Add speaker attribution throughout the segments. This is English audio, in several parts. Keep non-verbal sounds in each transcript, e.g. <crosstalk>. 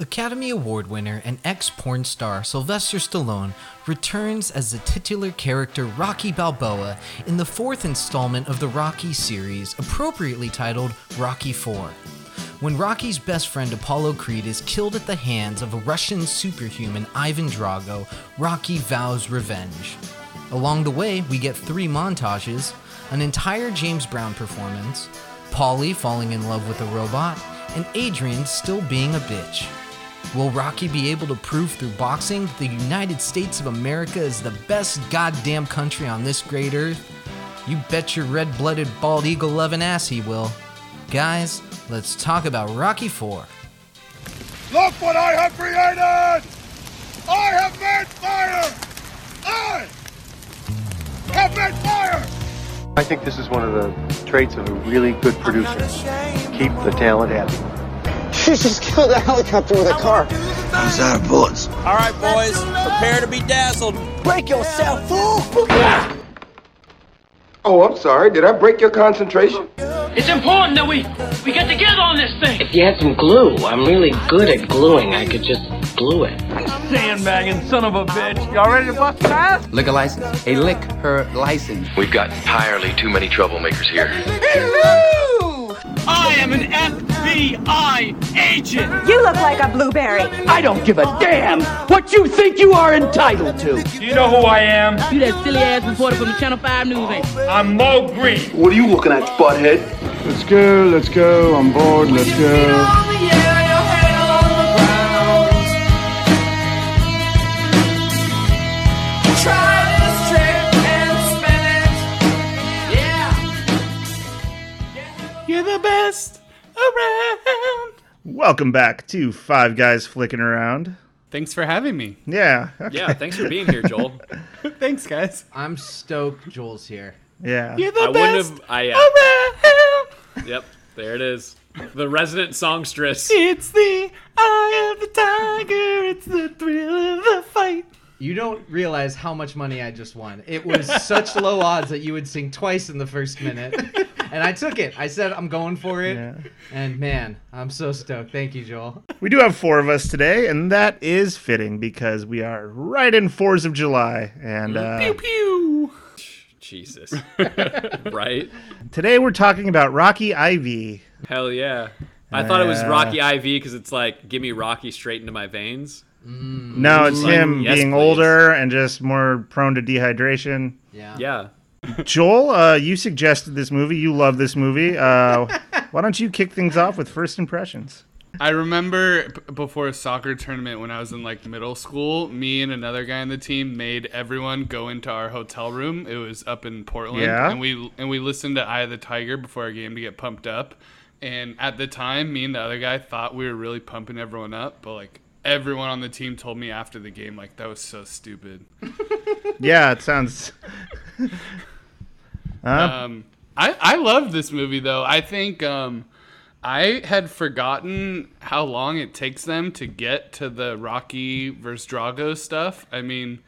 Speaker 1: Academy Award winner and ex porn star Sylvester Stallone returns as the titular character Rocky Balboa in the fourth installment of the Rocky series, appropriately titled Rocky IV. When Rocky's best friend Apollo Creed is killed at the hands of a Russian superhuman Ivan Drago, Rocky vows revenge. Along the way, we get three montages, an entire James Brown performance, Polly falling in love with a robot, and Adrian still being a bitch. Will Rocky be able to prove through boxing that the United States of America is the best goddamn country on this great earth? You bet your red blooded, bald eagle loving ass he will. Guys, let's talk about Rocky IV.
Speaker 2: Look what I have created! I have made fire! I have made fire!
Speaker 3: I think this is one of the traits of a really good producer. Keep the talent happy.
Speaker 4: <laughs> You just killed a helicopter with a car.
Speaker 5: All right, boys, prepare to be dazzled.
Speaker 4: Break yourself, fool!
Speaker 6: Oh, I'm sorry. Did I break your concentration?
Speaker 7: <laughs> It's important that we we get together on this thing.
Speaker 8: If you had some glue, I'm really good at gluing. I could just glue it.
Speaker 7: Sandbagging son of a bitch. Y'all ready to bust ass?
Speaker 9: Lick a license. A lick her license.
Speaker 10: We've got entirely too many troublemakers here.
Speaker 7: I am an FBI agent.
Speaker 11: You look like a blueberry.
Speaker 9: I don't give a damn what you think you are entitled to.
Speaker 7: Do you know who I am?
Speaker 12: You that silly ass reporter from the Channel 5 News, ain't you?
Speaker 7: I'm Mo Green.
Speaker 3: What are you looking at, butthead?
Speaker 2: Let's go, let's go, I'm bored, let's go.
Speaker 12: You're the best around.
Speaker 13: Welcome back to Five Guys Flicking Around.
Speaker 14: Thanks for having me.
Speaker 13: Yeah. okay.
Speaker 14: Yeah, thanks for being here,
Speaker 12: <laughs>
Speaker 14: Joel. thanks, guys.
Speaker 1: I'm stoked Joel's here.
Speaker 13: Yeah.
Speaker 12: You're the
Speaker 14: I wouldn't
Speaker 12: best
Speaker 14: have. I uh,
Speaker 12: around.
Speaker 14: yep. There it is. The resident songstress.
Speaker 12: It's the eye of the tiger. It's the thrill of the fight.
Speaker 1: You don't realize how much money I just won. It was such low odds that you would sing twice in the first minute. And I took it. I said, I'm going for it.
Speaker 13: Yeah.
Speaker 1: And man, I'm so stoked. Thank you, Joel.
Speaker 13: We do have four of us today, and that is fitting because we are right in fours of July. And uh,
Speaker 14: Pew.
Speaker 12: <laughs>
Speaker 14: Jesus. right?
Speaker 13: today we're talking about Rocky Ivy.
Speaker 14: Hell yeah. I thought it was
Speaker 13: Yeah.
Speaker 14: Rocky IV because it's like, give me Rocky straight into my veins.
Speaker 12: Mm.
Speaker 13: No, it's
Speaker 14: Like,
Speaker 13: him
Speaker 14: Mm, yes,
Speaker 13: being
Speaker 14: please.
Speaker 13: older and just more prone to dehydration.
Speaker 1: Yeah.
Speaker 14: Yeah.
Speaker 13: Joel, uh, you suggested this movie. You love this movie. Uh, why don't you kick things off with first impressions?
Speaker 14: I
Speaker 12: remember b- before a soccer tournament when I was in like middle school, me and another guy on the team made everyone go into our hotel room. It was up in Portland,
Speaker 13: Yeah.
Speaker 12: and we and we listened to "Eye of the Tiger" before our game to get pumped up. And at the time, me and the other guy thought we were really pumping everyone up, but like everyone on the team told me after the game, like that was so stupid.
Speaker 13: Yeah,
Speaker 9: <laughs>
Speaker 13: it sounds.
Speaker 9: Uh,
Speaker 12: Um, I I love this movie though. I think um, I had forgotten how long it takes them to get to the Rocky versus Drago stuff. I mean,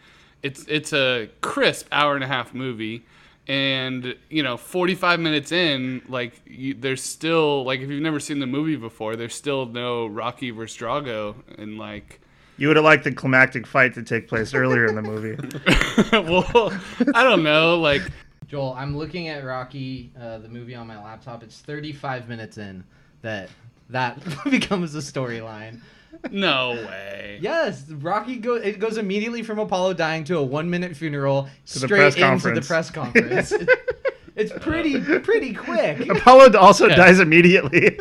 Speaker 12: it's it's a crisp hour and a half movie, and you know, forty five minutes in, like you, there's still like if you've never seen the movie before, there's still no Rocky versus Drago, and like <laughs>
Speaker 13: You would have liked the climactic fight to take place earlier in the movie.
Speaker 12: well, I don't know, like.
Speaker 1: Joel, I'm looking at Rocky, uh, the movie on my laptop. It's 35 minutes in that that <laughs> becomes a storyline.
Speaker 12: No way.
Speaker 1: Yes, Rocky go it goes immediately from Apollo dying to a one minute funeral
Speaker 13: the
Speaker 1: straight
Speaker 13: press
Speaker 1: into the
Speaker 13: conference. <laughs>
Speaker 1: press conference. it's pretty pretty quick.
Speaker 13: Apollo also dies
Speaker 7: <laughs>
Speaker 13: immediately.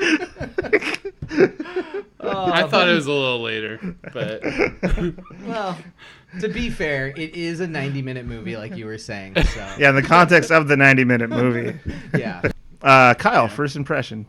Speaker 7: Oh,
Speaker 12: I thought it was a little later, but
Speaker 1: Well, to be fair, it is a 90 minute movie, like you were saying. So
Speaker 13: <laughs> yeah, in the context of the 90 minute movie.
Speaker 1: yeah.
Speaker 13: <laughs> Uh, Kyle, first impression.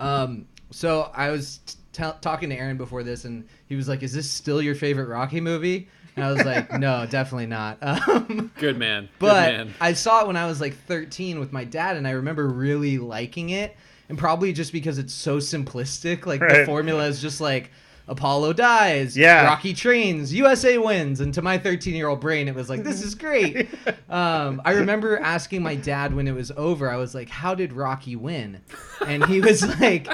Speaker 1: Um, so I was t- talking to Aaron before this, and he was like, "Is this still your favorite Rocky movie?" And I was like, "No, definitely not." <laughs> Um,
Speaker 14: Good man. Good
Speaker 1: but
Speaker 14: man.
Speaker 1: I saw it when I was like 13 with my dad, and I remember really liking it, and probably just because it's so simplistic. Like the
Speaker 13: Right.
Speaker 1: formula is just like Apollo dies,
Speaker 13: Yeah.
Speaker 1: Rocky trains, USA wins, and to my 13 year old brain, it was like this
Speaker 13: <laughs>
Speaker 1: is great. um, I remember asking my dad when it was over, I was like, "How did Rocky win?" And he was like.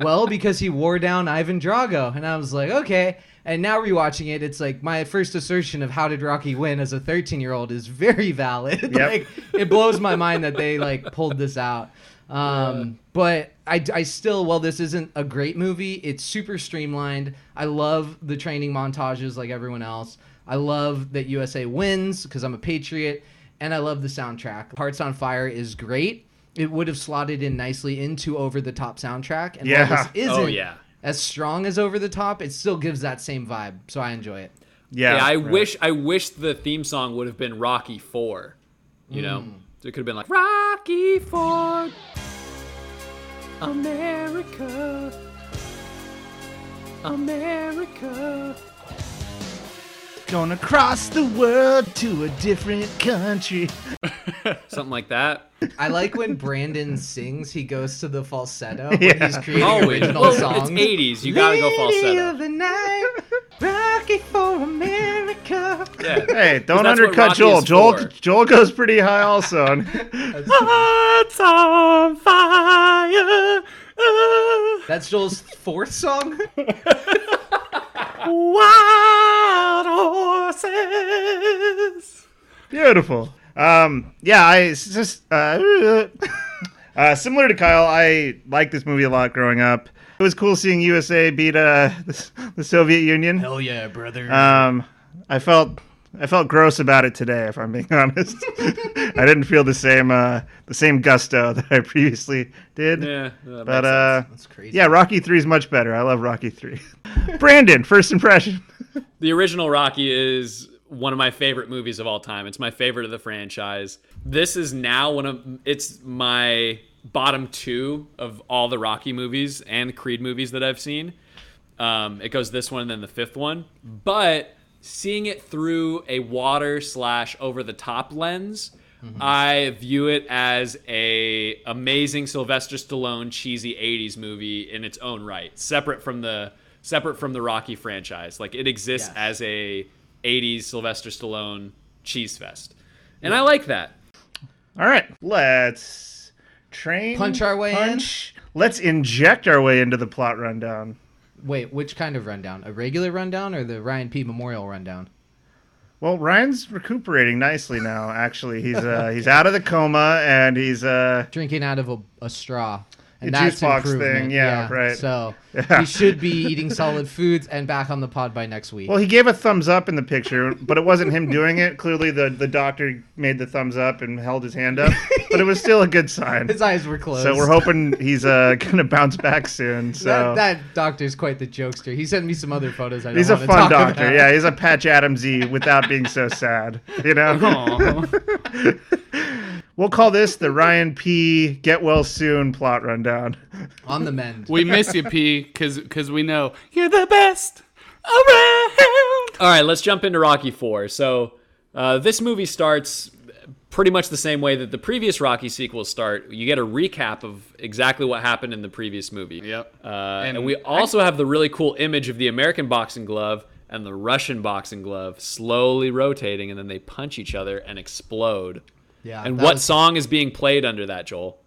Speaker 1: well, because he wore down Ivan Drago, and I was like, okay. And now rewatching it, it's like my first assertion of how did Rocky win as a 13 year old is very valid. <laughs> like it blows my mind that they like pulled this out. Um, But I, I still, while this isn't a great movie, it's super streamlined. I love the training montages like everyone else. I love that USA wins because I'm a patriot, and I love the soundtrack. Hearts on Fire is great. It would have slotted in nicely into Over the Top soundtrack, and while
Speaker 13: Yeah.
Speaker 1: this isn't
Speaker 14: Oh, yeah.
Speaker 1: as strong as Over the Top, it still gives that same vibe. So I enjoy it.
Speaker 13: Yeah,
Speaker 14: I
Speaker 13: right.
Speaker 14: wish I wish the theme song would have been Rocky Four. You know,
Speaker 1: Mm.
Speaker 14: it could have been like
Speaker 9: Rocky Ford. America. America.
Speaker 13: Gonna cross the world to a different country. <laughs>
Speaker 14: something like that.
Speaker 1: I like when Brandon sings, he goes to
Speaker 13: <laughs>
Speaker 1: the falsetto when
Speaker 14: Yeah.
Speaker 1: he's creating
Speaker 14: Always.
Speaker 1: original
Speaker 14: Well,
Speaker 1: songs.
Speaker 14: it's 80s, you gotta go falsetto.
Speaker 9: Of the night. Rocky for
Speaker 14: <laughs>
Speaker 9: America.
Speaker 13: Hey, don't
Speaker 9: that's what
Speaker 13: undercut
Speaker 9: Rocky
Speaker 13: Joel.
Speaker 9: is
Speaker 13: Joel
Speaker 9: for.
Speaker 13: Joel goes pretty high also. on-
Speaker 9: Hearts on fire.
Speaker 1: That's Joel's fourth song.
Speaker 9: <laughs> Wild horses.
Speaker 13: Beautiful. Um, yeah, I it's just uh, <laughs> uh, similar to Kyle, I liked this movie a lot growing up. It was cool seeing USA beat uh, <laughs> the, the Soviet Union.
Speaker 1: Hell yeah, brother.
Speaker 13: Um, I felt I felt gross about it today, if I'm being <laughs> honest. I didn't feel the same uh, the same gusto <laughs> that I previously did.
Speaker 14: Yeah,
Speaker 13: but
Speaker 14: that makes
Speaker 13: uh,
Speaker 14: sense. That's crazy.
Speaker 13: yeah, Rocky Three is much better. I love Rocky Three. <laughs> Brandon, first impression.
Speaker 14: The original Rocky is one of my favorite movies of all time. It's my favorite of the franchise. This is now one of it's my bottom two of all the Rocky movies and Creed movies that I've seen. Um, it goes this one and then the fifth one. But seeing it through a water slash over the top lens, I view it as a amazing Sylvester Stallone cheesy '80s movie in its own right, separate from the separate from the Rocky franchise. Like it exists as a '80s Sylvester Stallone cheese fest, and I like that.
Speaker 13: All right, let's train
Speaker 1: Punch our way in?
Speaker 13: punch. Let's inject our way into the plot rundown.
Speaker 1: Wait, which kind of rundown? A regular rundown or the Ryan P. Memorial rundown?
Speaker 13: Well, Ryan's recuperating nicely now. Actually, he's uh, he's out of the coma and he's uh,
Speaker 1: drinking out of a, a straw. <laughs> And
Speaker 13: The
Speaker 1: that's
Speaker 13: juice box
Speaker 1: improvement.
Speaker 13: thing, yeah, right.
Speaker 1: So
Speaker 13: <laughs> Yeah.
Speaker 1: he should be eating solid foods and back on the pod by next week.
Speaker 13: Well, he gave a thumbs up in the picture, but it wasn't him doing it. Clearly, the, the doctor made the thumbs up and held his hand up, but it was still a good sign.
Speaker 1: <laughs> His eyes were closed.
Speaker 13: So we're hoping he's uh, gonna bounce back soon. So
Speaker 1: that, that doctor's quite the jokester. He sent me some other photos. I don't
Speaker 13: he's a
Speaker 1: want to talk
Speaker 13: fun doctor.
Speaker 1: about.
Speaker 13: Yeah, he's a Patch Adamsy without being
Speaker 1: <laughs>
Speaker 13: so sad. You know. <laughs> we'll call this the Ryan P. Get well soon plot rundown.
Speaker 1: on the mend.
Speaker 12: We miss you, P, because we know
Speaker 9: You're the best around.
Speaker 14: All right, let's jump into Rocky Four. So uh, this movie starts pretty much the same way that the previous Rocky sequels start. You get a recap of exactly what happened in the previous movie. Yep. Uh, and, we also have the really cool image of the American boxing glove and the Russian boxing glove slowly rotating, and then they punch each other and explode.
Speaker 1: Yeah,
Speaker 14: And
Speaker 1: that
Speaker 14: what
Speaker 1: was-
Speaker 14: song is being played under that, Joel?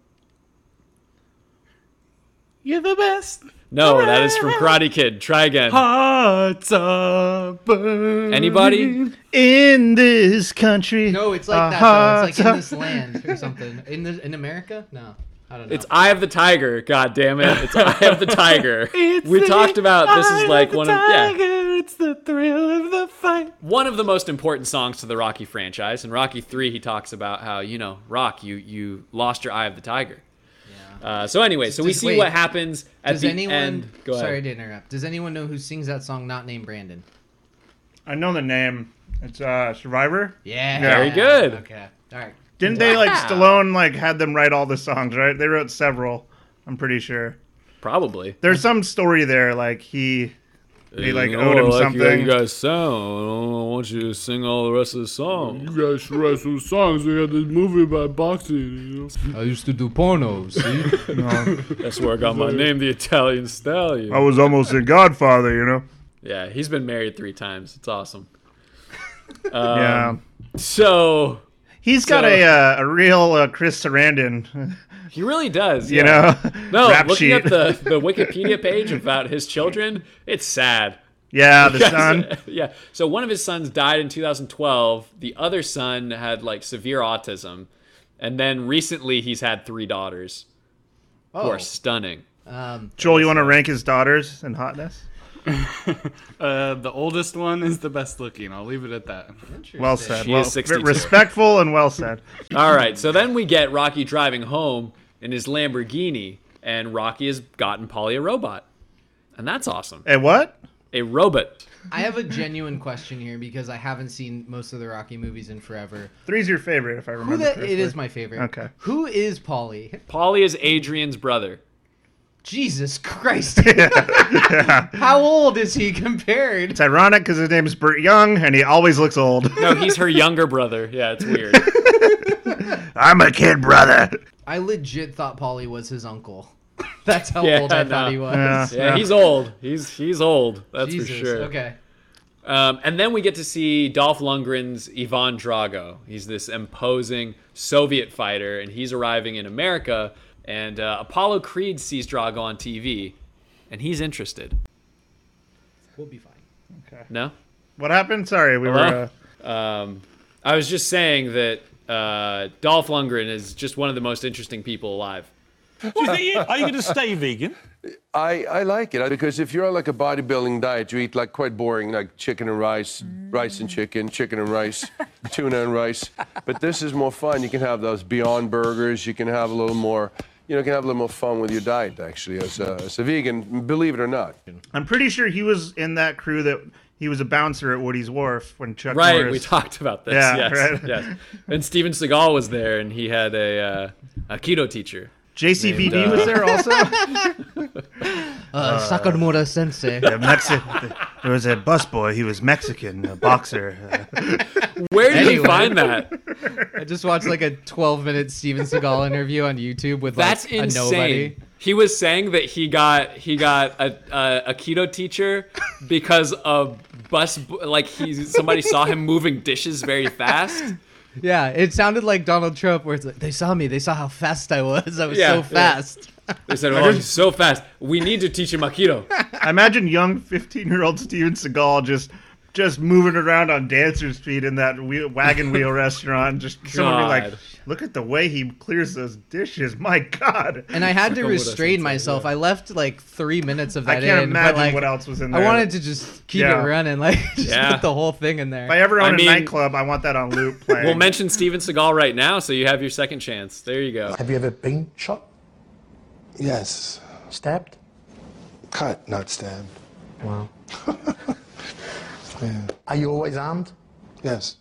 Speaker 9: You're the best.
Speaker 14: No, that is from Karate Kid. Try <laughs> again.
Speaker 9: Hearts are burning.
Speaker 14: Anybody?
Speaker 13: In this country.
Speaker 1: No, it's like that. Though. It's like in this <laughs> land or something. In the, in America? No, I don't know.
Speaker 14: It's Eye of the Tiger. God damn it! It's Eye of the Tiger. we talked about this is like one of yeah
Speaker 9: It's the thrill of the fight.
Speaker 14: one of the most important songs to the Rocky franchise. In Rocky Three, he talks about how you know Rock, you you lost your Eye of the Tiger. Uh, so anyway, so we
Speaker 1: Does-
Speaker 14: see
Speaker 1: wait.
Speaker 14: what happens at
Speaker 1: Does
Speaker 14: the
Speaker 1: anyone?
Speaker 14: end. Go ahead.
Speaker 1: Sorry to interrupt. Does anyone know who sings that song? Not named Brandon.
Speaker 13: I know the name. It's uh, Survivor.
Speaker 1: Yeah.
Speaker 14: Very good.
Speaker 1: Okay. All right.
Speaker 13: Didn't they like
Speaker 1: Wow.
Speaker 13: Stallone like had them write all the songs, right? They wrote several, I'm pretty sure.
Speaker 14: Probably.
Speaker 13: There's some story there, like he he like
Speaker 14: Oh,
Speaker 13: owed
Speaker 14: I
Speaker 13: him
Speaker 14: like the way
Speaker 13: something.
Speaker 14: You guys sound. I want you to sing all the rest of the song.
Speaker 12: you guys should write some songs. We got this movie about boxing. You
Speaker 1: I used to do pornos.
Speaker 9: <laughs>
Speaker 1: See?
Speaker 13: <laughs>
Speaker 14: That's where I
Speaker 12: <laughs>
Speaker 14: got my name, the Italian Stallion.
Speaker 13: I was almost a godfather, you know?
Speaker 14: <laughs> Yeah, he's
Speaker 13: <laughs>
Speaker 14: been married three times. It's awesome. Um,
Speaker 13: Yeah.
Speaker 14: So
Speaker 13: He's got
Speaker 14: So-
Speaker 13: a uh, a real uh, Chris Sarandon.
Speaker 14: He really does.
Speaker 13: You
Speaker 14: yeah.
Speaker 13: know,
Speaker 14: <laughs> No,
Speaker 13: rap
Speaker 14: looking at
Speaker 13: sheet.
Speaker 14: the,
Speaker 13: <laughs>
Speaker 14: the Wikipedia page about his children, it's sad.
Speaker 13: Yeah,
Speaker 14: <laughs>
Speaker 13: the
Speaker 14: Because-
Speaker 13: son.
Speaker 14: Yeah. So one of his sons died in 2012. The other son had like severe autism. And then recently he's had three daughters who
Speaker 1: Oh.
Speaker 14: are stunning.
Speaker 1: <laughs> Um,
Speaker 13: Joel, you want to rank his daughters in hotness?
Speaker 12: Uh, the oldest one is the best looking. I'll leave it at that.
Speaker 13: Well said.
Speaker 14: She
Speaker 13: well,
Speaker 14: is 62.
Speaker 13: respectful and well said.
Speaker 14: <laughs>
Speaker 13: <laughs>
Speaker 14: All right. So then we get Rocky driving home in his Lamborghini, and Rocky has gotten Polly a robot. And that's awesome.
Speaker 13: A what?
Speaker 14: A robot.
Speaker 1: I have a genuine question here because I haven't seen most of the Rocky movies in forever.
Speaker 13: Three's your favorite, if I remember.
Speaker 1: Who that?
Speaker 13: correctly.
Speaker 1: It is my favorite.
Speaker 13: Okay.
Speaker 1: Who is Polly?
Speaker 14: Polly is Adrian's brother.
Speaker 1: <laughs> Jesus Christ! <laughs> How old is he compared?
Speaker 13: It's ironic because his name is Burt Young, and he always looks old.
Speaker 14: No, he's her younger brother. Yeah, it's weird.
Speaker 13: <laughs> I'm a kid, brother.
Speaker 1: I legit thought Polly was his uncle. <laughs> That's <laughs> how old I
Speaker 14: no.
Speaker 1: thought he was.
Speaker 14: Yeah, he's old. He's he's old. That's
Speaker 1: Jesus,
Speaker 14: for sure.
Speaker 1: Okay.
Speaker 14: Um, and then we get to see Dolph Lundgren's Ivan Drago. He's this imposing Soviet fighter, and he's arriving in America. And uh, Apollo Creed sees Drago on TV, and he's interested.
Speaker 1: We'll be fine.
Speaker 13: Okay.
Speaker 14: No.
Speaker 13: What happened? Sorry, we were.
Speaker 14: Hello?
Speaker 13: Uh,
Speaker 14: Um, I was just saying that uh, Dolph Lundgren is just one of the most interesting people alive.
Speaker 2: Are you going to stay vegan? I, I like it because if you're on like a bodybuilding diet, you eat like quite boring, like chicken and rice, rice and chicken, chicken and <laughs> rice, tuna and rice. But this is more fun. You can have those Beyond Burgers. You can have a little more, you know, you can have a little more fun with your diet actually as a, as a vegan, believe it or not.
Speaker 13: I'm pretty sure he was in that crew that he was a bouncer at Woody's Wharf when Chuck.
Speaker 14: Right,
Speaker 13: Norris-
Speaker 14: we talked about this.
Speaker 13: Yeah,
Speaker 14: yes,
Speaker 13: right.
Speaker 14: yes. And Steven Seagal was there, and he had a uh, a keto teacher.
Speaker 13: JCVD
Speaker 14: named, uh,
Speaker 13: was there
Speaker 14: <laughs>
Speaker 13: also.
Speaker 1: <laughs> Uh, Sakamura Sensei.
Speaker 13: The Mexi- there was a busboy. He was Mexican, a boxer. uh.
Speaker 14: Where did you
Speaker 1: Anyway.
Speaker 14: find that?
Speaker 1: <laughs> I just watched like a 12 minute Steven Seagal interview on YouTube with like,
Speaker 14: That's
Speaker 1: a nobody.
Speaker 14: insane. He was saying that he got he got a a, a keto teacher because a bus like he somebody saw him moving dishes very fast.
Speaker 1: Yeah, it sounded like Donald Trump, where it's like they saw me, they saw how fast I was. I was
Speaker 14: Yeah,
Speaker 1: so
Speaker 14: yeah.
Speaker 1: fast.
Speaker 14: They said, "Oh, he's so fast. We need to teach him aikido."
Speaker 13: I imagine young 15 year old Steven Seagal just just moving around on dancer's feet in that wheel, wagon wheel restaurant. Just someone be like,
Speaker 1: God.
Speaker 13: look at the way he clears those dishes. My God.
Speaker 1: And I had to
Speaker 13: Sakamura
Speaker 1: restrain
Speaker 13: Sensei.
Speaker 1: myself. I left like three minutes of
Speaker 13: I
Speaker 1: that
Speaker 13: can't
Speaker 1: in. but,
Speaker 13: imagine
Speaker 1: like,
Speaker 13: what else was in
Speaker 1: I
Speaker 13: there.
Speaker 1: wanted to just keep
Speaker 13: Yeah.
Speaker 1: it running, like <laughs> just
Speaker 14: Yeah.
Speaker 1: put the whole thing in there.
Speaker 13: If I ever
Speaker 14: I
Speaker 13: own
Speaker 14: mean-
Speaker 13: a nightclub, I want that on loop playing.
Speaker 14: We'll mention Steven Seagal right now, so you have your second chance. There you go.
Speaker 15: Have you ever been shot? Yes. Stabbed? Cut, not stabbed. Wow. Are you always armed? Yes.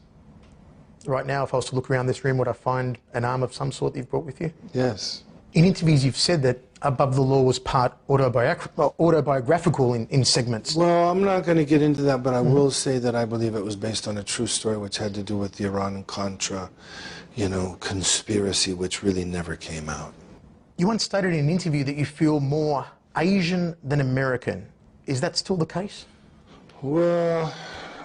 Speaker 15: Right now, if I was to look around this room, would I find an arm of some sort that you've brought with you?
Speaker 3: Yes.
Speaker 15: In interviews, you've said that Above the Law was part autobiograph- well, autobiographical in, in segments.
Speaker 3: Well, I'm not going to get into that, but I will say that I believe it was based on a true story which had to do with the Iran Contra, you know, conspiracy, which really never came out.
Speaker 15: You once stated in an interview that you feel more Asian than American. Is that still the case?
Speaker 3: Well,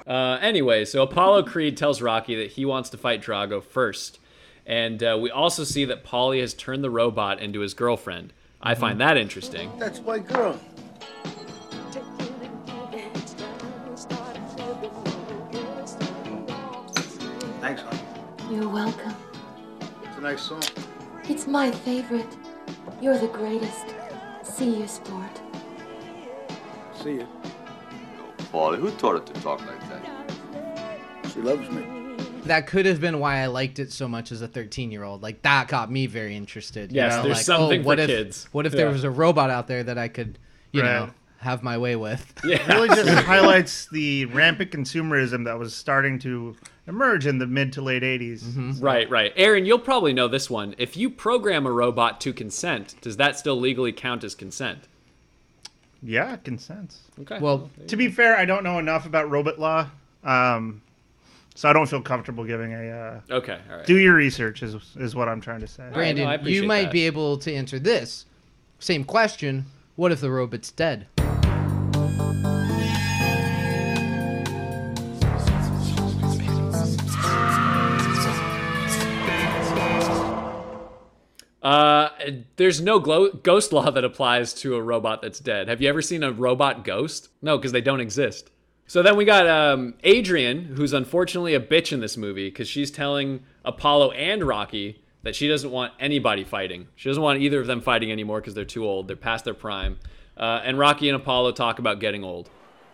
Speaker 14: Uh, anyway, so Apollo Creed tells Rocky that he wants to fight Drago first. And uh, we also see that Polly has turned the robot into his girlfriend. I find that interesting.
Speaker 2: That's my girl. Thanks, honey.
Speaker 16: You're welcome.
Speaker 2: It's a nice song.
Speaker 16: It's my favorite. You're the greatest. See you, sport.
Speaker 2: See you.
Speaker 17: Polly, who taught her to talk like that?
Speaker 2: She loves me.
Speaker 1: That could have been why I liked it so much as a 13 year old. Like that got me very interested. you
Speaker 14: Yes,
Speaker 1: know,
Speaker 14: there's
Speaker 1: like,
Speaker 14: something
Speaker 1: oh, what
Speaker 14: for
Speaker 1: if,
Speaker 14: kids.
Speaker 1: What if
Speaker 14: Yeah.
Speaker 1: there was a robot out there that I could, you know,
Speaker 13: Right.
Speaker 1: have my
Speaker 13: <laughs>
Speaker 1: way with?
Speaker 13: It really just <laughs> highlights the rampant consumerism that was starting to emerge in the mid to late 80s.
Speaker 1: Mm-hmm.
Speaker 14: Right, right. Aaron, you'll probably know this one. If you program a robot to consent, does that still legally count as consent?
Speaker 13: Yeah, consents.
Speaker 14: Okay.
Speaker 1: Well,
Speaker 13: to be fair, I don't know enough about robot law, um, so I don't feel comfortable giving a. Uh,
Speaker 14: Okay, all right.
Speaker 13: Do your research is is what I'm trying to say.
Speaker 1: Brandon, you might be able to answer this. Same question. What if the robot's dead?
Speaker 14: I, Uh, there's no glo- ghost law that applies to a robot that's dead. Have you ever seen a robot ghost? No, because they don't exist. So then we got um, Adrian, who's unfortunately a bitch in this movie because she's telling Apollo and Rocky that she doesn't want anybody fighting. She doesn't want either of them fighting anymore because they're too old. They're past their prime. Uh, and Rocky and Apollo talk about getting old.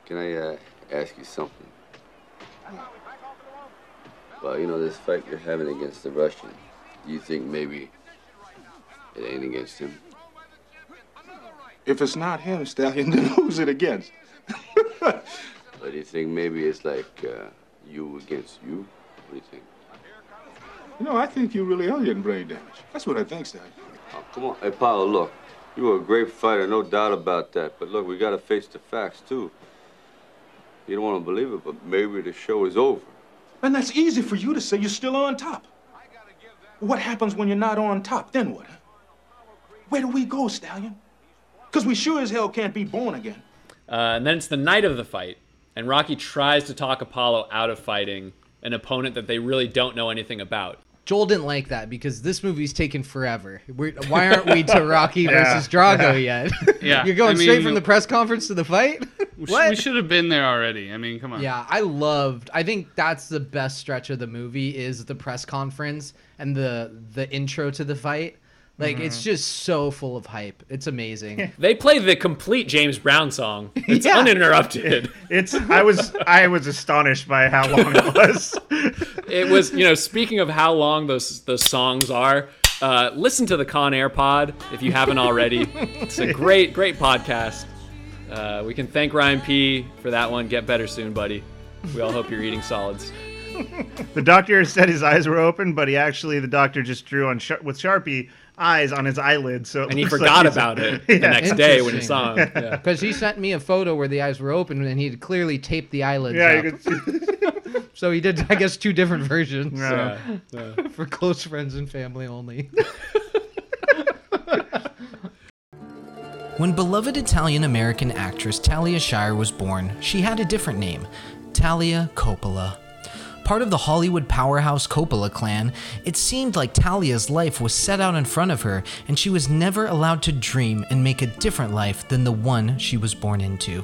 Speaker 17: Can I uh, ask you something? Well, you know, this fight you're having against the Russian, do you think maybe it ain't against him?
Speaker 7: If it's not him, Stallion, <laughs> then who's it against?
Speaker 17: Or do you think maybe it's like uh, you against you? What do you think?
Speaker 7: You know, I think you really are getting brain damage. That's what I think, Stallion.
Speaker 17: Oh, come on. Hey, Paolo, look. You were a great fighter, no doubt about that. But look, we gotta face the facts, too. You don't wanna believe it, but maybe the show is over.
Speaker 7: And that's easy for you to say you're still on top. What happens when you're not on top? Then what? Where do we go, Stallion? Because we sure as hell can't be born again.
Speaker 14: Uh, and then it's the night of the fight, and Rocky tries to talk Apollo out of fighting an opponent that they really don't know anything about.
Speaker 18: Joel didn't like that because this movie's taken forever. We're, why aren't we to Rocky
Speaker 12: Yeah.
Speaker 18: versus Drago
Speaker 12: Yeah.
Speaker 18: yet?
Speaker 1: <laughs>
Speaker 12: Yeah.
Speaker 18: You're going
Speaker 12: I
Speaker 18: straight
Speaker 12: mean-
Speaker 18: from the press conference to the fight?
Speaker 12: We sh-
Speaker 18: what?
Speaker 12: We should have been there already. I mean, come on.
Speaker 18: Yeah, I loved. I think that's the best stretch of the movie is the press conference and the the intro to the fight. Like it's
Speaker 13: Mm-hmm.
Speaker 14: Mhm.
Speaker 18: just so full of hype. It's
Speaker 13: <laughs>
Speaker 18: amazing.
Speaker 14: They play the complete James Brown song. It's
Speaker 18: Yeah.
Speaker 14: uninterrupted.
Speaker 13: It's I was I was astonished by how
Speaker 14: <laughs>
Speaker 13: long it was.
Speaker 14: It was, you know, speaking of how long those those songs are, uh, listen to the Con Air Pod if you haven't already. It's a great, great podcast. Uh, we can thank Ryan P for that one. Get better soon, buddy. We all hope you're eating solids.
Speaker 13: The doctor said his eyes were open, but he actually the doctor just drew on shar with sharpie eyes on his eyelid. So it
Speaker 14: And he
Speaker 13: looks
Speaker 14: forgot
Speaker 13: like he's- <laughs>
Speaker 14: about it the next day when he
Speaker 18: <laughs>
Speaker 14: saw him. Yeah.
Speaker 18: Because he sent me a photo where the eyes were open and he had clearly taped the eyelids.
Speaker 13: Yeah,
Speaker 18: Yeah,
Speaker 13: you
Speaker 18: <laughs> so he did, I guess, two different versions
Speaker 13: Yeah.
Speaker 18: <laughs> for close friends and family only.
Speaker 1: When beloved Italian American actress Talia Shire was born, she had a different name Talia Coppola. Part of the Hollywood powerhouse Coppola clan, it seemed like Talia's life was set out in front of her, and she was never allowed to dream and make a different life than the one she was born into.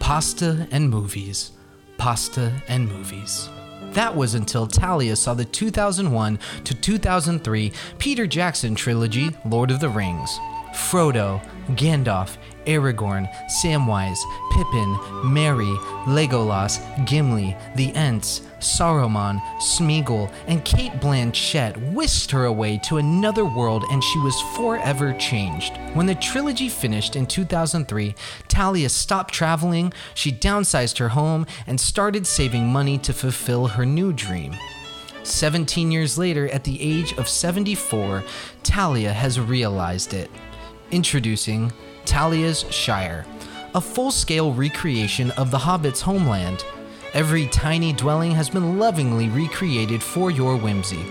Speaker 1: Pasta and movies. Pasta and movies. That was until Talia saw the 2001 to 2003 Peter Jackson trilogy, Lord of the Rings. Frodo, Gandalf, Aragorn, Samwise, Pippin, Merry, Legolas, Gimli, the Ents, Saruman, Smeagol, and Kate Blanchett whisked her away to another world and she was forever changed. When the trilogy finished in 2003, Talia stopped traveling, she downsized her home, and started saving money to fulfill her new dream. 17 years later, at the age of 74, Talia has realized it. Introducing Talia's Shire, a full scale recreation of the Hobbit's homeland. Every tiny dwelling has been lovingly recreated for your whimsy.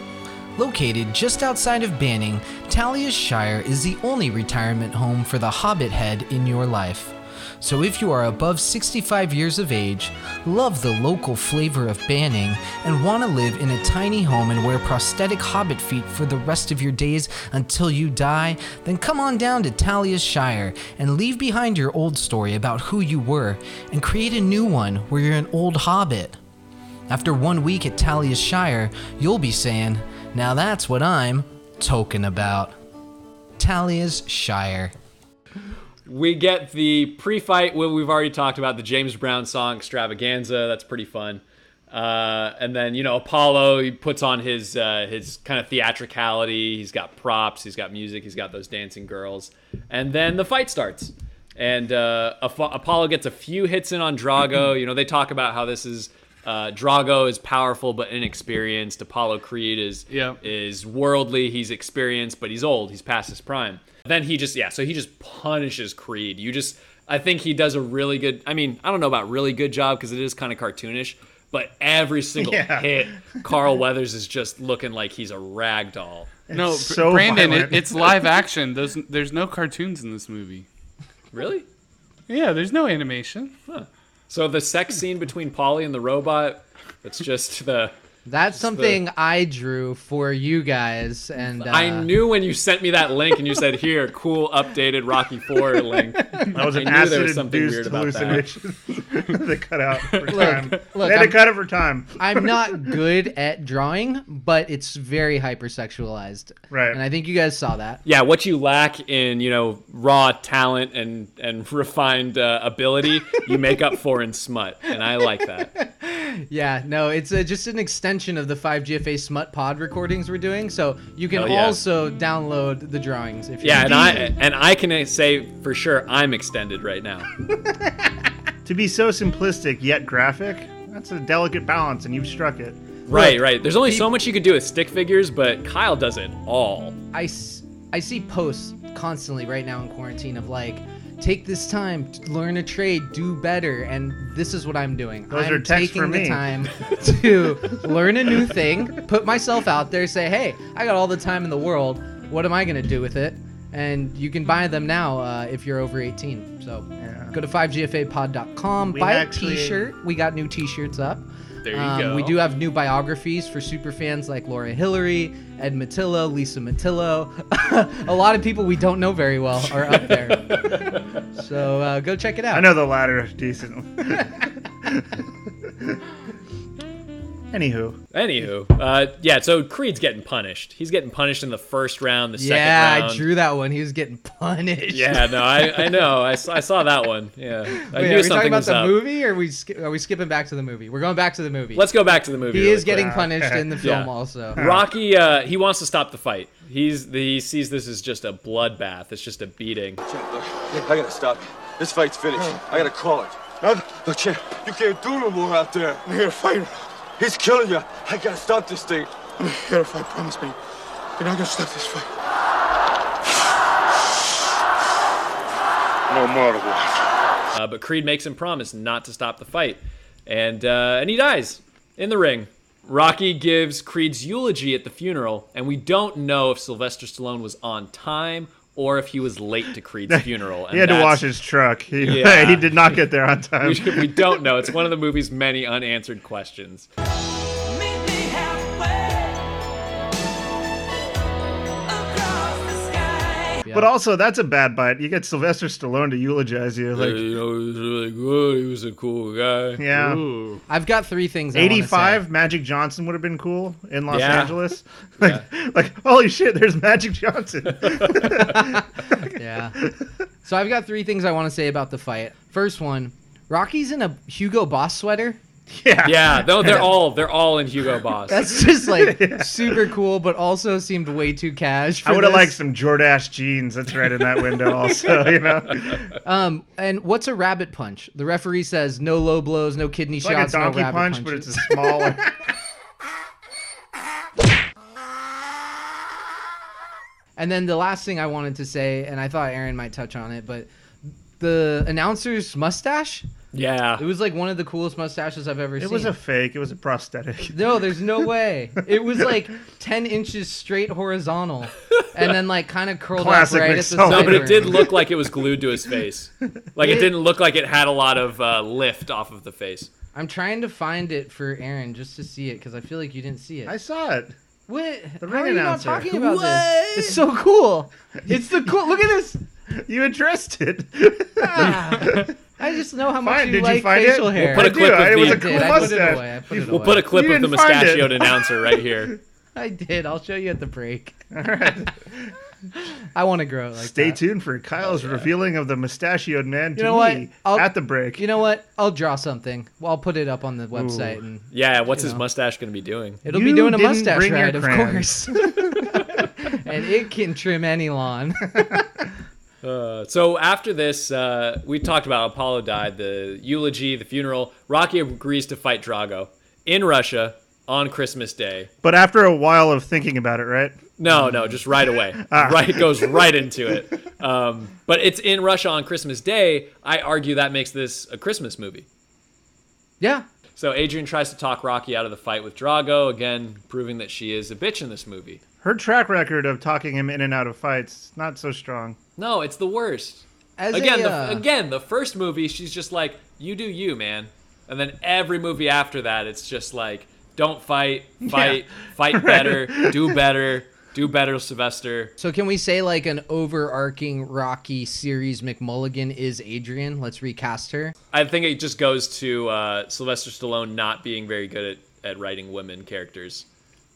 Speaker 1: Located just outside of Banning, Talia's Shire is the only retirement home for the Hobbit head in your life. So if you are above 65 years of age, love the local flavor of Banning, and want to live in a tiny home and wear prosthetic hobbit feet for the rest of your days until you die, then come on down to Talia's Shire and leave behind your old story about who you were and create a new one where you're an old hobbit. After one week at Talia's Shire, you'll be saying, Now that's what I'm talking about. Talia's Shire.
Speaker 14: We get the pre-fight. Well, we've already talked about the James Brown song "Extravaganza." That's pretty fun. Uh, and then you know Apollo he puts on his uh, his kind of theatricality. He's got props. He's got music. He's got those dancing girls. And then the fight starts. And uh, Aph- Apollo gets a few hits in on Drago. You know they talk about how this is uh, Drago is powerful but inexperienced. Apollo Creed is is worldly. He's experienced, but he's old. He's past his prime. Then he just yeah. So he just punishes Creed. You just I think he does a really good. I mean I don't know about really good job because it is kind of cartoonish. But every single
Speaker 12: Yeah.
Speaker 14: hit, Carl Weathers is just looking like he's a rag doll.
Speaker 12: no, Br- Brandon, it, it's live action. There's, there's no cartoons in this movie.
Speaker 14: Really?
Speaker 12: Yeah, there's no animation.
Speaker 14: So the sex scene between Polly and the robot, it's just the
Speaker 1: That's
Speaker 14: the-
Speaker 1: something I drew for you guys, and uh,
Speaker 14: I knew when you sent me that link and you said, "Here, cool updated Rocky Four link."
Speaker 13: <laughs> That was
Speaker 14: I
Speaker 13: an
Speaker 14: knew there was something weird
Speaker 13: acid-induced
Speaker 14: about that.
Speaker 13: hallucination. <laughs> they cut out for
Speaker 1: Look,
Speaker 13: time.
Speaker 1: look,
Speaker 13: <laughs> they had
Speaker 1: I'm-
Speaker 13: to cut it for time. <laughs>
Speaker 1: I'm not good at drawing, but it's very hypersexualized.
Speaker 13: Right.
Speaker 1: And I think you guys saw that.
Speaker 14: Yeah, what you lack in you know raw talent and and <laughs> refined uh, ability, you make up for in smut, and I like that.
Speaker 1: Yeah, no, it's uh just an extension of the 5GFA Smut Pod recordings we're doing, so you can
Speaker 14: Oh, yeah.
Speaker 1: also download the drawings if you
Speaker 14: Yeah, and I and I can say for sure I'm extended right now.
Speaker 13: To be so simplistic yet graphic, that's a delicate balance, and you've struck it.
Speaker 14: Right, right. There's only so much you could do with stick figures, but Kyle does it all.
Speaker 1: I, s- I see posts constantly right now in quarantine of like, take this time, to learn a trade, do better, and this is what I'm doing.
Speaker 13: Those
Speaker 1: I'm
Speaker 13: are texts
Speaker 1: taking
Speaker 13: for
Speaker 1: the
Speaker 13: me.
Speaker 1: time to learn a new thing, put myself out there, say, hey, I got all the time in the world. What am I gonna do with it? And you can buy them now uh, if you're over 18. So go to 5gfapod.com,
Speaker 13: We
Speaker 1: buy
Speaker 13: actually-
Speaker 1: a T-shirt. We got new T-shirts up. Um,
Speaker 14: There you go.
Speaker 1: We do have new biographies for super fans like Laura Hillary, Ed Matillo, Lisa Matillo. <laughs> a lot of people we don't know very well are up there. so uh, go
Speaker 13: <laughs>
Speaker 1: check it out.
Speaker 13: I know the latter decently. <laughs> Anywho,
Speaker 14: Anywho, uh, yeah. So Creed's getting punished. He's getting punished in the first round, the
Speaker 1: yeah,
Speaker 14: second round.
Speaker 1: I drew that one. He was getting punished.
Speaker 14: Yeah,
Speaker 1: <laughs>
Speaker 14: no, I, I know. I, s- I saw that one. Yeah, I
Speaker 1: Wait, are
Speaker 14: knew
Speaker 1: we
Speaker 14: something
Speaker 1: talking about
Speaker 14: was
Speaker 1: the
Speaker 14: up.
Speaker 1: movie, or are we sk- are we skipping back to the movie? We're going back to the movie.
Speaker 14: Let's go back to the movie.
Speaker 1: He
Speaker 14: really
Speaker 1: is getting
Speaker 14: quick.
Speaker 1: punished in the film,
Speaker 14: <laughs> Yeah.
Speaker 1: also.
Speaker 14: Rocky, uh, he wants to stop the fight. He's he sees this as just a bloodbath. It's just a beating.
Speaker 19: I gotta stop. This fight's finished. I gotta call it. Look, Chip, you can't do no more out there. I'm here to fight him. He's killing you. I gotta stop this thing. I'm here to fight. Promise me. You're not gonna stop this fight.
Speaker 14: No more Uh, but Creed makes him promise not to stop the fight, and uh, and he dies in the ring. Rocky gives Creed's eulogy at the funeral, and we don't know if Sylvester Stallone was on time or if he was late to
Speaker 13: <laughs>
Speaker 14: Creed's funeral. And
Speaker 13: he had to
Speaker 14: that's-
Speaker 13: wash his truck. He, <laughs>
Speaker 14: Yeah.
Speaker 13: he did not get there on time.
Speaker 14: <laughs> we, we don't know. It's one of the movie's many unanswered questions.
Speaker 13: But also, that's a bad bite. You get Sylvester Stallone to eulogize you. Like,
Speaker 14: you know, he was really good. He was a cool guy.
Speaker 13: Yeah.
Speaker 1: I've got three things. I wanna say.
Speaker 13: 85 Magic Johnson would have been cool in Los
Speaker 1: Yeah.
Speaker 13: Angeles. <laughs> Like, like holy shit, there's Magic
Speaker 14: <laughs>
Speaker 13: Johnson.
Speaker 1: yeah. So I've got three things I want to say about the fight. First one, Rocky's in a Hugo Boss sweater.
Speaker 13: <laughs> Yeah.
Speaker 1: <laughs>
Speaker 14: Yeah. Though they're all they're all in Hugo Boss.
Speaker 1: That's
Speaker 13: <laughs>
Speaker 1: just like super cool, but also seemed way too cash. For
Speaker 13: I would have
Speaker 1: this.
Speaker 13: liked some Jordache jeans. That's right in that window, also. <laughs> You know,
Speaker 1: Um, and what's a rabbit punch? The referee says no low blows, no kidney
Speaker 13: it's like a
Speaker 1: shots,
Speaker 13: donkey
Speaker 1: no rabbit
Speaker 13: punch, but it's
Speaker 1: punches.
Speaker 13: a smaller.
Speaker 1: <laughs> And then the last thing I wanted to say, and I thought Aaron might touch on it, but the announcer's mustache.
Speaker 14: Yeah.
Speaker 1: It was like one of the coolest mustaches I've ever seen.
Speaker 13: it was a fake. It was a prosthetic.
Speaker 1: <laughs> No, there's no way. It was like ten inches straight horizontal, and then like kind of curled up right at the
Speaker 14: No,
Speaker 1: side.
Speaker 14: but it did
Speaker 1: where-
Speaker 14: look like it was glued to his face. Like it didn't look like it had a lot of uh, lift off of the face.
Speaker 1: I'm trying to find it for Aaron just to see it because I feel like you didn't see it. I
Speaker 13: saw it.
Speaker 1: What? The
Speaker 13: ring
Speaker 1: How are you
Speaker 13: announcer.
Speaker 1: not talking about
Speaker 13: What?
Speaker 1: this? It's so cool. It's the cool. Look at this.
Speaker 13: You addressed it.
Speaker 1: I just know how much
Speaker 13: Fine,
Speaker 1: you
Speaker 13: did you
Speaker 1: like
Speaker 13: find
Speaker 1: facial
Speaker 13: it?
Speaker 1: hair.
Speaker 13: We'll put a I do. clip of I- it was
Speaker 1: I
Speaker 13: a cool
Speaker 1: did. I put it
Speaker 13: mustache.
Speaker 1: away. I put it
Speaker 14: We'll
Speaker 1: away.
Speaker 14: put a clip
Speaker 13: You
Speaker 14: of the
Speaker 13: didn't find it.
Speaker 14: mustachioed announcer right here.
Speaker 1: <laughs> I did. I'll show you at the break. All right. I want to grow it like
Speaker 13: Stay
Speaker 1: that.
Speaker 13: tuned for
Speaker 14: Oh,
Speaker 13: Kyle's revealing of the mustachioed man
Speaker 1: You
Speaker 13: to
Speaker 1: know what?
Speaker 13: me
Speaker 1: I'll-
Speaker 13: at the break.
Speaker 1: You know what? I'll draw something. Well, I'll put it up on the website and
Speaker 14: Yeah, what's
Speaker 1: You
Speaker 14: his
Speaker 1: know.
Speaker 14: mustache going to be doing?
Speaker 1: It'll be doing a
Speaker 13: didn't
Speaker 1: mustache
Speaker 13: bring your
Speaker 1: ride, of
Speaker 13: crayons.
Speaker 1: course. <laughs> and it can trim any lawn.
Speaker 14: <laughs>
Speaker 1: <laughs>
Speaker 14: Uh, so after this, uh, we talked about Apollo died, the eulogy, the funeral. Rocky agrees to fight Drago in Russia on Christmas Day.
Speaker 13: But after a while of thinking about it, right?
Speaker 14: No, no, just right
Speaker 13: <laughs>
Speaker 1: <laughs>
Speaker 14: away.
Speaker 13: Ah.
Speaker 14: Right, it goes right into it. Um, but it's in Russia on Christmas Day. I argue that makes this a Christmas movie.
Speaker 1: Yeah.
Speaker 14: So Adrian tries to talk Rocky out of the fight with Drago again, proving that she is a bitch in this movie.
Speaker 13: Her track record of talking him in and out of fights is not so strong.
Speaker 14: No, it's the worst.
Speaker 1: As
Speaker 14: again,
Speaker 1: a,
Speaker 14: the,
Speaker 1: uh,
Speaker 14: again, the first movie, she's just like, "You do you, man," and then every movie after that, it's just like,
Speaker 1: <laughs>
Speaker 14: Don't fight. Fight. Fight better. do better. Do better, Sylvester.
Speaker 1: So can we say like an overarching Rocky series McMulligan is Adrian? Let's recast her.
Speaker 14: I think it just goes to uh, Sylvester Stallone not being very good at, at writing women characters.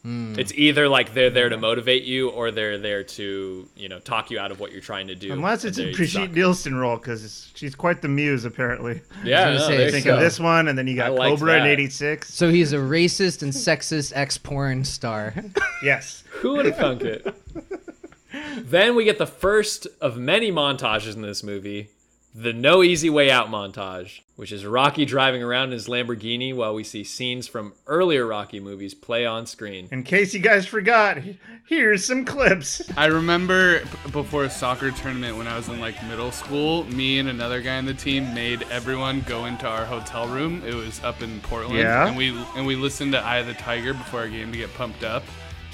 Speaker 1: Hmm.
Speaker 14: It's either like they're there to motivate you or they're there to, you know, talk you out of what you're trying to do.
Speaker 13: Unless it's
Speaker 14: and
Speaker 13: a
Speaker 14: they suck.
Speaker 13: Brigitte Nielsen role, because she's quite the muse, apparently.
Speaker 14: <laughs> Yeah, I was gonna no, say, there you
Speaker 13: think
Speaker 14: go.
Speaker 13: of this one, and then you got Cobra in '86.
Speaker 1: So he's a racist and sexist ex porn star. <laughs>
Speaker 13: Yes.
Speaker 14: Who would have
Speaker 13: <laughs>
Speaker 14: thunk it? then we get the first of many montages in this movie the No Easy Way Out montage, which is Rocky driving around in his Lamborghini while we see scenes from earlier Rocky movies play on screen.
Speaker 13: In case you guys forgot, here's some clips.
Speaker 12: I remember b- before a soccer tournament when I was in like middle school, me and another guy on the team made everyone go into our hotel room. It was up in Portland,
Speaker 13: Yeah.
Speaker 12: and we and we listened to Eye of the Tiger before our game to get pumped up.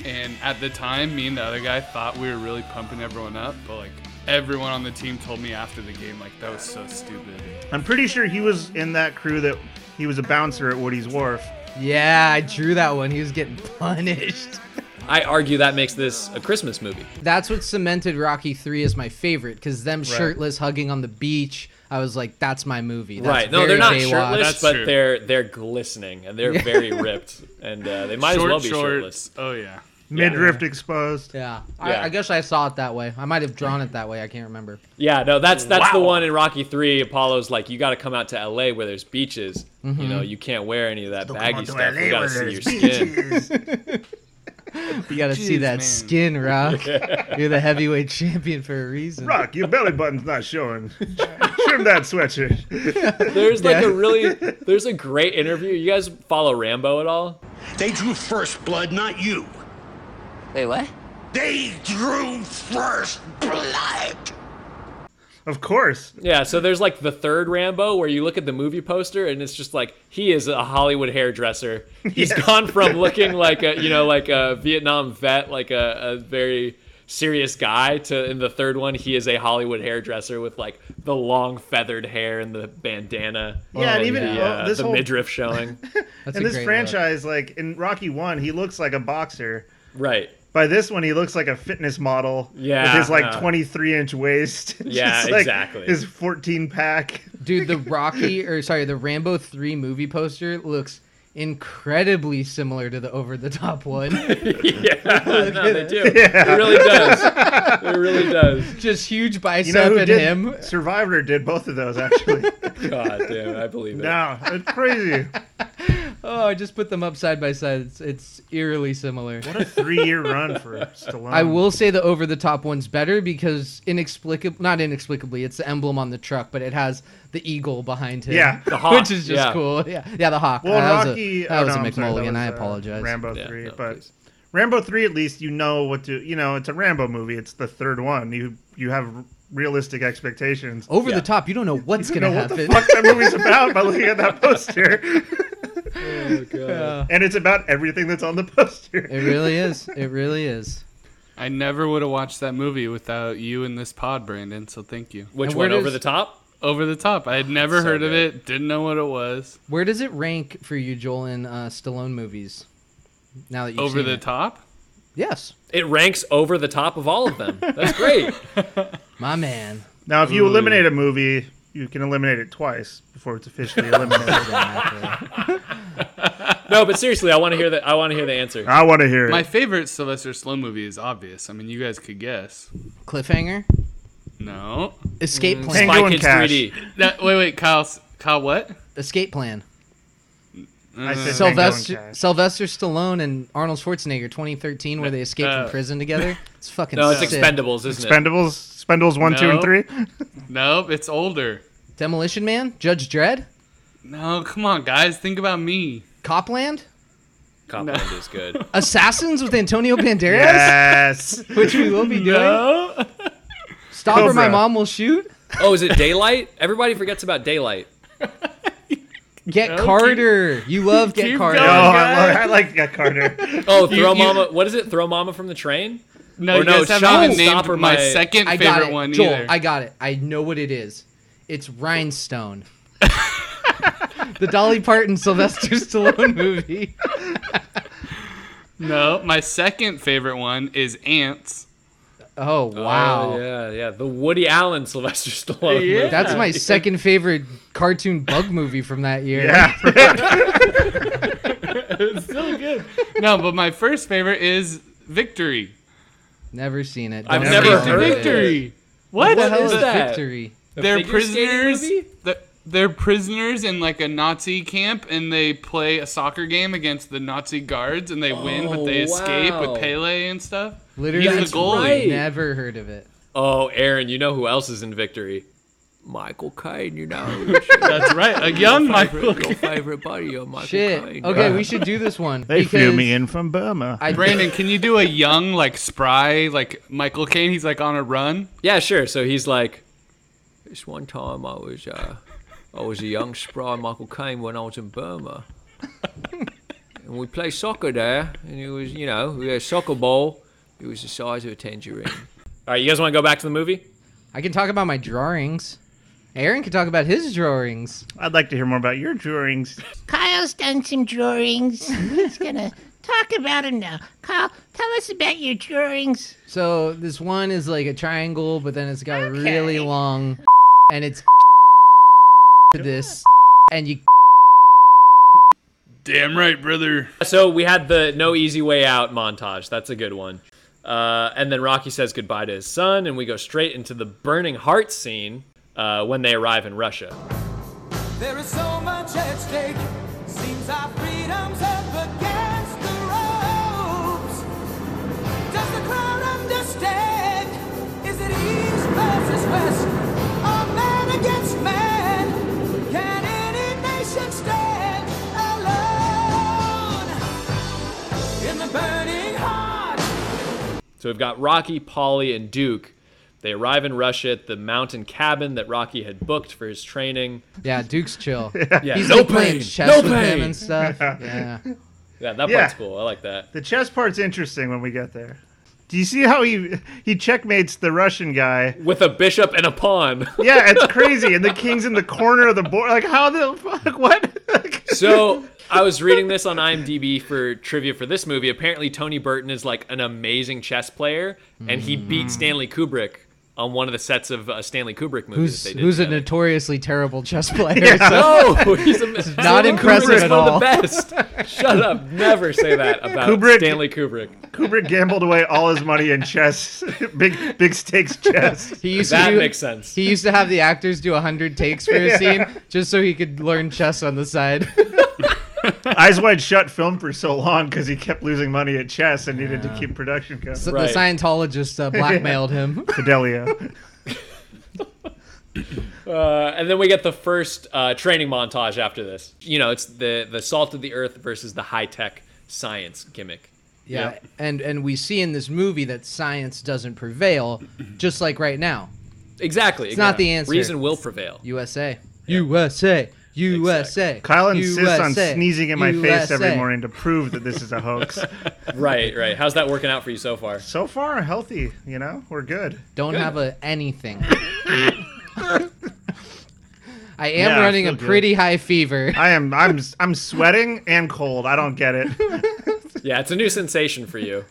Speaker 12: And at the time, me and the other guy thought we were really pumping everyone up, but like everyone on the team told me after the game, like that was so stupid.
Speaker 13: I'm pretty sure he was in that crew that he was a bouncer at Woody's Wharf.
Speaker 1: Yeah, I drew that one. He was getting punished.
Speaker 14: I argue that makes this a Christmas movie.
Speaker 1: That's what cemented Rocky 3 as my favorite because them
Speaker 14: Right.
Speaker 1: shirtless hugging on the beach, I was like, that's my movie. That's
Speaker 14: right. No,
Speaker 1: very
Speaker 14: they're not
Speaker 1: Baywatch.
Speaker 14: shirtless, but they're they're glistening and they're
Speaker 1: Yeah. <laughs>
Speaker 14: very ripped and uh, they might
Speaker 12: Short
Speaker 14: as well be
Speaker 12: shorts.
Speaker 14: shirtless.
Speaker 12: Oh yeah.
Speaker 13: <laughs> Midriff exposed.
Speaker 1: Yeah.
Speaker 14: Yeah.
Speaker 1: I, I guess I saw it that way. I might have drawn it that way. I can't remember.
Speaker 14: Yeah, no, that's that's the
Speaker 1: Wow.
Speaker 14: one in Rocky 3. Apollo's like you got to come out to LA where there's beaches. You
Speaker 1: Mhm.
Speaker 14: know, you can't wear any of that
Speaker 1: Still come
Speaker 14: baggy
Speaker 1: out to
Speaker 14: stuff.
Speaker 1: LA
Speaker 14: We got to
Speaker 1: where
Speaker 14: see your
Speaker 1: there's
Speaker 14: skin.
Speaker 1: You got to see
Speaker 13: Jeez,
Speaker 1: that
Speaker 13: man.
Speaker 1: skin, Rock. You're the heavyweight champion for a reason.
Speaker 13: Rock, your belly button's not showing. <laughs> Trim that sweatshirt.
Speaker 14: <laughs> There's like
Speaker 13: Yeah.
Speaker 14: a really there's a great interview. You guys follow Rambo at all?
Speaker 20: They drew first blood, not you.
Speaker 14: Wait, what?
Speaker 20: They drew first blood.
Speaker 13: Of course.
Speaker 14: Yeah, so there's like the third Rambo where you look at the movie poster and it's just like he is a Hollywood hairdresser. He's gone
Speaker 13: <laughs>
Speaker 14: from looking like a you know like a Vietnam vet, like a, a very serious guy, to in the third one he is a Hollywood hairdresser with like the long feathered hair and the bandana. Oh,
Speaker 13: Yeah, and even-
Speaker 14: the, uh,
Speaker 13: well, this
Speaker 14: the
Speaker 13: whole- <laughs>
Speaker 14: midriff showing.
Speaker 13: in this franchise, like in Rocky One, he looks like a boxer.
Speaker 14: Right.
Speaker 13: By this one, he looks like a fitness model.
Speaker 14: Yeah,
Speaker 13: With his like
Speaker 14: uh,
Speaker 13: 23 inch waist.
Speaker 14: <laughs>
Speaker 13: <laughs>
Speaker 14: Yeah,
Speaker 13: Just, like,
Speaker 14: exactly.
Speaker 13: His 14 pack.
Speaker 1: Dude, the Rocky or sorry, the Rambo 3 movie poster looks incredibly similar to the over the top
Speaker 14: <laughs>
Speaker 1: one. <laughs>
Speaker 14: <laughs> yeah, no, they do.
Speaker 13: Yeah.
Speaker 14: It really does. It really does.
Speaker 1: Just huge bicep
Speaker 13: You know who
Speaker 1: and
Speaker 13: did?
Speaker 1: him.
Speaker 13: Survivor did both of those actually.
Speaker 14: <laughs> God damn, I believe it.
Speaker 13: No, it's
Speaker 14: <laughs>
Speaker 13: crazy.
Speaker 1: Oh, I just put them up side by side. It's, it's eerily similar. What
Speaker 13: a three-year
Speaker 1: <laughs>
Speaker 13: run <laughs> for Stallone.
Speaker 1: I will say the over the top one's better because inexplicably, not inexplicably, it's the emblem on the truck, but it has the eagle behind him.
Speaker 13: Yeah. The hawk,
Speaker 1: <laughs> which is just
Speaker 13: yeah.
Speaker 1: cool. Yeah, yeah, the hawk.
Speaker 13: Well,
Speaker 1: that
Speaker 13: Rocky.
Speaker 1: was a, that
Speaker 13: oh,
Speaker 1: was
Speaker 13: no,
Speaker 1: a
Speaker 13: I'm sorry, that
Speaker 1: McMulligan.
Speaker 13: was,
Speaker 1: I
Speaker 13: uh,
Speaker 1: apologize.
Speaker 13: Rambo three, but Rambo three at least you know what to. You know, it's a Rambo movie. It's the third one. You you have realistic expectations.
Speaker 1: Over the top, you don't know what's
Speaker 13: You
Speaker 1: gonna
Speaker 13: know what
Speaker 1: happen.
Speaker 13: the fuck that movie's about by looking at that
Speaker 1: <laughs>
Speaker 13: poster. Oh, And it's about everything that's on the poster.
Speaker 1: It really is. It really is.
Speaker 12: I never would have watched that movie without you in this pod, Brandon. So thank you.
Speaker 14: Which And where one, Over does- the Top?
Speaker 12: Over the top. I had never
Speaker 14: So
Speaker 12: heard of it. Didn't know what it was.
Speaker 1: Where does it rank for you, Joel, in uh, Stallone movies? Now that you've
Speaker 14: Over
Speaker 1: seen
Speaker 14: the
Speaker 1: it?
Speaker 12: Top.
Speaker 1: Yes,
Speaker 14: It ranks over the top of all of them. That's
Speaker 13: <laughs>
Speaker 14: great.
Speaker 1: my man.
Speaker 13: Now, if you
Speaker 1: Ooh.
Speaker 13: eliminate a movie, you can eliminate it twice before it's
Speaker 1: <laughs>
Speaker 13: officially eliminated.
Speaker 14: <laughs> no, but seriously, I want to hear the I want to hear the answer.
Speaker 13: I want to hear
Speaker 12: My
Speaker 13: it.
Speaker 12: favorite Sylvester Stallone movie is obvious. I mean, you guys could guess.
Speaker 1: Cliffhanger.
Speaker 12: No.
Speaker 1: Escape
Speaker 12: Mm,
Speaker 1: plan.
Speaker 12: Spy
Speaker 1: Tango and
Speaker 12: Kids
Speaker 1: Cash.
Speaker 12: 3D. That- wait, wait, Kyle. s- Kyle, what?
Speaker 1: Escape plan.
Speaker 12: I said Tango
Speaker 1: Sylvester,
Speaker 12: and Cash.
Speaker 1: Sylvester Stallone and Arnold Schwarzenegger, 2013, where they escape
Speaker 12: uh,
Speaker 1: from prison
Speaker 12: <laughs>
Speaker 1: together. It's fucking.
Speaker 12: No, it's
Speaker 1: sick.
Speaker 12: Expendables, isn't it?
Speaker 13: Expendables, Expendables one, two, and
Speaker 12: No.
Speaker 13: three.
Speaker 12: <laughs> Nope, it's older.
Speaker 1: Demolition Man, Judge Dredd,
Speaker 12: No, come on, guys. Think about me.
Speaker 1: Copland,
Speaker 14: Copland is
Speaker 12: <laughs>
Speaker 14: good.
Speaker 1: Assassins with
Speaker 14: <laughs>
Speaker 1: Antonio Banderas.
Speaker 13: Yes.
Speaker 1: <laughs> which we will be doing.
Speaker 14: No.
Speaker 1: Stop or my
Speaker 14: Cobra.
Speaker 1: mom will shoot.
Speaker 14: Oh, is it Daylight? Everybody forgets about Daylight.
Speaker 1: Get
Speaker 14: No, keep-
Speaker 1: Carter. you love Get
Speaker 14: keep
Speaker 1: Carter.
Speaker 14: going, Oh, I guys. love-
Speaker 13: I like Get
Speaker 12: <laughs>
Speaker 13: Carter.
Speaker 14: <laughs> Oh,
Speaker 12: You-
Speaker 14: throw
Speaker 12: you-
Speaker 14: mama. What is it? Throw mama from the train?
Speaker 12: No, you guys haven't even named my second
Speaker 1: I got
Speaker 12: favorite
Speaker 1: it.
Speaker 12: one
Speaker 1: Joel,
Speaker 12: either.
Speaker 1: I got it. I know what it is. It's
Speaker 14: <laughs> <laughs>
Speaker 1: Rhinestone. the Dolly Parton Sylvester Stallone movie.
Speaker 12: No, my second favorite one is Ants.
Speaker 1: Oh wow.
Speaker 14: Oh, yeah, yeah. The Woody Allen Sylvester Stallone. movie.
Speaker 1: That's <laughs> my second favorite cartoon bug movie from that year.
Speaker 12: it's still good. No, but my first favorite is Victory.
Speaker 1: Never seen it.
Speaker 12: I've
Speaker 1: Don't
Speaker 12: never
Speaker 1: see
Speaker 12: heard of Victory. it. What?
Speaker 1: the hell
Speaker 12: is
Speaker 1: is
Speaker 12: that?
Speaker 1: Victory?
Speaker 12: They're prisoners. th- They're prisoners in like a Nazi camp, and they play a soccer game against the Nazi guards, and they win, but they
Speaker 1: Oh,
Speaker 12: escape
Speaker 1: wow.
Speaker 12: with Pele and stuff.
Speaker 1: Literally,
Speaker 12: He's the goalie.
Speaker 1: Never heard of it.
Speaker 14: Oh, Aaron, you know who else is in victory? Michael Caine, you know.
Speaker 12: <laughs> That's right, a young
Speaker 14: Your favorite-
Speaker 12: Michael
Speaker 14: Your favorite buddy, uh, Michael
Speaker 1: Shit.
Speaker 14: Caine.
Speaker 1: Okay,
Speaker 14: <laughs>
Speaker 1: we should do this one.
Speaker 13: They flew
Speaker 12: Because
Speaker 13: me in from Burma.
Speaker 12: <laughs> Brandon, can you do a young, like spry, like Michael Caine? He's like on a run.
Speaker 14: Yeah, sure. So he's like, this one time I was, uh, I was a young spry Michael Caine when I was in Burma, and we played soccer there, and it was, you know, we had a soccer ball. It was the size of a tangerine. All right, you guys want to go back to the movie?
Speaker 1: I can talk about my drawings. Aaron can talk about his drawings.
Speaker 13: I'd like to hear more about your drawings.
Speaker 5: Kyle's done some drawings. He's gonna talk about them now. Kyle, tell us about your drawings.
Speaker 1: So this one is like a triangle, but then it's got a really long, and it's to this, and you
Speaker 12: Damn right, brother.
Speaker 14: So we had the no easy way out montage. That's a good one. Uh, and then Rocky says goodbye to his son, and we go straight into the burning heart scene uh, when they arrive in Russia.
Speaker 7: There is so much at stake. Seems our freedom's up against the ropes. Does the crowd understand? Is it East versus West? Or man against man? Can any nation stand alone? In the burning heart.
Speaker 14: So we've got Rocky, Polly, and Duke. They arrive in Russia at the mountain cabin that Rocky had booked for his training.
Speaker 1: yeah, Duke's
Speaker 13: <laughs>
Speaker 1: chill.
Speaker 14: Yeah,
Speaker 1: He's
Speaker 14: no
Speaker 1: like playing
Speaker 14: pain,
Speaker 1: chess
Speaker 14: no
Speaker 1: with
Speaker 14: pain.
Speaker 1: him and stuff. Yeah.
Speaker 14: Yeah, that
Speaker 13: Yeah.
Speaker 14: part's cool. I like that.
Speaker 13: The chess part's interesting when we get there. Do you see how he he checkmates the Russian guy?
Speaker 14: With a bishop and a pawn.
Speaker 13: <laughs> Yeah, it's crazy. And the king's in the corner of the board. Like, how the fuck? What?
Speaker 14: So I was reading this on IMDb for trivia for this movie. Apparently, Tony Burton is like an amazing chess player, and he
Speaker 1: Mm.
Speaker 14: beat Stanley Kubrick on one of the sets of a Stanley Kubrick movie
Speaker 1: Who's
Speaker 14: that they did.
Speaker 1: who's a notoriously terrible chess player?
Speaker 13: <laughs>
Speaker 14: Yeah.
Speaker 1: so-
Speaker 14: No,
Speaker 1: <laughs>
Speaker 14: he's a-
Speaker 1: it's not
Speaker 14: Stanley Kubrick's
Speaker 1: impressive at
Speaker 14: one of the
Speaker 1: all.
Speaker 14: best. Shut up! Never say that about
Speaker 13: Kubrick-
Speaker 14: Stanley Kubrick.
Speaker 13: Kubrick gambled away all his money in chess, <laughs> big big stakes chess.
Speaker 1: He used to do- He used to have the actors do hundred takes for
Speaker 13: <laughs>
Speaker 1: a
Speaker 13: Yeah.
Speaker 1: scene just so he could learn chess on the side.
Speaker 13: <laughs> Eyes Wide Shut film for so long because he kept losing money at chess and needed to keep production going.
Speaker 1: So The Scientologist uh,
Speaker 13: <laughs>
Speaker 1: blackmailed him.
Speaker 13: Fidelio.
Speaker 14: Uh, and then we get the first uh, training montage after this. You know, it's the the salt of the earth versus the high tech science gimmick.
Speaker 1: <laughs> Yeah,
Speaker 14: Yep.
Speaker 1: and and we see in this movie that science doesn't prevail, just like right now.
Speaker 14: Exactly.
Speaker 1: It's not
Speaker 14: exactly.
Speaker 1: the answer.
Speaker 14: Reason will prevail.
Speaker 1: USA, USA, USA.
Speaker 13: Kyle insists on
Speaker 1: USA,
Speaker 13: sneezing in my face every
Speaker 1: USA.
Speaker 13: morning to prove that this is a hoax.
Speaker 14: <laughs> Right, right. How's that working out for you so
Speaker 1: <laughs>
Speaker 14: far?
Speaker 13: So far, healthy. You know, we're good.
Speaker 1: Don't
Speaker 13: Good.
Speaker 1: <laughs> have a anything. I am
Speaker 13: Yeah, I
Speaker 1: running a
Speaker 13: feel good.
Speaker 1: pretty high fever.
Speaker 13: I am. I'm. I'm sweating and cold. I don't
Speaker 1: <laughs>
Speaker 13: get it.
Speaker 14: Yeah, it's a new sensation for you.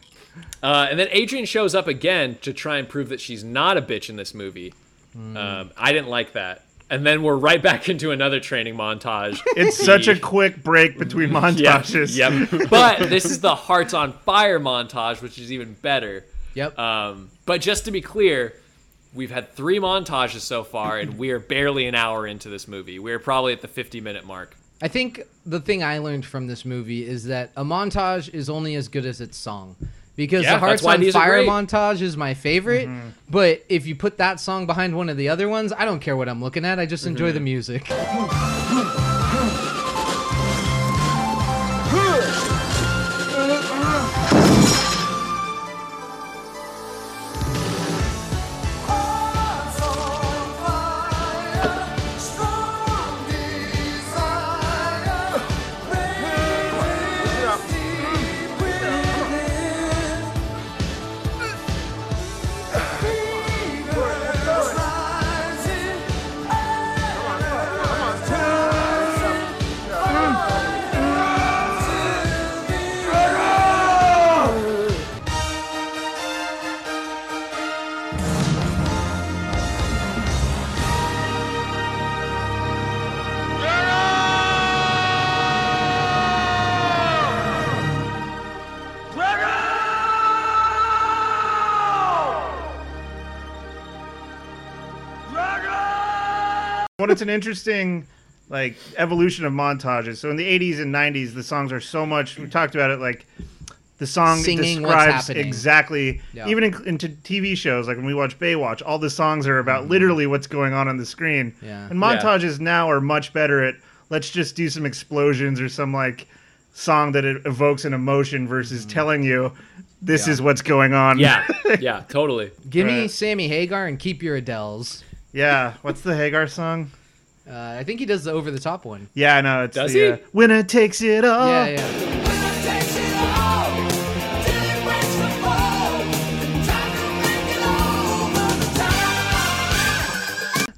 Speaker 14: Uh, and then Adrian shows up again to try and prove that she's not a bitch in this movie.
Speaker 1: Hmm.
Speaker 14: Um, I didn't like that. And then we're right back <laughs> into another training montage.
Speaker 13: It's
Speaker 14: The-
Speaker 13: such a quick break between <laughs> montages.
Speaker 14: Yep.
Speaker 13: <laughs>
Speaker 14: yep. But this is the Hearts on Fire montage, which is even better.
Speaker 1: Yep.
Speaker 14: Um, but just to be clear, we've had three montages so far, and we are barely an hour into this movie. We're probably at the 50 minute mark.
Speaker 1: I think the thing I learned from this movie is that a montage is only as good as its song. Because
Speaker 14: Yeah,
Speaker 1: the
Speaker 14: that's
Speaker 1: Hearts
Speaker 14: why
Speaker 1: on
Speaker 14: these are
Speaker 1: Fire
Speaker 14: great.
Speaker 1: montage is my favorite,
Speaker 13: Mm-hmm.
Speaker 1: but if you put that song behind one of the other ones, I don't care what I'm looking at. I just
Speaker 14: Mm-hmm.
Speaker 1: enjoy the music.
Speaker 7: Come on.
Speaker 13: But it's an interesting like evolution of montages. So in the 80s and 90s, the songs are so much. We talked about it like the song
Speaker 1: Singing what's
Speaker 13: describes
Speaker 1: happening.
Speaker 13: exactly.
Speaker 1: Yeah.
Speaker 13: Even in, into TV shows, like when we watch Baywatch, all the songs are about
Speaker 1: Mm-hmm.
Speaker 13: literally what's going on on the screen.
Speaker 1: Yeah.
Speaker 13: And
Speaker 1: Yeah.
Speaker 13: montages now are much better at let's just do some explosions or some like song that it evokes an emotion versus
Speaker 1: Mm.
Speaker 13: telling you this is what's going on.
Speaker 14: Yeah, yeah, totally.
Speaker 1: Give me
Speaker 13: Right.
Speaker 1: Sammy Hagar and keep your Adele's.
Speaker 13: <laughs> yeah. What's the Hagar song?
Speaker 1: Uh, I think he does the over the top one.
Speaker 13: Yeah, um, I know. It's
Speaker 1: Does
Speaker 13: the,
Speaker 1: he?
Speaker 13: Uh, Winner takes it all.
Speaker 1: Yeah, yeah.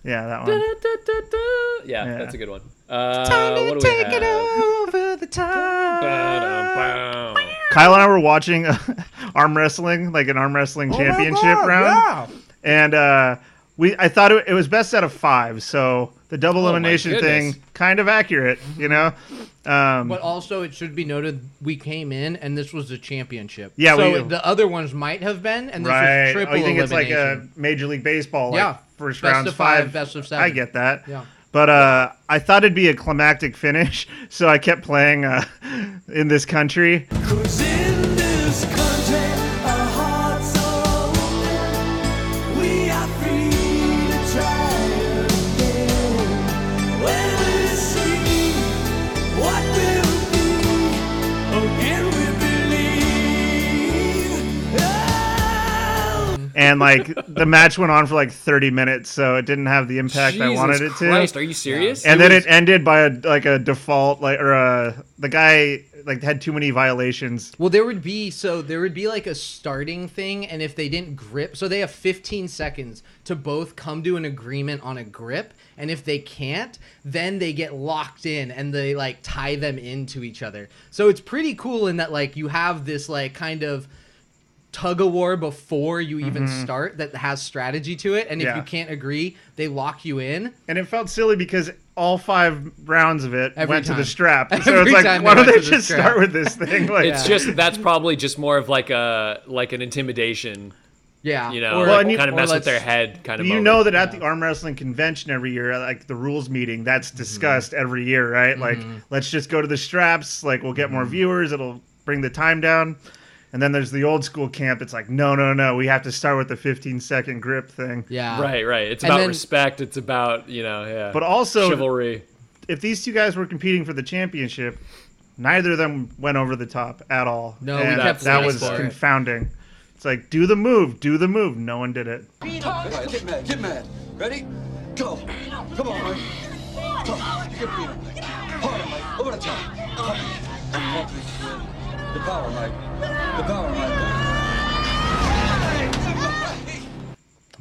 Speaker 13: Yeah, that one.
Speaker 14: Yeah,
Speaker 13: Yeah.
Speaker 14: that's a good one. Uh, what do we have?
Speaker 1: over the top.
Speaker 14: Ba-dum-bow.
Speaker 13: Kyle and I were watching <laughs> arm wrestling, like an arm wrestling
Speaker 1: Oh my
Speaker 13: championship
Speaker 1: God,
Speaker 13: round, and uh, we I thought it, it was best out of five, so the double
Speaker 1: Oh my
Speaker 13: elimination thing
Speaker 1: goodness.
Speaker 13: kind of accurate, you know. Um,
Speaker 1: But also, it should be noted we came in and this was the championship.
Speaker 13: Yeah,
Speaker 1: so
Speaker 13: we-
Speaker 1: the other ones might have been, and this
Speaker 13: right?
Speaker 1: was triple
Speaker 13: oh, you think it's like
Speaker 1: elimination.
Speaker 13: a Major League Baseball, like,
Speaker 1: Yeah.
Speaker 13: first
Speaker 1: Best
Speaker 13: round
Speaker 1: of five, best of seven.
Speaker 13: I get that.
Speaker 1: Yeah.
Speaker 13: But uh, I thought it'd be a climactic finish, <laughs> so I kept playing uh, <laughs> in this country.
Speaker 7: Cause in this country, our hearts are open. We are free to try again. When we see what will be, again we believe.
Speaker 1: Mm-hmm.
Speaker 13: and
Speaker 1: <laughs>
Speaker 13: like the match went on for like 30 minutes so it didn't have the impact i
Speaker 14: Jesus
Speaker 13: wanted it
Speaker 14: Christ,
Speaker 13: to
Speaker 14: are you serious?
Speaker 13: and
Speaker 14: It
Speaker 13: then
Speaker 14: was-
Speaker 13: it ended by a like a default like or uh the guy like had too many violations
Speaker 1: Well, there would be so there would be like a starting thing, and if they didn't grip, so they have 15 seconds to both come to an agreement on a grip, and if they can't, then they get locked in and they like tie them into each other. So it's pretty cool in that like you have this like kind of tug of war before you even
Speaker 13: Mhm.
Speaker 1: start that has strategy to it, and if
Speaker 13: Yeah.
Speaker 1: you can't agree, they lock you in.
Speaker 13: and it felt silly because all five rounds of it
Speaker 1: Every
Speaker 13: went to
Speaker 1: time.
Speaker 13: the
Speaker 1: <laughs>
Speaker 13: strap so
Speaker 1: Every
Speaker 13: it's like
Speaker 1: time
Speaker 13: why
Speaker 1: they
Speaker 13: don't
Speaker 1: went
Speaker 13: they
Speaker 1: to the
Speaker 13: just
Speaker 1: strap.
Speaker 13: start with this <laughs>
Speaker 14: <laughs>
Speaker 13: thing like
Speaker 14: it's just that's probably just more of like a like an intimidation.
Speaker 1: Yeah.
Speaker 14: you know,
Speaker 13: Or-
Speaker 14: like,
Speaker 13: Well, and you-
Speaker 14: kind of
Speaker 13: or
Speaker 14: mess
Speaker 13: let's-
Speaker 14: with their head, kind of.
Speaker 13: you
Speaker 14: moment.
Speaker 13: know that at the arm wrestling convention every year, like the rules meeting, that's
Speaker 14: Mm-hmm.
Speaker 13: discussed every year, right? Like, let's just go to the straps. Like, we'll get
Speaker 14: Mm-hmm.
Speaker 13: more viewers. It'll bring the time down. And then there's the old school camp. It's like, no, no, no. We have to start with the 15 second grip thing.
Speaker 14: Right, right. It's
Speaker 13: And
Speaker 14: about
Speaker 13: then-
Speaker 14: respect. It's about you know, yeah.
Speaker 13: But also-
Speaker 14: chivalry.
Speaker 13: If these two guys were competing for the championship, neither of them went over the top at all.
Speaker 1: No, we
Speaker 13: And
Speaker 1: kept
Speaker 13: that
Speaker 1: waiting
Speaker 13: was
Speaker 1: for it.
Speaker 13: confounding. It's like, do the move, do the move. No one did it.
Speaker 19: Alright, get mad, get mad. Ready? Go. Come on, Mike. Come on. You can beat him, Mike. Harder, Mike. Over the top. Harder. One, three, two, eight. The power, Mike. The power, Mike.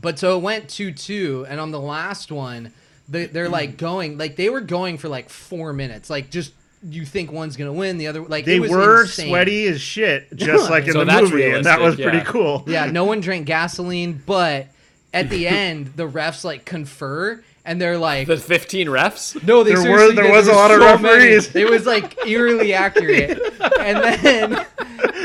Speaker 1: But so it went two two, and on the last one, they, they're
Speaker 13: Mm.
Speaker 1: like going like they were going for like four minutes, like just you think one's gonna win, the other like
Speaker 13: They
Speaker 1: it was
Speaker 13: were
Speaker 1: insane.
Speaker 13: sweaty as
Speaker 1: <laughs>
Speaker 13: shit, just like in So the that's movie, and that was realistic, pretty yeah. cool.
Speaker 1: Yeah, no one drank gasoline, but at <laughs> the end, the refs like confer. And they're like the
Speaker 14: fifteen refs.
Speaker 1: No, they
Speaker 13: There were-
Speaker 1: seriously
Speaker 13: there
Speaker 1: did.
Speaker 13: was a
Speaker 1: were
Speaker 13: lot of
Speaker 1: so many.
Speaker 13: referees.
Speaker 1: It was like <laughs> eerily accurate, and then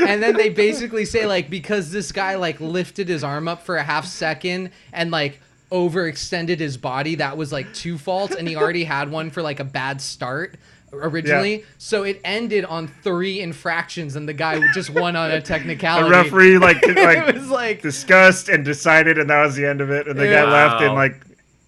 Speaker 1: and then they basically say like because this guy like lifted his arm up for a half second and like overextended his body that was like two faults and he already had one for like a bad start originally
Speaker 13: Yeah.
Speaker 1: so it ended on three infractions and the guy just won on a technicality
Speaker 13: The
Speaker 1: <laughs>
Speaker 13: referee like
Speaker 1: It
Speaker 13: like,
Speaker 1: was like-
Speaker 13: discussed and decided, and that was the end of it. And the
Speaker 1: Yeah.
Speaker 13: guy left and
Speaker 1: Wow.
Speaker 13: like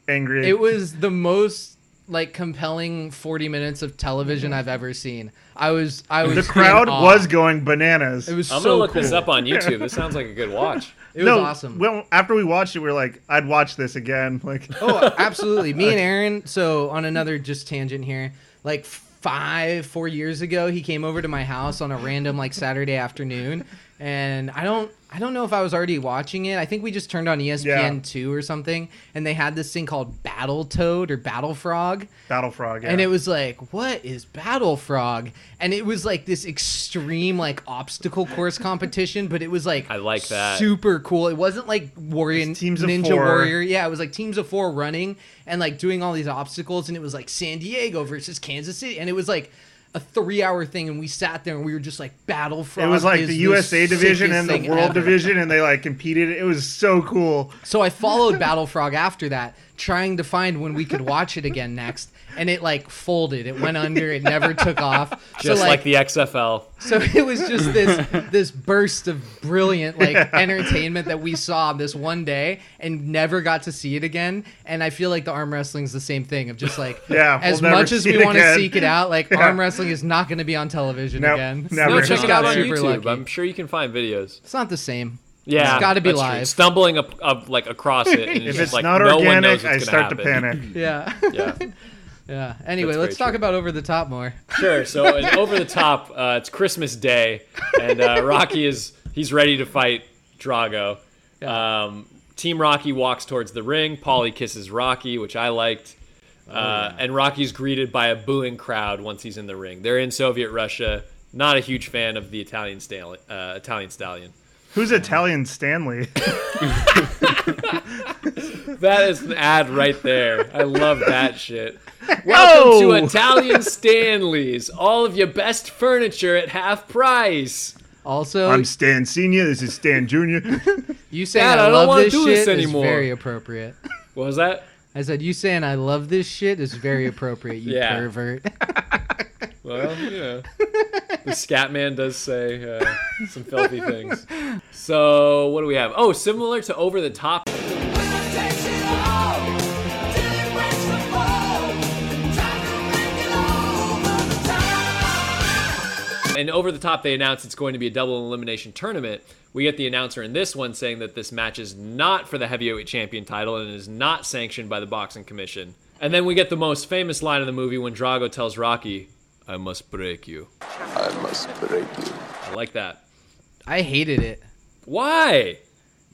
Speaker 13: angry.
Speaker 1: It was the most like compelling 40 minutes of television I've ever seen. I was I was
Speaker 13: the
Speaker 1: in
Speaker 13: crowd
Speaker 1: awe.
Speaker 13: was going bananas.
Speaker 1: It was
Speaker 14: I'm
Speaker 1: so
Speaker 14: gonna look this
Speaker 1: cool.
Speaker 14: up on YouTube. This sounds like a good watch.
Speaker 1: <laughs> It was
Speaker 13: no,
Speaker 1: awesome.
Speaker 13: Well, after we watched it, we were like, I'd watch this again. Like,
Speaker 1: <laughs> oh, absolutely. Me and Aaron, so on another just tangent here, like 5 4 years ago, he came over to my house on a random like Saturday afternoon and I don't I don't know if I was already watching it. I think we just turned on E ESPN2 or something and they had this thing called Battle Toad or Battle Frog.
Speaker 13: Battle Frog. Yeah.
Speaker 1: And it was like, what is Battle Frog? And it was like this extreme like obstacle course competition, but it was like I
Speaker 14: like that.
Speaker 1: super cool. It wasn't like Warrior teams
Speaker 14: of
Speaker 1: Ninja
Speaker 14: four.
Speaker 1: Warrior. Yeah, it was like teams of four running and like doing all these obstacles, and it was like San Diego versus Kansas City, and it was like. A three-hour thing, and we sat there, and we were just like battle frog.
Speaker 13: <laughs> It was like
Speaker 1: is
Speaker 13: the USA division and the
Speaker 1: sickest thing
Speaker 13: World
Speaker 1: ever."
Speaker 13: division, and they like competed. It was so cool.
Speaker 1: So I followed Battle Frog after that trying to find when we could watch it again next, and it like folded. It went under. It never took off.
Speaker 14: Just like, the XFL.
Speaker 1: So it was
Speaker 13: <laughs>
Speaker 1: just this this burst of brilliant like entertainment that we saw this one day and never got to see it again. And I feel like the arm wrestling's the same thing of just like
Speaker 13: Yeah, we'll
Speaker 1: as
Speaker 13: never
Speaker 1: much as
Speaker 13: see
Speaker 1: we
Speaker 13: it
Speaker 1: want to
Speaker 13: again.
Speaker 1: seek it out, like
Speaker 13: Yeah.
Speaker 1: arm wrestling is not going to be on television
Speaker 13: Nope,
Speaker 1: again.
Speaker 14: No,
Speaker 1: We
Speaker 14: check
Speaker 1: just
Speaker 14: it out
Speaker 1: got
Speaker 14: on
Speaker 1: super
Speaker 14: YouTube.
Speaker 1: lucky.
Speaker 14: I'm sure you can find videos.
Speaker 1: It's not the same.
Speaker 14: Yeah,
Speaker 1: it's got to be
Speaker 14: that's true.
Speaker 1: live.
Speaker 14: Stumbling up, up like
Speaker 13: <laughs>
Speaker 14: across it, and
Speaker 1: If
Speaker 14: it's,
Speaker 1: it's
Speaker 14: like
Speaker 13: not
Speaker 14: no one
Speaker 13: organic,
Speaker 14: knows what's
Speaker 13: I
Speaker 14: gonna
Speaker 13: start to
Speaker 14: happen.
Speaker 13: panic.
Speaker 1: <laughs> Yeah.
Speaker 14: Yeah.
Speaker 1: yeah. Anyway,
Speaker 14: That's
Speaker 1: let's
Speaker 14: very
Speaker 1: talk about over the top more.
Speaker 14: Sure.
Speaker 1: <laughs>
Speaker 14: So in over the top, uh, it's Christmas Day, and uh, Rocky is he's ready to fight Drago. Um, Team Rocky walks towards the ring. Polly kisses Rocky, which I liked. Uh, And Rocky's greeted by a booing crowd once he's in the ring. They're in Soviet Russia. Not a huge fan of the Italian stallion. Uh, Italian stallion.
Speaker 13: Who's Italian
Speaker 1: <laughs>
Speaker 13: Stanley? <laughs>
Speaker 14: That is an ad right there. I love
Speaker 13: <laughs>
Speaker 14: that shit. Welcome
Speaker 13: No! <laughs>
Speaker 14: to Italian Stanley's. All of your best furniture at half price.
Speaker 1: Also,
Speaker 13: I'm Stan Senior. This is Stan Junior.
Speaker 1: <laughs> You saying
Speaker 14: Dad,
Speaker 1: I,
Speaker 14: I don't
Speaker 1: love
Speaker 14: wanna
Speaker 1: this
Speaker 14: do
Speaker 1: shit
Speaker 14: this
Speaker 1: anymore.
Speaker 14: anymore.
Speaker 1: is very appropriate.
Speaker 14: What was that?
Speaker 1: I said you saying I love this shit is very appropriate. You
Speaker 14: <laughs> Yeah.
Speaker 1: pervert.
Speaker 14: Well, yeah. the scat man does say uh, some
Speaker 13: <laughs>
Speaker 14: filthy things. So, what do we have? Oh, similar to Over the Top. And over the top, they announced it's going to be a double elimination tournament. We get the announcer in this one saying that this match is not for the heavyweight champion title and is not sanctioned by the boxing commission. And then we get the most famous line of the movie when Drago tells Rocky, "I must break you." I must break you. I like that.
Speaker 1: I hated it.
Speaker 14: Why?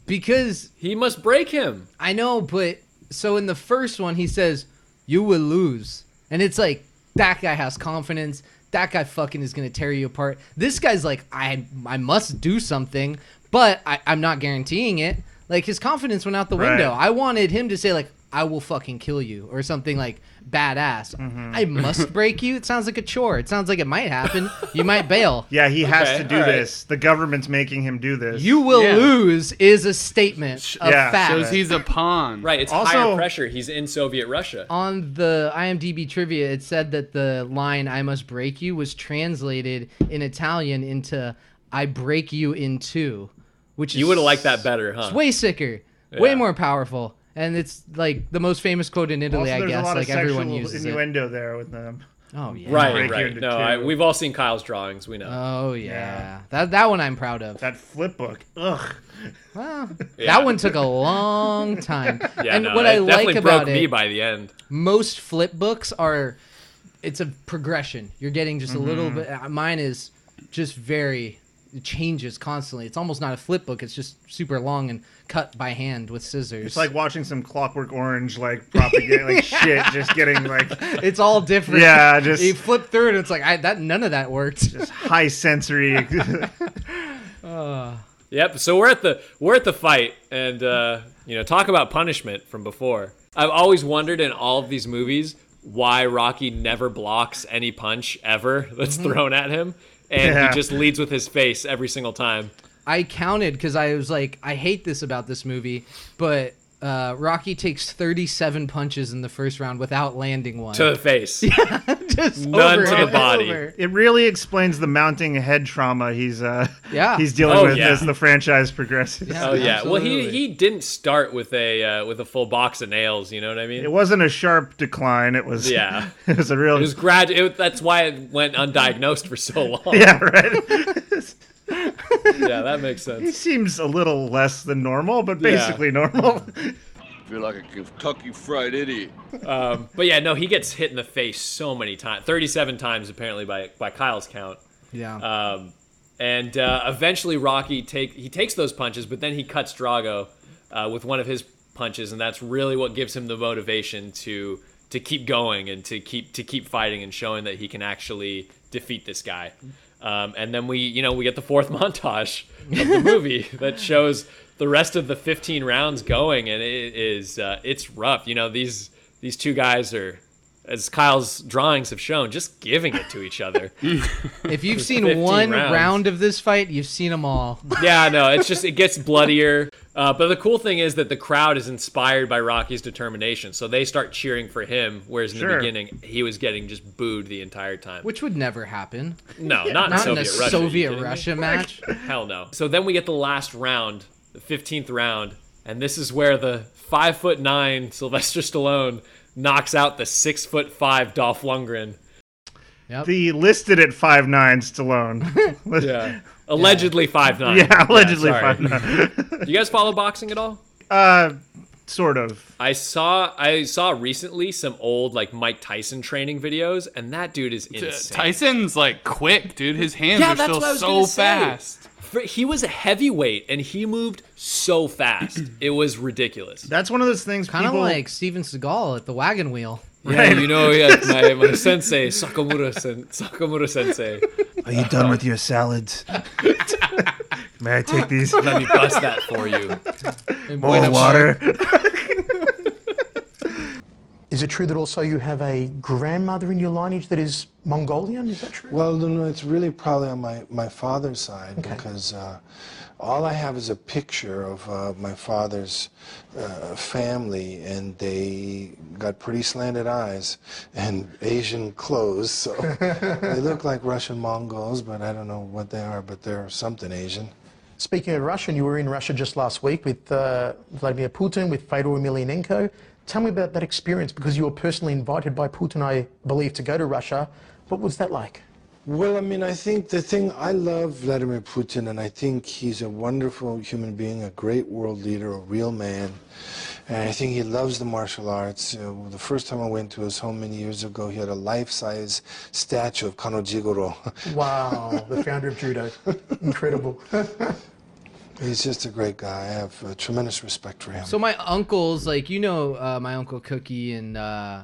Speaker 1: Because
Speaker 14: he must break him.
Speaker 1: I know, but so in the first one he says, "You will lose," and it's like that guy has confidence. That guy fucking is gonna tear you apart. This guy's like, I I must do something, but I, I'm not guaranteeing it. Like his confidence went out the
Speaker 13: Right.
Speaker 1: window. I wanted him to say like, I will fucking kill you or something like badass.
Speaker 13: Mm-hmm.
Speaker 1: I must break you. It sounds like a chore. It sounds like it might happen. You might bail.
Speaker 13: <laughs> Yeah, he has
Speaker 1: Okay,
Speaker 13: to do
Speaker 1: all right.
Speaker 13: this. The government's making him do this.
Speaker 1: You will lose is a statement of fact.
Speaker 12: a pawn.
Speaker 14: Right. It's
Speaker 1: Also-
Speaker 14: higher pressure. He's in Soviet Russia.
Speaker 1: on the IMDb trivia, it said that the line "I must break you" was translated in Italian into "I break you in two," which
Speaker 14: You
Speaker 1: is
Speaker 14: would have liked that better, huh?
Speaker 1: it's way sicker, way
Speaker 14: Yeah.
Speaker 1: more powerful, and it's like the most famous quote in Italy,
Speaker 13: Also,
Speaker 1: I
Speaker 13: there's a
Speaker 1: guess.
Speaker 13: lot
Speaker 1: like
Speaker 13: of sexual
Speaker 1: everyone uses it.
Speaker 13: innuendo there with them.
Speaker 1: Oh yeah,
Speaker 14: Right.
Speaker 13: Break you
Speaker 14: Right.
Speaker 13: into
Speaker 14: No,
Speaker 13: two.
Speaker 14: I, we've all seen Kyle's drawings. We know.
Speaker 1: Oh yeah. that that one I'm proud of.
Speaker 13: That flip book, ugh.
Speaker 1: Wow,
Speaker 14: Yeah.
Speaker 1: that one took a
Speaker 14: <laughs>
Speaker 1: long <laughs> time.
Speaker 14: Yeah,
Speaker 1: and
Speaker 14: no,
Speaker 1: what
Speaker 14: it
Speaker 1: I like
Speaker 14: definitely
Speaker 1: about
Speaker 14: broke me
Speaker 1: it,
Speaker 14: by the end.
Speaker 1: most flip books are it's a progression you're getting just a little
Speaker 14: Mhm.
Speaker 1: bit uh, mine is just very it changes constantly it's almost not a flip book it's just super long and cut by hand with scissors <laughs>
Speaker 13: It's like watching some Clockwork Orange like propaganda, like shit, just getting like
Speaker 1: it's all different
Speaker 13: Yeah, just-
Speaker 1: you flip through and it's like i that none of that worked just
Speaker 13: high sensory.
Speaker 1: <laughs> uh,
Speaker 14: Yep. So we're at the we're at the fight, and uh, you know, talk about punishment from before. I've always wondered in all of these movies why Rocky never blocks any punch ever <laughs> that's
Speaker 1: Mhm.
Speaker 13: Mm-hmm.
Speaker 14: thrown at him, and
Speaker 1: Yeah.
Speaker 14: he just leads with his face every single time.
Speaker 1: I counted because I was like, I hate this about this movie, but uh, Rocky takes 37 punches in the first round without landing one.
Speaker 14: To the face.
Speaker 1: <laughs> Yeah, just
Speaker 14: None
Speaker 1: over
Speaker 14: to the
Speaker 1: and
Speaker 14: body.
Speaker 1: over.
Speaker 13: It really explains the mounting head trauma he's uh
Speaker 1: Yeah.
Speaker 13: he's dealing
Speaker 14: Oh,
Speaker 13: with
Speaker 14: yeah.
Speaker 13: as the franchise progresses.
Speaker 14: oh yeah. Well, he he didn't start with a uh, with a full box of nails. You know what I mean?
Speaker 13: it wasn't a sharp decline. It was
Speaker 14: Yeah.
Speaker 13: <laughs> It was a real.
Speaker 14: It was grad. It, that's why it went undiagnosed
Speaker 13: <laughs>
Speaker 14: for so long.
Speaker 13: yeah, right.
Speaker 14: yeah, that makes
Speaker 13: He
Speaker 14: sense.
Speaker 13: seems a little less than normal, but
Speaker 14: Yeah.
Speaker 13: basically normal.
Speaker 1: <laughs>
Speaker 17: Feel like a Kentucky Fried Idiot.
Speaker 14: Um, but yeah, no, he gets hit in the face so many times, thirty-seven times apparently by by Kyle's count.
Speaker 1: Yeah.
Speaker 14: Um, and uh, eventually, Rocky take he takes those punches, but then he cuts Drago uh, with one of his punches, and that's really what gives him the motivation to to keep going and to keep to keep fighting and showing that he can actually defeat this guy. Um, and then we, you know, we get the fourth <laughs> montage of the movie that shows the rest of the 15 rounds going, and it is uh, it's rough. You know, these these two guys are, as Kyle's drawings have shown, just giving it to each other.
Speaker 1: <laughs> If you've
Speaker 14: For
Speaker 1: seen
Speaker 14: 15
Speaker 1: one
Speaker 14: rounds.
Speaker 1: round of this fight, you've seen them all.
Speaker 14: yeah, no, it's just it gets bloodier. Uh, but the cool thing is that the crowd is inspired by Rocky's determination, so they start cheering for him. Whereas in the
Speaker 1: Sure.
Speaker 14: beginning, he was getting just booed the entire time.
Speaker 1: Which would never happen.
Speaker 14: No, not
Speaker 1: in a
Speaker 14: in Soviet Russia, are you
Speaker 1: Soviet
Speaker 14: kidding me?
Speaker 1: Russia match.
Speaker 14: Hell no. So then we get the last round, the fifteenth round, and this is where the five foot nine Sylvester Stallone knocks out the six foot five Dolph Lundgren.
Speaker 13: The listed at five nine Stallone. <laughs>
Speaker 14: <laughs> yeah. Allegedly five nine.
Speaker 13: Yeah, allegedly five
Speaker 14: nine. you guys follow boxing at all?
Speaker 13: <laughs> uh, sort of.
Speaker 14: I saw I saw recently some old like Mike Tyson training videos, and that dude is
Speaker 12: T-
Speaker 14: insane.
Speaker 12: Tyson's like quick, dude. His hands
Speaker 14: yeah,
Speaker 12: are
Speaker 14: that's
Speaker 12: still
Speaker 14: what I was
Speaker 12: so
Speaker 14: gonna say.
Speaker 12: fast.
Speaker 14: For- he was a heavyweight, and he moved so fast. it was ridiculous.
Speaker 13: That's one of those things.
Speaker 1: Kind of
Speaker 14: people-
Speaker 1: like Steven Seagal at the wagon wheel.
Speaker 14: Yeah, you know, yeah, my, my sensei, Sakamura, sen- Sakamura <laughs> sensei.
Speaker 3: Are you done
Speaker 13: <laughs>
Speaker 3: with your salads? May I take
Speaker 13: <laughs>
Speaker 14: <laughs>
Speaker 3: these?
Speaker 13: Uh,
Speaker 14: Let me bust that for you.
Speaker 3: More water.
Speaker 15: Is it true that also you have a grandmother in your lineage that is Mongolian? Is that true?
Speaker 3: Well, no, no, it's really probably on my, my father's side because uh, all I have is a picture of uh, my father's uh, family, and they got pretty slanted eyes and Asian clothes. So they look like Russian Mongols, but I don't know what they are, but they're something Asian.
Speaker 15: Speaking of Russian, you were in Russia just last week with uh, Vladimir Putin, with Fedor Emelianenko. Tell me about that experience because you were personally invited by Putin, I believe, to go to Russia. What was that like?
Speaker 3: Well, I mean, I think the thing I love Vladimir Putin, and I think he's a wonderful human being, a great world leader, a real man. And I think he loves the martial arts. Uh, the first time I went to his home many years ago, he had a life-size statue of Kanojigoro. <laughs>
Speaker 15: Wow,
Speaker 3: Oh,
Speaker 15: the founder of judo. Incredible.
Speaker 3: he's just a great guy. I have uh, tremendous respect for him.
Speaker 1: So my uncles, like you know, uh, my uncle Cookie and uh,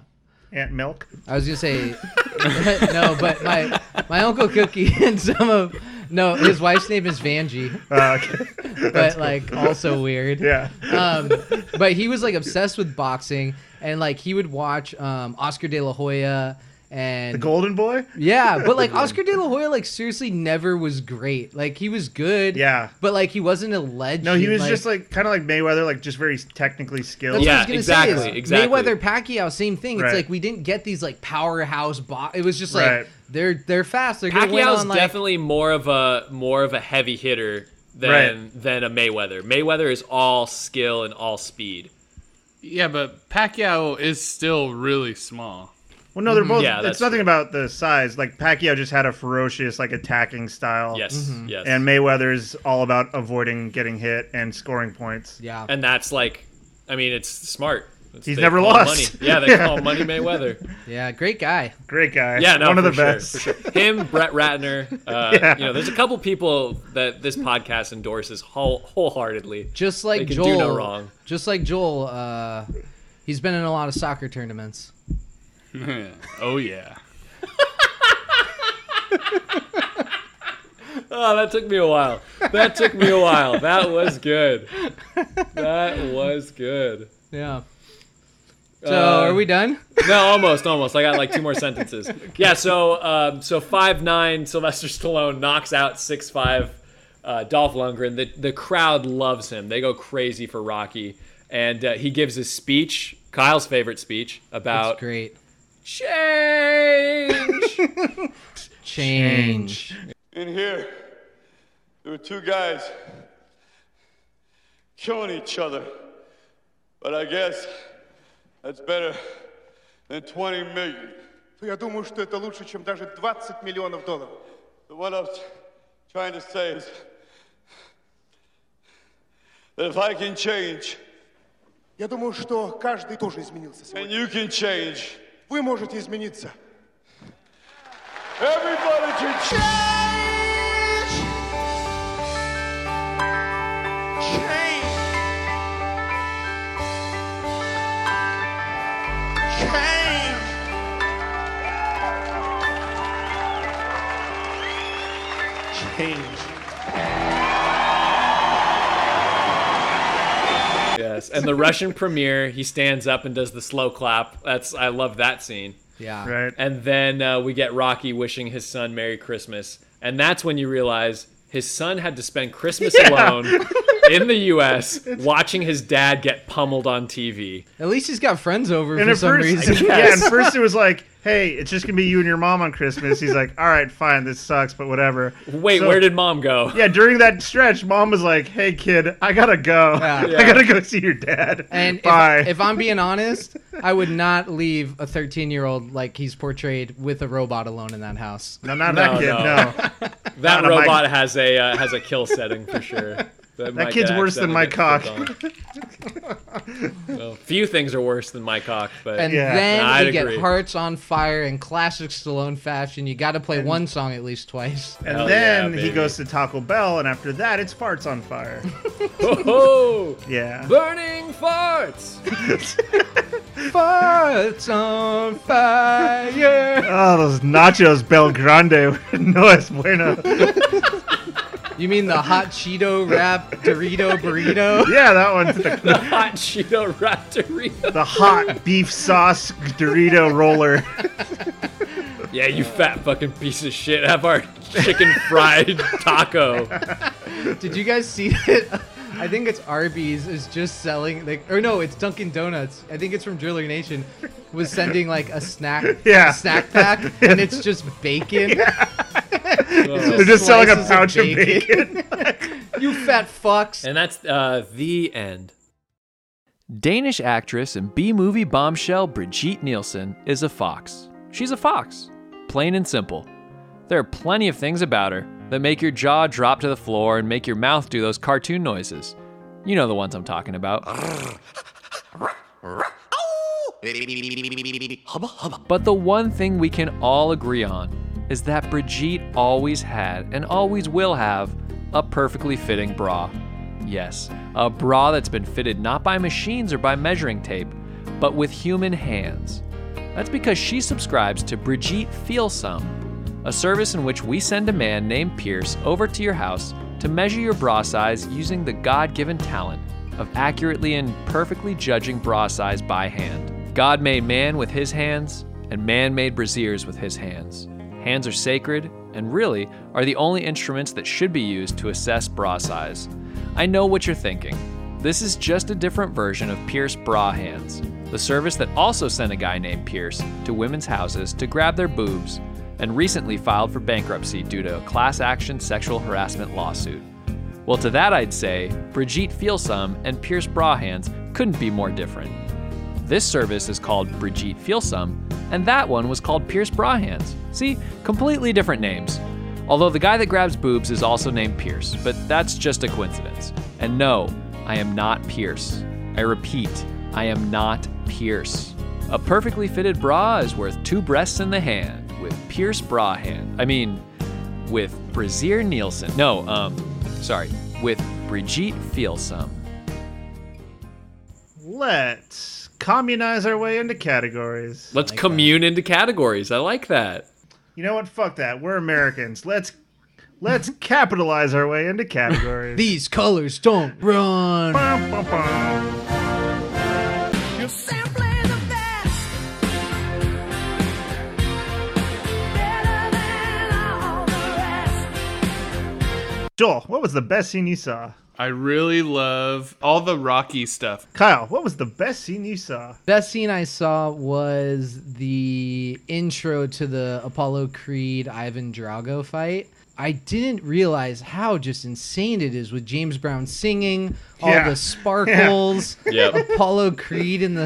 Speaker 13: Aunt Milk.
Speaker 1: I was gonna say <laughs> no, but my my uncle Cookie <laughs> and some of no, his wife's name is Vanjie.
Speaker 13: Uh, okay.
Speaker 1: <laughs>
Speaker 13: <laughs>
Speaker 1: but
Speaker 13: That's
Speaker 1: like
Speaker 13: cool. <laughs>
Speaker 1: also weird.
Speaker 13: Yeah.
Speaker 1: Um, but he was like obsessed with boxing, and like he would watch um, Oscar De La Hoya and
Speaker 13: The Golden Boy.
Speaker 1: yeah,
Speaker 13: <laughs>
Speaker 1: but like Oscar De La Hoya, like seriously, never was great. Like he was good. Yeah, but like he wasn't a legend.
Speaker 13: No, he was just like kind of like Mayweather, like just very technically skilled.
Speaker 1: That's what I was gonna say is Mayweather, Pacquiao, same thing. It's
Speaker 13: Right.
Speaker 1: like we didn't get these like powerhouse. Bo- it was just like
Speaker 14: Right.
Speaker 1: they're they're fast. They're gonna win
Speaker 14: Pacquiao's
Speaker 1: on like
Speaker 14: definitely more of a more of a heavy hitter than
Speaker 13: Right.
Speaker 14: than a Mayweather. Mayweather is all skill and all speed.
Speaker 12: Yeah, but Pacquiao is still really small.
Speaker 13: Well, no, they're
Speaker 14: Mm-hmm.
Speaker 21: Mm-hmm.
Speaker 13: both.
Speaker 12: Yeah,
Speaker 13: it's
Speaker 12: that's
Speaker 13: nothing about the size. Like Pacquiao just had a ferocious, like attacking style.
Speaker 14: Yes,
Speaker 1: Mm-hmm.
Speaker 14: Mhm. yes.
Speaker 13: And Mayweather's all about avoiding getting hit and scoring points.
Speaker 1: Yeah,
Speaker 14: and that's like, I mean, it's smart. It's-
Speaker 13: He's
Speaker 14: they
Speaker 13: never
Speaker 14: call it
Speaker 13: lost.
Speaker 14: Money.
Speaker 13: <laughs>
Speaker 14: Yeah, they
Speaker 13: Yeah.
Speaker 14: call it Money Mayweather.
Speaker 1: <laughs> yeah, great guy.
Speaker 13: Great guy.
Speaker 14: Yeah, no,
Speaker 13: one of
Speaker 14: for
Speaker 13: the
Speaker 14: sure,
Speaker 13: best.
Speaker 14: for sure. Him, Brett Ratner.
Speaker 13: <laughs>
Speaker 14: Uh,
Speaker 13: Yeah.
Speaker 14: You know, there's a couple people that this podcast endorses whole, wholeheartedly.
Speaker 1: just
Speaker 14: They
Speaker 1: like
Speaker 14: can
Speaker 1: Joel.
Speaker 14: do no wrong.
Speaker 1: Just like Joel, uh, he's been in a lot of soccer tournaments.
Speaker 12: oh yeah.
Speaker 14: <laughs> Oh, that took me a while. That took me a while. That was good. That was good.
Speaker 1: Yeah. So
Speaker 14: Uh,
Speaker 1: are we done?
Speaker 14: <laughs> No, almost, almost. I got like two more sentences. Yeah. So, um, so five nine Sylvester Stallone knocks out six five uh, Dolph Lundgren. The the crowd loves him. They go crazy for Rocky, and uh, he gives his speech, Kyle's favorite speech about
Speaker 1: great
Speaker 14: change.
Speaker 1: Change.
Speaker 19: In here, there were two guys killing each other. But I guess that's better than 20 million.
Speaker 22: Я думаю, что это лучше, чем даже 20 миллионов долларов.
Speaker 19: So what I was trying to say is that if I can change
Speaker 22: Я думаю, что каждый тоже изменился.
Speaker 19: and you can change,
Speaker 22: Вы можете измениться.
Speaker 19: everybody can change.
Speaker 22: Change. Change.
Speaker 19: Change.
Speaker 14: Yes, and the Russian premiere, he stands up and does the slow clap. That's I love that scene.
Speaker 1: Yeah.
Speaker 13: Right.
Speaker 14: And then uh, we get Rocky wishing his son Merry Christmas, and that's when you realize his son had to spend Christmas
Speaker 13: <laughs> Yeah.
Speaker 14: alone
Speaker 21: in the U.S. watching his dad get pummeled on TV.
Speaker 1: At least he's got friends over
Speaker 13: And
Speaker 1: for
Speaker 13: at
Speaker 1: some
Speaker 13: first, <laughs>
Speaker 1: reason.
Speaker 13: yeah,
Speaker 1: <laughs>
Speaker 13: at first it was like, hey, it's just gonna be you and your mom on Christmas. He's like, all right, fine, this sucks, but whatever.
Speaker 21: Wait,
Speaker 13: So-
Speaker 21: where did mom go?
Speaker 13: <laughs> Yeah, during that stretch, mom was like, hey, kid, I gotta go. <laughs> I gotta go see your dad.
Speaker 1: And if,
Speaker 13: Bye.
Speaker 1: if I'm being honest, I would not leave a 13 year old like he's portrayed with a robot alone in that house.
Speaker 13: No, not that kid. No,
Speaker 21: <laughs>
Speaker 14: <laughs>
Speaker 21: That
Speaker 13: Not a mic-
Speaker 21: robot has a uh, has a kill setting for sure.
Speaker 13: That
Speaker 21: might
Speaker 13: kid's
Speaker 21: get
Speaker 13: worse than my cock.
Speaker 21: accidentally
Speaker 13: <laughs>
Speaker 21: get flipped on. well, few things are worse than my cock, but
Speaker 1: And then
Speaker 21: I'd
Speaker 1: you get
Speaker 21: agree.
Speaker 1: Hearts on Fire in classic Stallone fashion. You got to play one song at least twice.
Speaker 13: And then he goes to Taco Bell, and after that, it's farts on fire. <laughs>
Speaker 21: oh,
Speaker 13: yeah.
Speaker 21: burning farts.
Speaker 1: Farts on fire.
Speaker 13: <laughs> Oh, those nachos Bel <laughs> Grande. no es bueno.
Speaker 1: You mean the hot Cheeto
Speaker 13: <laughs>
Speaker 1: wrap Dorito burrito?
Speaker 13: Yeah, that
Speaker 21: <laughs>
Speaker 13: one's the,
Speaker 21: hot Cheeto wrap Dorito.
Speaker 13: the hot beef sauce Dorito roller.
Speaker 21: Yeah, you fat fucking piece of shit. Have our chicken fried taco.
Speaker 1: Did you guys see <laughs> it? I think it's Arby's is just selling like or no, it's Dunkin' Donuts. I think it's from Driller Nation was sending like a snack
Speaker 13: <laughs> Yeah.
Speaker 1: a snack pack and it's just
Speaker 13: <laughs>
Speaker 1: bacon. <laughs> It's
Speaker 13: They're just selling a
Speaker 1: slices
Speaker 13: pouch of
Speaker 1: <laughs> you fat fucks.
Speaker 21: And that's uh, the end.
Speaker 14: Danish actress and B movie bombshell Brigitte Nielsen is a fox. She's a fox, plain and simple. There are plenty of things about her that make your jaw drop to the floor and make your mouth do those cartoon noises. You know the ones I'm talking about. But the one thing we can all agree on is that Brigitte always had and always will have a perfectly fitting bra. Yes, a bra that's been fitted not by machines or by measuring tape, but with human hands. That's because she subscribes to Brigitte Feel Some, a service in which we send a man named Pierce over to your house to measure your bra size using the God given talent of accurately and perfectly judging bra size by hand. God made man with his hands, and man made brasiers with his hands. Hands are sacred, and really are the only instruments that should be used to assess bra size. I know what you're thinking. This is just a different version of Pierce Bra Hands, the service that also sent a guy named Pierce to women's houses to grab their boobs, and recently filed for bankruptcy due to a class action sexual harassment lawsuit. Well, to that I'd say Brigitte Feelsum and Pierce Bra Hands couldn't be more different. This service is called Brigitte Feelsum, and that one was called Pierce Bra Hands. See, completely different names. Although the guy that grabs boobs is also named Pierce, but that's just a coincidence. And no, I am not Pierce. I repeat, I am not Pierce. A perfectly fitted bra is worth two breasts in the hand with Pierce Bra Hand. I mean, with Brazier Nielsen. No, um, sorry, with Brigitte Feelsum.
Speaker 13: Let's communize our way into categories.
Speaker 21: Let's commune into categories. I like that.
Speaker 13: You know what? Fuck that. We're Americans. Let's let's capitalize our way into categories.
Speaker 1: These colors don't run.
Speaker 7: You're simply the best. Better than all the rest.
Speaker 13: Joel, what was the best scene you saw?
Speaker 12: I really love all the Rocky stuff.
Speaker 13: Kyle, what was the best scene you saw?
Speaker 1: Best scene I saw was the intro to the Apollo Creed Ivan Drago fight. I didn't realize how just insane it is with James Brown singing,
Speaker 13: <laughs>
Speaker 1: all
Speaker 13: Yeah.
Speaker 1: the sparkles,
Speaker 21: Yeah. <laughs> Yep.
Speaker 1: Apollo Creed and the,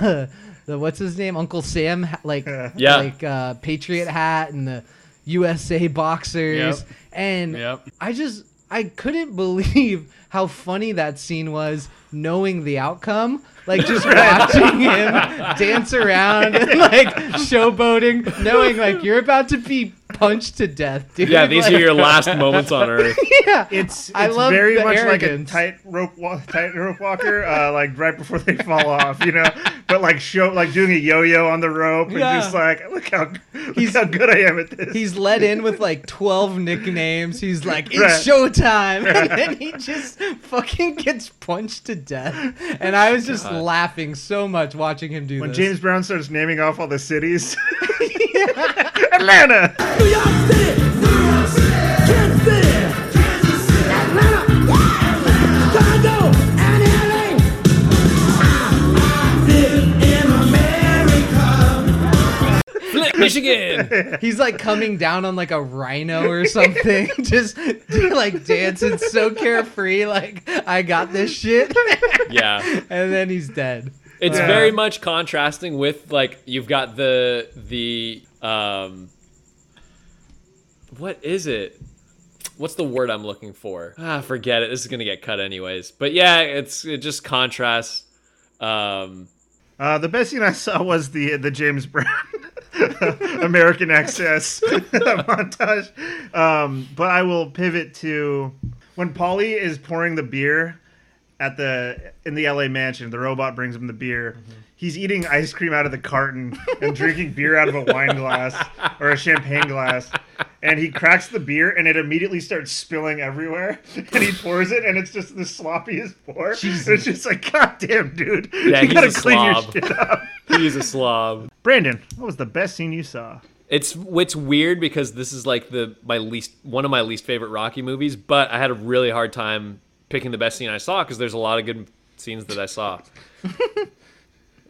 Speaker 1: the the what's his name, Uncle Sam, ha- like
Speaker 21: Yeah.
Speaker 1: like uh, Patriot hat and the USA boxers,
Speaker 21: Yep.
Speaker 1: and
Speaker 21: Yep.
Speaker 1: I just I couldn't <laughs> believe how funny that scene was, knowing the outcome.
Speaker 13: <laughs>
Speaker 1: Like just watching him dance around and like showboating, knowing like you're about to be punched to death, dude.
Speaker 21: Yeah, these are
Speaker 1: Like- <laughs>
Speaker 21: your last moments on earth.
Speaker 1: yeah,
Speaker 13: it's
Speaker 1: I
Speaker 13: it's
Speaker 1: love
Speaker 13: very
Speaker 1: the
Speaker 13: much
Speaker 1: arrogance.
Speaker 13: like a tightrope wa- <laughs> tightrope walker, uh, like right before they fall off, you know. But like show like doing a yo-yo on the rope and
Speaker 1: Yeah.
Speaker 13: just like look how look how good I am at this.
Speaker 1: He's let in with like 12 nicknames. He's like, it's
Speaker 13: Right.
Speaker 1: showtime.
Speaker 13: Right.
Speaker 1: <laughs> And then he just fucking gets punched to death. And I was just
Speaker 13: God.
Speaker 1: laughing so much watching him
Speaker 13: <laughs>
Speaker 1: do
Speaker 13: when
Speaker 1: <laughs> this.
Speaker 13: James Brown starts naming off all the
Speaker 1: <laughs>
Speaker 13: cities, <laughs> Atlanta.
Speaker 7: Kansas City. Atlanta.
Speaker 14: Michigan.
Speaker 1: He's like coming down on like a rhino or something, <laughs> just like dancing so carefree, like I got this shit, <laughs>
Speaker 14: yeah.
Speaker 1: and then he's dead.
Speaker 14: It's
Speaker 1: Yeah.
Speaker 14: very much contrasting with like you've got the the um what is it? What's the word I'm looking for? Ah, forget it. This is gonna get cut anyways. But yeah, it's it just contrasts. Um
Speaker 13: Uh, the best thing I saw was the the James Brown <laughs> American Excess <laughs> montage. Um, but I will pivot to when Polly is pouring the beer at the in the LA mansion. The robot brings him the beer. He's eating ice cream out of the carton and drinking beer out of a wine glass or a champagne glass. And he cracks the beer and it immediately starts spilling everywhere. <laughs> And he pours it and it's just the sloppiest pour. It's just like, God damn, dude. <laughs>
Speaker 14: yeah,
Speaker 13: you
Speaker 14: he's
Speaker 13: gotta
Speaker 14: a
Speaker 13: clean your
Speaker 14: slob.
Speaker 13: shit up.
Speaker 14: he's a slob.
Speaker 13: Brandon, what was the best scene you saw?
Speaker 14: It's it's weird because this is like the my least one of my least favorite Rocky movies, but I had a really hard time picking the best scene I saw because there's a lot of good scenes that I saw.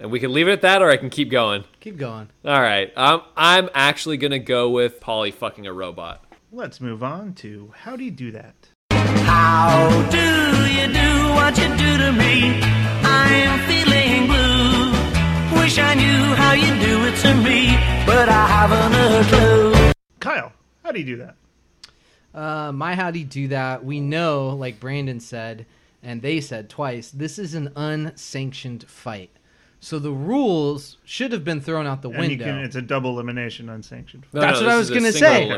Speaker 14: and we can leave it at that, or I can keep going.
Speaker 1: Keep going.
Speaker 14: All right, um, I'm actually gonna go with Polly fucking a robot.
Speaker 13: Let's move on to how do you do that?
Speaker 8: How do you do what you do to me? I am feeling blue. Wish I knew how you do it to me, but I haven't a clue.
Speaker 13: Kyle, how do you do that?
Speaker 1: Uh, my how do you do that? We know, like Brandon said, and they said twice, this is an unsanctioned fight. So the rules should have been thrown out the
Speaker 13: And you
Speaker 1: window.
Speaker 13: can, it's a double elimination unsanctioned.
Speaker 1: That's what I was gonna say.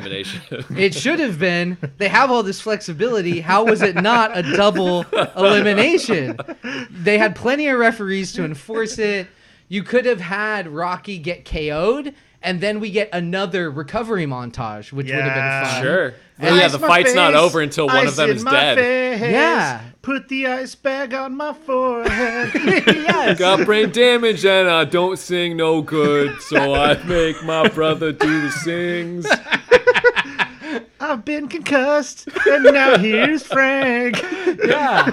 Speaker 1: it should have been. They have all this flexibility. How was it not a double elimination? They had plenty of referees to enforce it. You could have had Rocky get KO'd, and then we get another recovery montage, which would have been fun.
Speaker 14: Sure. Well, yeah, the fight's not over until one of them is dead.
Speaker 1: Yeah.
Speaker 13: Put the ice bag on my forehead.
Speaker 1: <laughs>
Speaker 14: Got brain damage and I don't sing no good, so I make my brother do the sings.
Speaker 13: I've been concussed, and now here's Frank. <laughs>
Speaker 1: Yeah.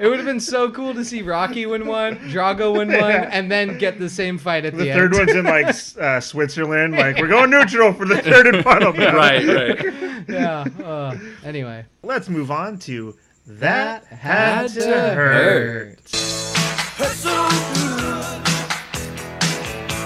Speaker 1: It would have been so cool to see Rocky win one, Drago win one,
Speaker 13: Yeah.
Speaker 1: and then get the same fight at the,
Speaker 13: The
Speaker 1: end.
Speaker 13: third one's in like s- uh, Switzerland. Like we're going neutral
Speaker 1: <laughs>
Speaker 13: for the third and final. round.
Speaker 1: Right,
Speaker 13: <laughs>
Speaker 1: right. Yeah. Uh, anyway.
Speaker 13: Let's move on to
Speaker 1: That
Speaker 13: that,
Speaker 1: had
Speaker 13: had,
Speaker 1: to
Speaker 13: to hurt.
Speaker 8: Hurt so good.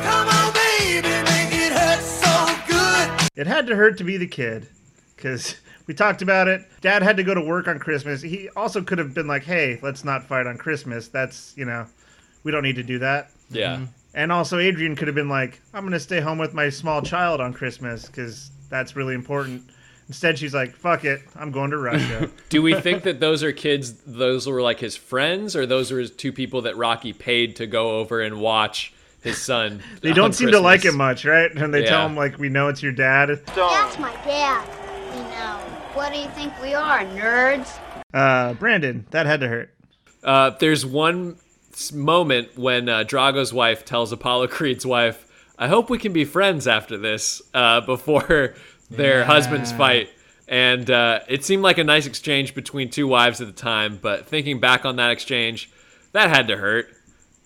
Speaker 8: Come on, baby, make it hurt so good.
Speaker 13: It had to hurt to be the kid because we talked about it. Dad had to go to work on Christmas. He also could have been like, hey, let's not fight on Christmas. That's, you know, we don't need to do that.
Speaker 14: <laughs> Yeah.
Speaker 13: And also, Adrian could have been like, I'm going to stay home with my small child on Christmas because that's really important. Instead, she's like, fuck it, I'm going to Russia.
Speaker 14: <laughs> <laughs> Do we think that those are kids, those were like his friends, or those were his two people that Rocky paid to go over and watch his son?
Speaker 13: they don't seem to like him much, right? And they
Speaker 14: Yeah.
Speaker 13: tell him, like, we know it's your dad.
Speaker 10: That's my dad. You know, what do you think we are, nerds?
Speaker 13: Uh, Brandon, that had to hurt.
Speaker 14: Uh, there's one s- moment when uh, Drago's wife tells Apollo <laughs> Creed's wife, "I hope we can be friends after this," uh, before <laughs> their
Speaker 23: Yeah.
Speaker 14: husbands fight, and uh, it seemed like a nice exchange between two wives at the time. But thinking back on that exchange, that had to hurt.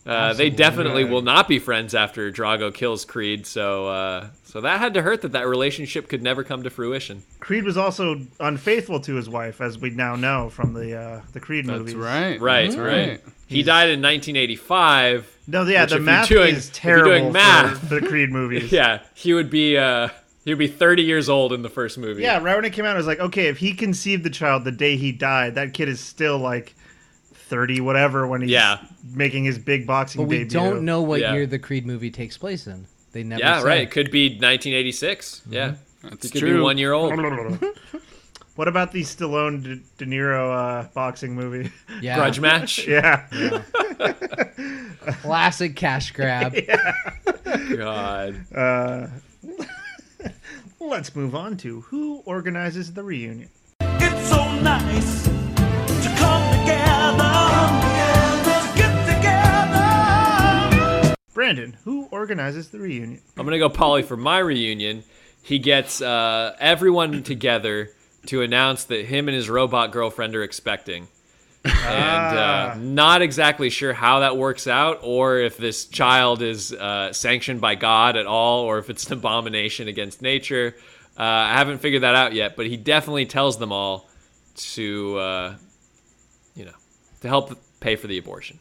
Speaker 14: Uh, they
Speaker 23: Absolutely.
Speaker 14: definitely will not be friends after Drago kills Creed, so uh, so that had to hurt that that relationship could never come to fruition.
Speaker 13: Creed was also unfaithful to his wife, as we now know from the uh, the Creed movies.
Speaker 14: Right, right. He died in 1985.
Speaker 13: No, yeah,
Speaker 14: which
Speaker 13: the
Speaker 14: if you're
Speaker 13: math
Speaker 14: doing,
Speaker 13: is
Speaker 14: if you're
Speaker 13: terrible
Speaker 14: doing math,
Speaker 13: for the Creed movies.
Speaker 14: <laughs> yeah, he would be uh, he would be 30 years old in the first movie.
Speaker 13: Yeah, right when it came out, I was like, okay, if he conceived the child the day he died, that kid is still like thirty whatever when he's
Speaker 14: Yeah.
Speaker 13: making his big boxing
Speaker 1: But we
Speaker 13: debut.
Speaker 1: don't know what
Speaker 14: Yeah.
Speaker 1: year the Creed movie takes place in. They never.
Speaker 14: yeah,
Speaker 1: said.
Speaker 14: right. It could be 1986. Yeah,
Speaker 1: That's
Speaker 14: he could be
Speaker 1: true.
Speaker 14: one
Speaker 13: <laughs>
Speaker 14: year old.
Speaker 13: What about the Stallone De, De Niro uh, boxing movie?
Speaker 1: Yeah. Grudge
Speaker 13: <laughs>
Speaker 1: match?
Speaker 13: yeah.
Speaker 1: <laughs> Classic cash
Speaker 13: <laughs>
Speaker 1: grab.
Speaker 14: God.
Speaker 13: Uh, let's move on to who organizes the reunion.
Speaker 8: It's so nice to come together. To get together.
Speaker 13: Brandon, who organizes the reunion?
Speaker 14: I'm gonna go Polly for my reunion. He gets uh, everyone together to announce that him and his robot girlfriend are expecting. and uh, not exactly sure how that works out, or if this child is uh, sanctioned by God at all, or if it's an abomination against nature. Uh, I haven't figured that out yet, but he definitely tells them all to, uh, you know, to help pay for the abortion.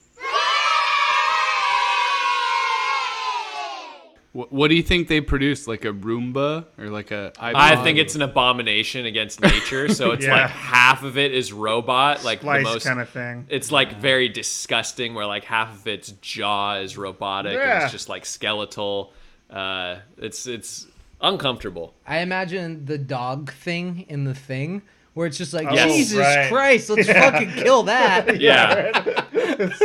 Speaker 12: What, what do you think they produced? Like a Roomba or like a? iPod?
Speaker 14: I think it's an abomination against nature.
Speaker 13: <laughs>
Speaker 14: So it's
Speaker 12: Yeah.
Speaker 14: like half of it is robot, like
Speaker 13: Splice
Speaker 14: the most
Speaker 13: kinda thing.
Speaker 14: It's like very disgusting, where like half of its jaw is robotic and
Speaker 1: Yeah.
Speaker 14: it's just like skeletal. Uh, it's it's uncomfortable.
Speaker 1: I imagine the dog thing in the thing where it's just like
Speaker 14: Oh,
Speaker 1: Jesus
Speaker 14: right.
Speaker 1: Christ, let's
Speaker 14: Yeah.
Speaker 1: fucking kill
Speaker 13: <laughs>
Speaker 1: that.
Speaker 14: Yeah.
Speaker 1: <laughs>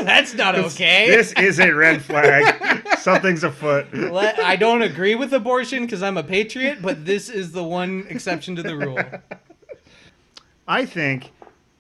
Speaker 1: That's not
Speaker 13: This-
Speaker 1: okay.
Speaker 13: This is a red
Speaker 1: <laughs>
Speaker 13: flag. Something's afoot.
Speaker 1: Let- I don't agree with abortion because I'm a patriot, but this is the one exception to the rule.
Speaker 13: I think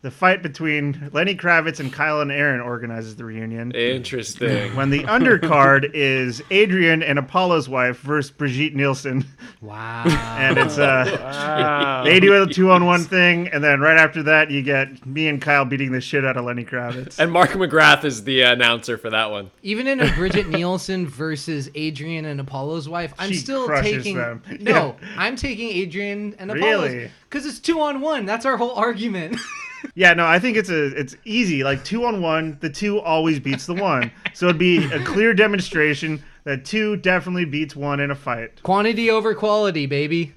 Speaker 13: the fight between Lenny Kravitz and Kyle and Aaron organizes the reunion.
Speaker 14: Interesting.
Speaker 13: When the undercard is Adrian and Apollo's wife versus Brigitte Nielsen.
Speaker 1: Wow.
Speaker 13: And it's uh
Speaker 12: Wow.
Speaker 13: they do a two on one thing and then right after that you get me and Kyle beating the shit out of Lenny Kravitz.
Speaker 14: And Mark McGrath is the announcer for that one.
Speaker 1: Even in a Bridget Nielsen versus Adrian and Apollo's wife, I'm
Speaker 13: She
Speaker 1: still
Speaker 13: crushes
Speaker 1: taking
Speaker 13: them. <laughs>
Speaker 1: no. I'm taking Adrian and Apollo's
Speaker 13: Really?
Speaker 1: because it's two on one. That's our whole argument. <laughs>
Speaker 13: Yeah, no, I think it's a it's easy. Like two on one, the two always beats the one. So it'd be a clear demonstration that two definitely beats one in a fight.
Speaker 1: Quantity over quality, baby.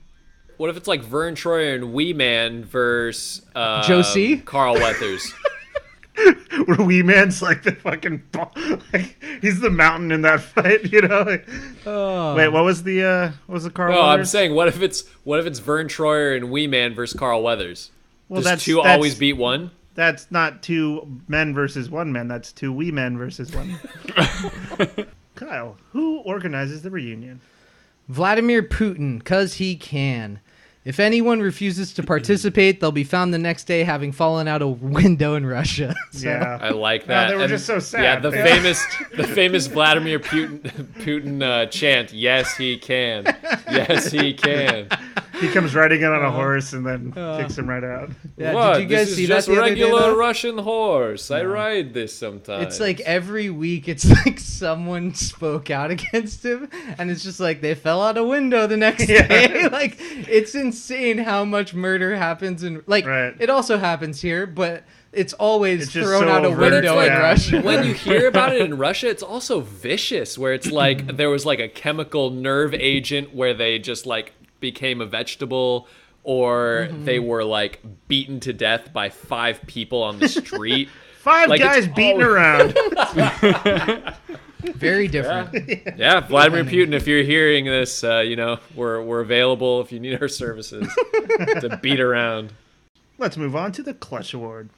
Speaker 14: What if it's like Vern Troyer and Wee Man versus uh,
Speaker 13: Josie? <laughs>
Speaker 14: Carl Weathers?
Speaker 13: Where Wee Man's like the fucking bo- like, he's the mountain in that fight, you know? Like- Wait, what was the uh what was the car?
Speaker 14: no, I'm saying what if it's what if it's Vern Troyer and Wee Man versus Carl Weathers?
Speaker 13: Well,
Speaker 14: Does
Speaker 13: that's-
Speaker 14: two
Speaker 13: that's-
Speaker 14: always beat one?
Speaker 13: That's not two men versus one man, that's two wee men versus one.
Speaker 14: <laughs>
Speaker 13: Kyle, who organizes the reunion?
Speaker 1: Vladimir Putin, cause he can. If anyone refuses to participate, they'll be found the next day having fallen out a window in Russia. <laughs>
Speaker 13: <laughs>
Speaker 1: So-
Speaker 14: I like
Speaker 13: No,
Speaker 14: that.
Speaker 13: they were
Speaker 14: And-
Speaker 13: just so sad.
Speaker 14: Yeah, the
Speaker 13: Yeah. <laughs>
Speaker 14: famous the famous Vladimir Putin <laughs> Putin uh, chant. Yes, he can. Yes, he can.
Speaker 13: He comes riding in on a horse and then kicks him right out.
Speaker 14: what? this is just regular
Speaker 1: though?
Speaker 14: Russian horse. I ride this sometimes.
Speaker 1: Uh, It's like every week, it's <laughs> like someone spoke out against him, and it's just like they fell out a window the next day. <laughs> like it's insane how much murder happens, and like it also happens here, but it's always thrown out a window in Russia.
Speaker 14: When
Speaker 1: <laughs>
Speaker 14: you hear about it in Russia, it's also vicious. Where it's like there was like a chemical nerve agent where they just like became a vegetable, or
Speaker 13: Mhm.
Speaker 14: they were like beaten to death by five people on
Speaker 13: <laughs>
Speaker 14: the street.
Speaker 13: Five
Speaker 14: Like, it's
Speaker 13: guys beating
Speaker 19: <laughs>
Speaker 14: always- <laughs>
Speaker 13: around.
Speaker 1: Very different.
Speaker 14: Yeah, Vladimir Putin. If you're hearing this, uh, you know we're we're available if you need our services to beat around.
Speaker 13: Let's move on to the Clutch Award.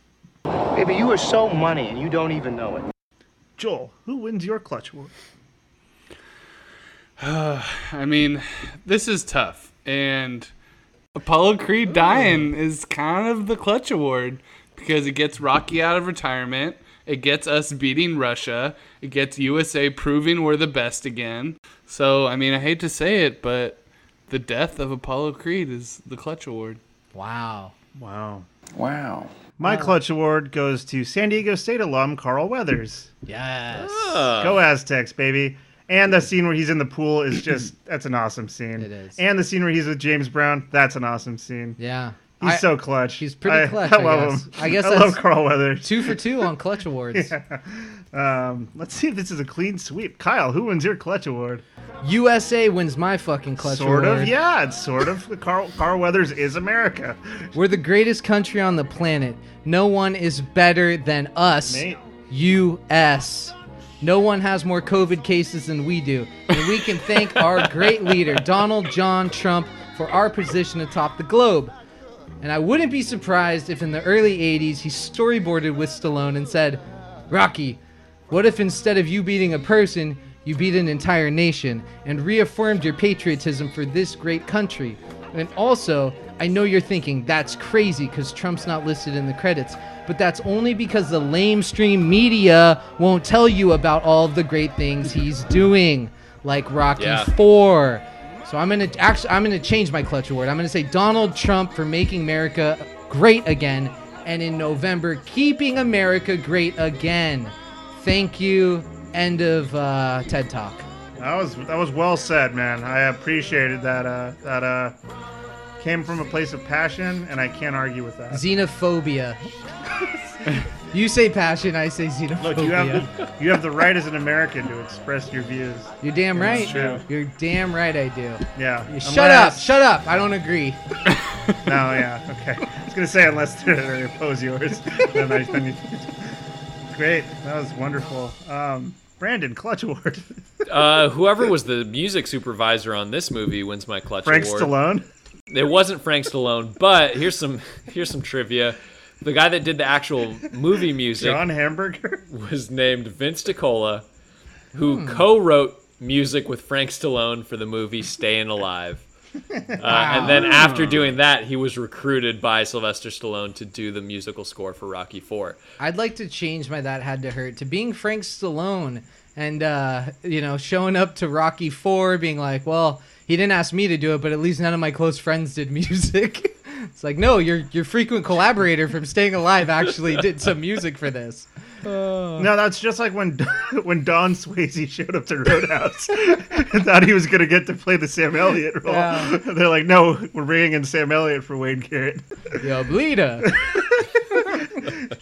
Speaker 24: Baby, you are so money and you don't even know it.
Speaker 13: Joel, who wins your Clutch Award?
Speaker 12: <sighs> I mean, this is tough. And Apollo Creed dying is kind of the clutch award because it gets Rocky out of retirement. It gets us beating Russia. It gets USA proving we're the best again. So, I mean, I hate to say it, but the death of Apollo Creed is the clutch award.
Speaker 1: Wow.
Speaker 13: Wow.
Speaker 12: Wow.
Speaker 13: My
Speaker 1: Oh.
Speaker 13: Clutch Award goes to San Diego State alum Carl Weathers.
Speaker 1: Yes.
Speaker 19: Ah.
Speaker 1: Uh.
Speaker 13: Go Aztecs, baby. And the scene where he's in the pool
Speaker 1: <coughs>
Speaker 13: is just that's an awesome scene. It is. And the scene where he's with James Brown, that's an awesome scene.
Speaker 1: Yeah.
Speaker 13: He's
Speaker 1: I-
Speaker 13: so clutch. He's
Speaker 1: Pretty clutch.
Speaker 13: I,
Speaker 1: I,
Speaker 13: love
Speaker 1: guess.
Speaker 13: him.
Speaker 1: I guess
Speaker 13: I
Speaker 1: that's
Speaker 13: love Carl Weathers.
Speaker 1: Two for two
Speaker 13: <laughs>
Speaker 1: on clutch awards.
Speaker 13: Um, let's see if this is a clean sweep. Kyle, who wins your clutch award?
Speaker 1: USA wins my fucking clutch
Speaker 13: Sort
Speaker 1: award.
Speaker 13: of, yeah. It's sort of Carl Carl Weathers is America.
Speaker 1: We're the greatest country on the planet. No one is better than us.
Speaker 13: Mate.
Speaker 1: U.S. No one has more COVID cases than we do. And we can thank our great leader, Donald John Trump, for our position atop the globe. And I wouldn't be surprised if in the early 80s he storyboarded with Stallone and said, Rocky, what if instead of you beating a person, you beat an entire nation and reaffirmed your patriotism for this great country? And also, I know you're thinking that's crazy because Trump's not listed in the credits, but that's only because the lamestream media won't tell you about all of the great things he's doing, like Rocky
Speaker 14: Yeah.
Speaker 1: 4. So I'm gonna actually I'm gonna change my clutch award. I'm gonna say Donald Trump for making America great again and in November, keeping America great again. Thank you. End of uh, TED Talk.
Speaker 13: That was that was well said, man. I appreciated that. Uh, that uh, came from a place of passion, and I can't argue with that.
Speaker 1: Xenophobia. <laughs> you say passion, I say xenophobia.
Speaker 13: Look, you have the, you have the right as an American to express your views.
Speaker 1: You're damn right.
Speaker 13: That's true.
Speaker 1: You're damn right. I do.
Speaker 13: Yeah.
Speaker 1: You shut up. Shut up. I don't agree.
Speaker 13: <laughs> no, yeah, okay. I was gonna say unless they oppose yours, <laughs> then I then you, Great, that was wonderful. Um, Brandon, clutch award.
Speaker 14: Uh, whoever was the music supervisor on this movie wins my clutch
Speaker 13: Frank
Speaker 14: award.
Speaker 13: Stallone?
Speaker 14: It wasn't Frank Stallone, but here's some here's some trivia. The guy that did the actual movie music,
Speaker 13: John Hamburger, Hmm.
Speaker 14: was named Vince DiCola, who co-wrote music with Frank Stallone for the movie Staying Alive. Uh, And then
Speaker 13: Ah.
Speaker 14: after doing that, he was recruited by Sylvester Stallone to do the musical score for Rocky Four.
Speaker 1: I'd like to change my that had to hurt to being Frank Stallone and uh, you know showing up to Rocky Four, being like, well, he didn't ask me to do it, but at least none of my close friends did music. <laughs> it's like, no, your your frequent collaborator from Staying Alive actually did some music for this.
Speaker 13: No, that's just like when <laughs> when Don Swayze showed up to Roadhouse and thought he was gonna get to play the Sam Elliott role.
Speaker 1: Yeah.
Speaker 13: They're like, no, we're bringing in Sam Elliott for Wayne Garrett.
Speaker 1: Yo, bleeder.
Speaker 13: <laughs>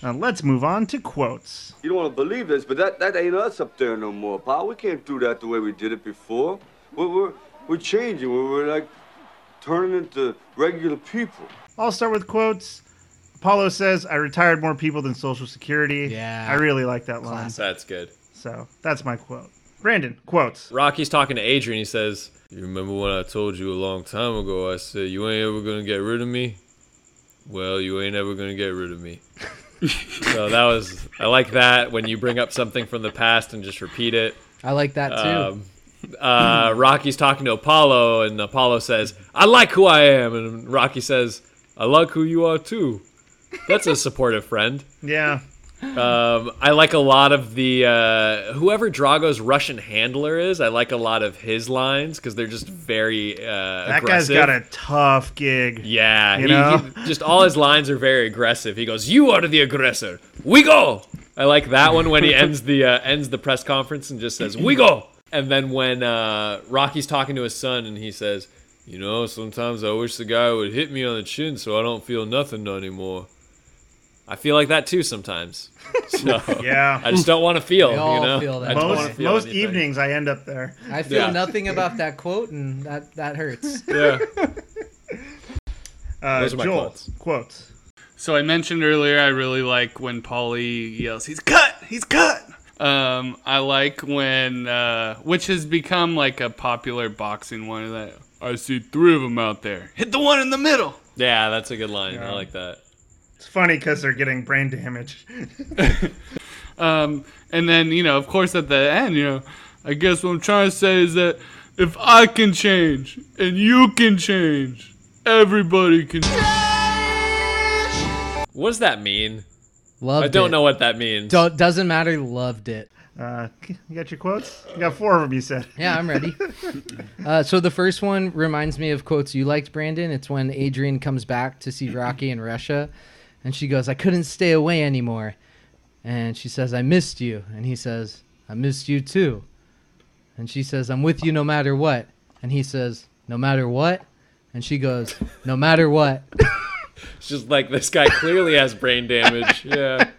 Speaker 13: now let's move on to quotes.
Speaker 17: You don't want to believe this, but that, that ain't us up there no more, pal. We can't do that the way we did it before. We're, we're, we're changing. We're, we're like turning into regular people.
Speaker 13: I'll start with quotes. Apollo says, "I retired more people than Social Security." Yeah, I really like that line.
Speaker 14: That's good.
Speaker 13: So that's my quote. Brandon, quotes.
Speaker 14: Rocky's talking to Adrian. He says, "You remember when I told you a long time ago? I said you ain't ever gonna get rid of me. Well, you ain't ever gonna get rid of me." so that was I like that when you bring up something from the past and just repeat it.
Speaker 1: I like that too.
Speaker 14: Um, uh, Rocky's talking to Apollo, and Apollo says, "I like who I am," and Rocky says, "I like who you are too." That's a supportive friend.
Speaker 13: Yeah.
Speaker 14: Um, I like a lot of the uh, whoever Drago's Russian handler is. I like a lot of his lines because they're just very uh,
Speaker 13: That
Speaker 14: aggressive.
Speaker 13: guy's got a tough gig.
Speaker 14: yeah.
Speaker 13: you
Speaker 14: he-
Speaker 13: know?
Speaker 14: he- just all his lines are very aggressive. He goes, "You are the aggressor. We go." I like that
Speaker 13: <laughs>
Speaker 14: one when he ends the uh, ends the press conference and just says, "We go." And then when uh, Rocky's talking to his son and he says, "You know, sometimes I wish the guy would hit me on the chin so I don't feel nothing anymore." I feel like that
Speaker 13: <laughs>
Speaker 14: too sometimes. So
Speaker 13: Yeah.
Speaker 14: I just don't want to feel.
Speaker 1: We all
Speaker 14: you know,
Speaker 1: feel that.
Speaker 14: I don't wanna
Speaker 13: Most,
Speaker 14: feel
Speaker 13: most
Speaker 14: anything.
Speaker 13: evenings I end up there.
Speaker 1: I feel
Speaker 14: Yeah.
Speaker 1: nothing about that quote, and that that hurts. <laughs>
Speaker 14: Yeah.
Speaker 13: Uh,
Speaker 12: Those are my
Speaker 13: Joel,
Speaker 12: quotes.
Speaker 13: quotes.
Speaker 12: So I mentioned earlier, I really like when Paulie yells, "He's cut! He's cut!" Um, I like when, uh, which has become like a popular boxing one. That I see three of them out there. Hit the one in the middle.
Speaker 14: Yeah, that's a good line.
Speaker 12: Yeah.
Speaker 14: I like that.
Speaker 13: It's funny because they're getting brain damage. <laughs>
Speaker 12: Um, and then, you know, of course, at the end, you know, I guess what I'm trying to say is that if I can change and you can change, everybody can.
Speaker 14: What does that mean?
Speaker 1: Loved
Speaker 14: I don't
Speaker 1: it.
Speaker 14: know what that means.
Speaker 1: Don't, doesn't matter. Loved it.
Speaker 13: Uh, you got your quotes? You got four of them. You said.
Speaker 1: Yeah,
Speaker 13: <laughs>
Speaker 1: I'm ready. Uh, so the first one reminds me of quotes you liked, Brandon. It's when Adrian comes back to see Rocky in Russia, and she goes, "I couldn't stay away anymore," and she says, "I missed you," and he says, "I missed you too," and she says, "I'm with you no matter what," and he says, "No matter what," and she goes, "No matter what."
Speaker 14: It's just like this guy clearly has brain
Speaker 1: <laughs>
Speaker 14: damage. Yeah.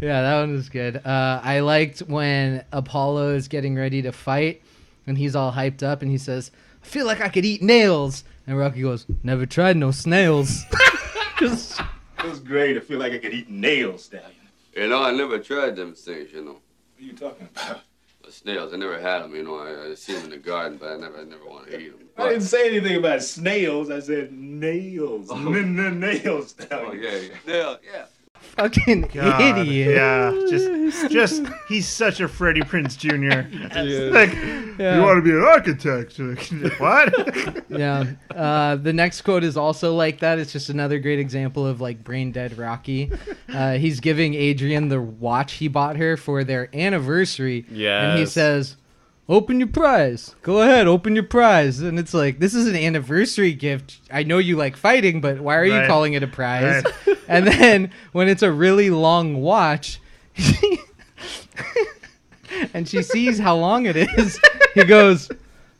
Speaker 1: yeah, that one was good. Uh, I liked when Apollo is getting ready to fight and he's all hyped up and he says, I feel like I could eat nails. And Rocky goes, Never tried no snails. <laughs>
Speaker 19: It was great. I feel like I could eat nails, Stallion.
Speaker 17: You know, I never tried them things, you know.
Speaker 19: What are you talking about?
Speaker 17: The snails, I never had them, you know. I, I see them in the garden, but I never, I never want to eat them.
Speaker 19: I didn't say anything about snails. I said nails. N- n- nails, Stallion.
Speaker 17: Oh, yeah, yeah. Nail, yeah.
Speaker 1: Fucking
Speaker 13: God,
Speaker 1: idiot.
Speaker 13: Yeah,
Speaker 1: <laughs>
Speaker 13: just, just he's such a Freddie Prince Jr.
Speaker 1: is.
Speaker 13: Like,
Speaker 1: Yeah.
Speaker 13: you want to be an architect? <laughs> Like, what?
Speaker 1: <laughs> yeah. Uh, the next quote is also like that. It's just another great example of like brain dead Rocky. Uh, he's giving Adrian the watch he bought her for their anniversary. And he
Speaker 14: Yes.
Speaker 1: says, open your prize. Go ahead, open your prize. And it's like, this is an anniversary gift. I know you like fighting, but why are
Speaker 25: Right.
Speaker 1: you calling it a prize? <laughs> and then when it's a really long watch, <laughs> and she sees how long it is, he goes,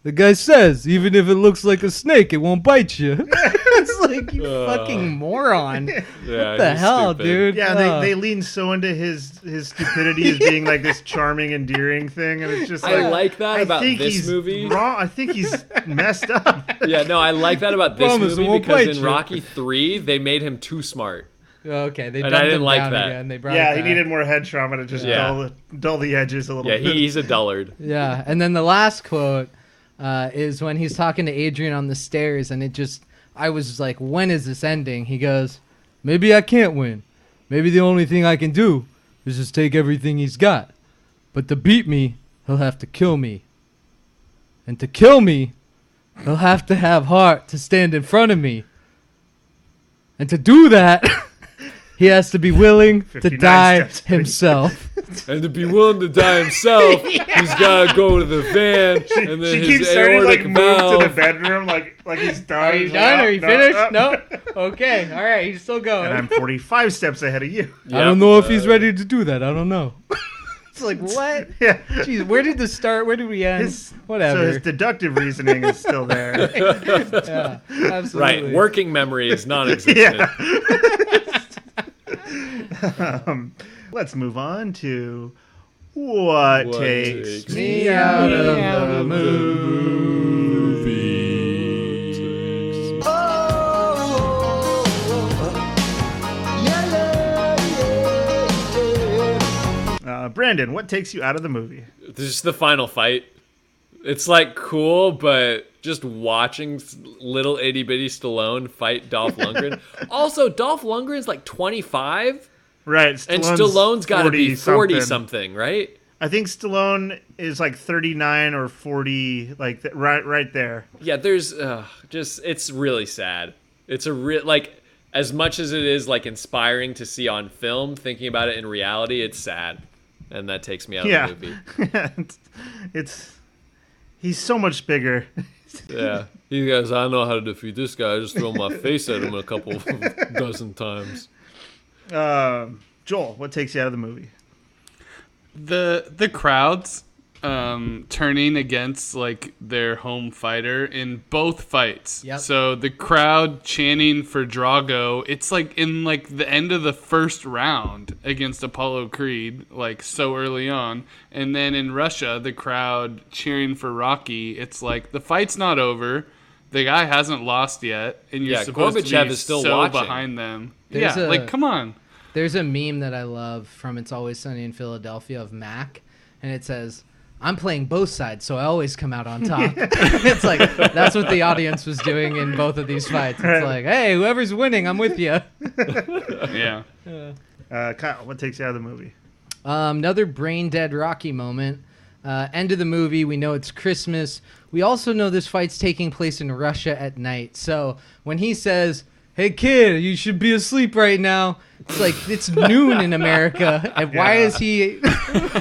Speaker 1: The guy says, even if it looks like a snake, it won't bite
Speaker 13: <laughs>
Speaker 1: you. <laughs> it's like, you fucking moron. what the hell, dude?
Speaker 13: Uh. Yeah,
Speaker 1: Oh.
Speaker 13: they, they lean so into his
Speaker 1: <laughs>
Speaker 13: his stupidity as being like this charming, endearing thing, and it's just like
Speaker 14: I like that
Speaker 13: I
Speaker 14: about
Speaker 13: think
Speaker 14: this
Speaker 13: he's
Speaker 14: movie.
Speaker 13: Wrong. I think
Speaker 1: <laughs>
Speaker 13: he's messed up.
Speaker 14: Yeah, no, I like that about this
Speaker 13: Promise, I
Speaker 14: movie
Speaker 13: won't
Speaker 14: because
Speaker 13: bite
Speaker 14: in
Speaker 13: you.
Speaker 14: Rocky Three they made him too smart.
Speaker 1: Oh, Okay, they
Speaker 14: And I
Speaker 1: dumped
Speaker 14: didn't
Speaker 1: him
Speaker 14: like
Speaker 1: down
Speaker 14: that.
Speaker 1: again. They brought
Speaker 13: Yeah,
Speaker 1: him
Speaker 13: he
Speaker 1: back.
Speaker 13: needed more head trauma to just
Speaker 14: Yeah.
Speaker 13: dull, the, dull the edges a little
Speaker 14: Yeah,
Speaker 13: bit.
Speaker 14: he, he's a dullard.
Speaker 1: Yeah, and then the last quote uh, is when he's talking to Adrian on the stairs, and it just, I was just like, when is this ending? He goes, maybe I can't win. Maybe the only thing I can do is just take everything he's got. But to beat me, he'll have to kill me. And to kill me, he'll have to have heart to stand in front of me. And to do that, <laughs> he has to be willing to
Speaker 14: 59
Speaker 1: die
Speaker 14: steps.
Speaker 1: himself.
Speaker 13: <laughs>
Speaker 14: and to be willing to die
Speaker 1: <laughs>
Speaker 14: himself, he's got to go to the van and then
Speaker 13: she
Speaker 14: his
Speaker 13: keeps starting to,
Speaker 14: aortic
Speaker 13: like move to the
Speaker 14: valve-
Speaker 13: bedroom, like like he's dying.
Speaker 1: He's done? Are you finished?
Speaker 13: no. uh."
Speaker 1: Okay, all right, he's still going.
Speaker 13: And
Speaker 1: <laughs>
Speaker 13: I'm 45 steps ahead of you.
Speaker 1: I don't know if
Speaker 14: Uh,
Speaker 1: he's ready to do that. I don't know.
Speaker 13: It's <laughs>
Speaker 1: like what? Yeah. Jeez, where did this start? Where did we end?
Speaker 13: His-
Speaker 1: Whatever.
Speaker 13: So his deductive reasoning is still there.
Speaker 1: <laughs> Yeah, absolutely.
Speaker 14: Right, working memory
Speaker 13: <laughs>
Speaker 14: is non-existent.
Speaker 13: um, let's move on to what,
Speaker 14: What
Speaker 13: takes,
Speaker 14: takes
Speaker 13: me out of the movie.
Speaker 14: Oh.
Speaker 13: Uh, Brandon, what takes you out of the movie?
Speaker 14: This is the final fight. It's like cool, but just watching s- little itty bitty Stallone fight Dolph
Speaker 1: <laughs>
Speaker 14: Lundgren. also, Dolph Lundgren's like 25,
Speaker 13: Right,
Speaker 14: and
Speaker 13: Stallone's
Speaker 14: Stallone's got to be 40 something,
Speaker 13: 40-something.
Speaker 14: right?
Speaker 13: I think Stallone is like 39 or 40, like th- right, right there.
Speaker 14: Yeah, there's uh, just it's really sad. It's a real like as much as it is like inspiring to see on film, thinking about it in reality, it's sad, and that takes me out
Speaker 13: yeah,
Speaker 14: of the
Speaker 13: <laughs>
Speaker 14: movie.
Speaker 13: it's, it's he's so much bigger.
Speaker 14: Yeah, you guys, I know how to defeat this guy. I just throw my face at him a couple
Speaker 1: <laughs>
Speaker 14: dozen times.
Speaker 13: Um, Joel, what takes you out of the movie?
Speaker 12: the the crowds um, turning against like their home fighter in both fights.
Speaker 1: Yep.
Speaker 12: So the crowd chanting for Drago, it's like in like the end of the first round against Apollo Creed, like so early on. And then in Russia, the crowd cheering for Rocky, it's like the fight's not over. The guy hasn't lost yet, and you're
Speaker 14: Yeah,
Speaker 12: supposed to
Speaker 14: Gorbachev
Speaker 12: be
Speaker 14: is still
Speaker 12: so
Speaker 14: watching.
Speaker 12: behind them.
Speaker 1: There's
Speaker 12: yeah,
Speaker 1: a-
Speaker 12: like come on.
Speaker 1: There's a meme that I love from It's Always Sunny in Philadelphia of Mac, and it says, I'm playing both sides, so I always come out on
Speaker 12: <laughs>
Speaker 1: top. <laughs> it's like, that's what the audience was doing in both of these fights. It's like, hey, whoever's winning, I'm with you.
Speaker 12: <laughs> yeah.
Speaker 13: Uh, Kyle, what takes you out of the movie?
Speaker 1: Um, another brain dead Rocky moment. Uh, end of the movie. We know it's Christmas. We also know this fight's taking place in Russia at night. So when he says, "Hey kid, you should be asleep right now," it's like it's noon
Speaker 13: <laughs>
Speaker 1: in America, and why
Speaker 13: Yeah.
Speaker 1: is he,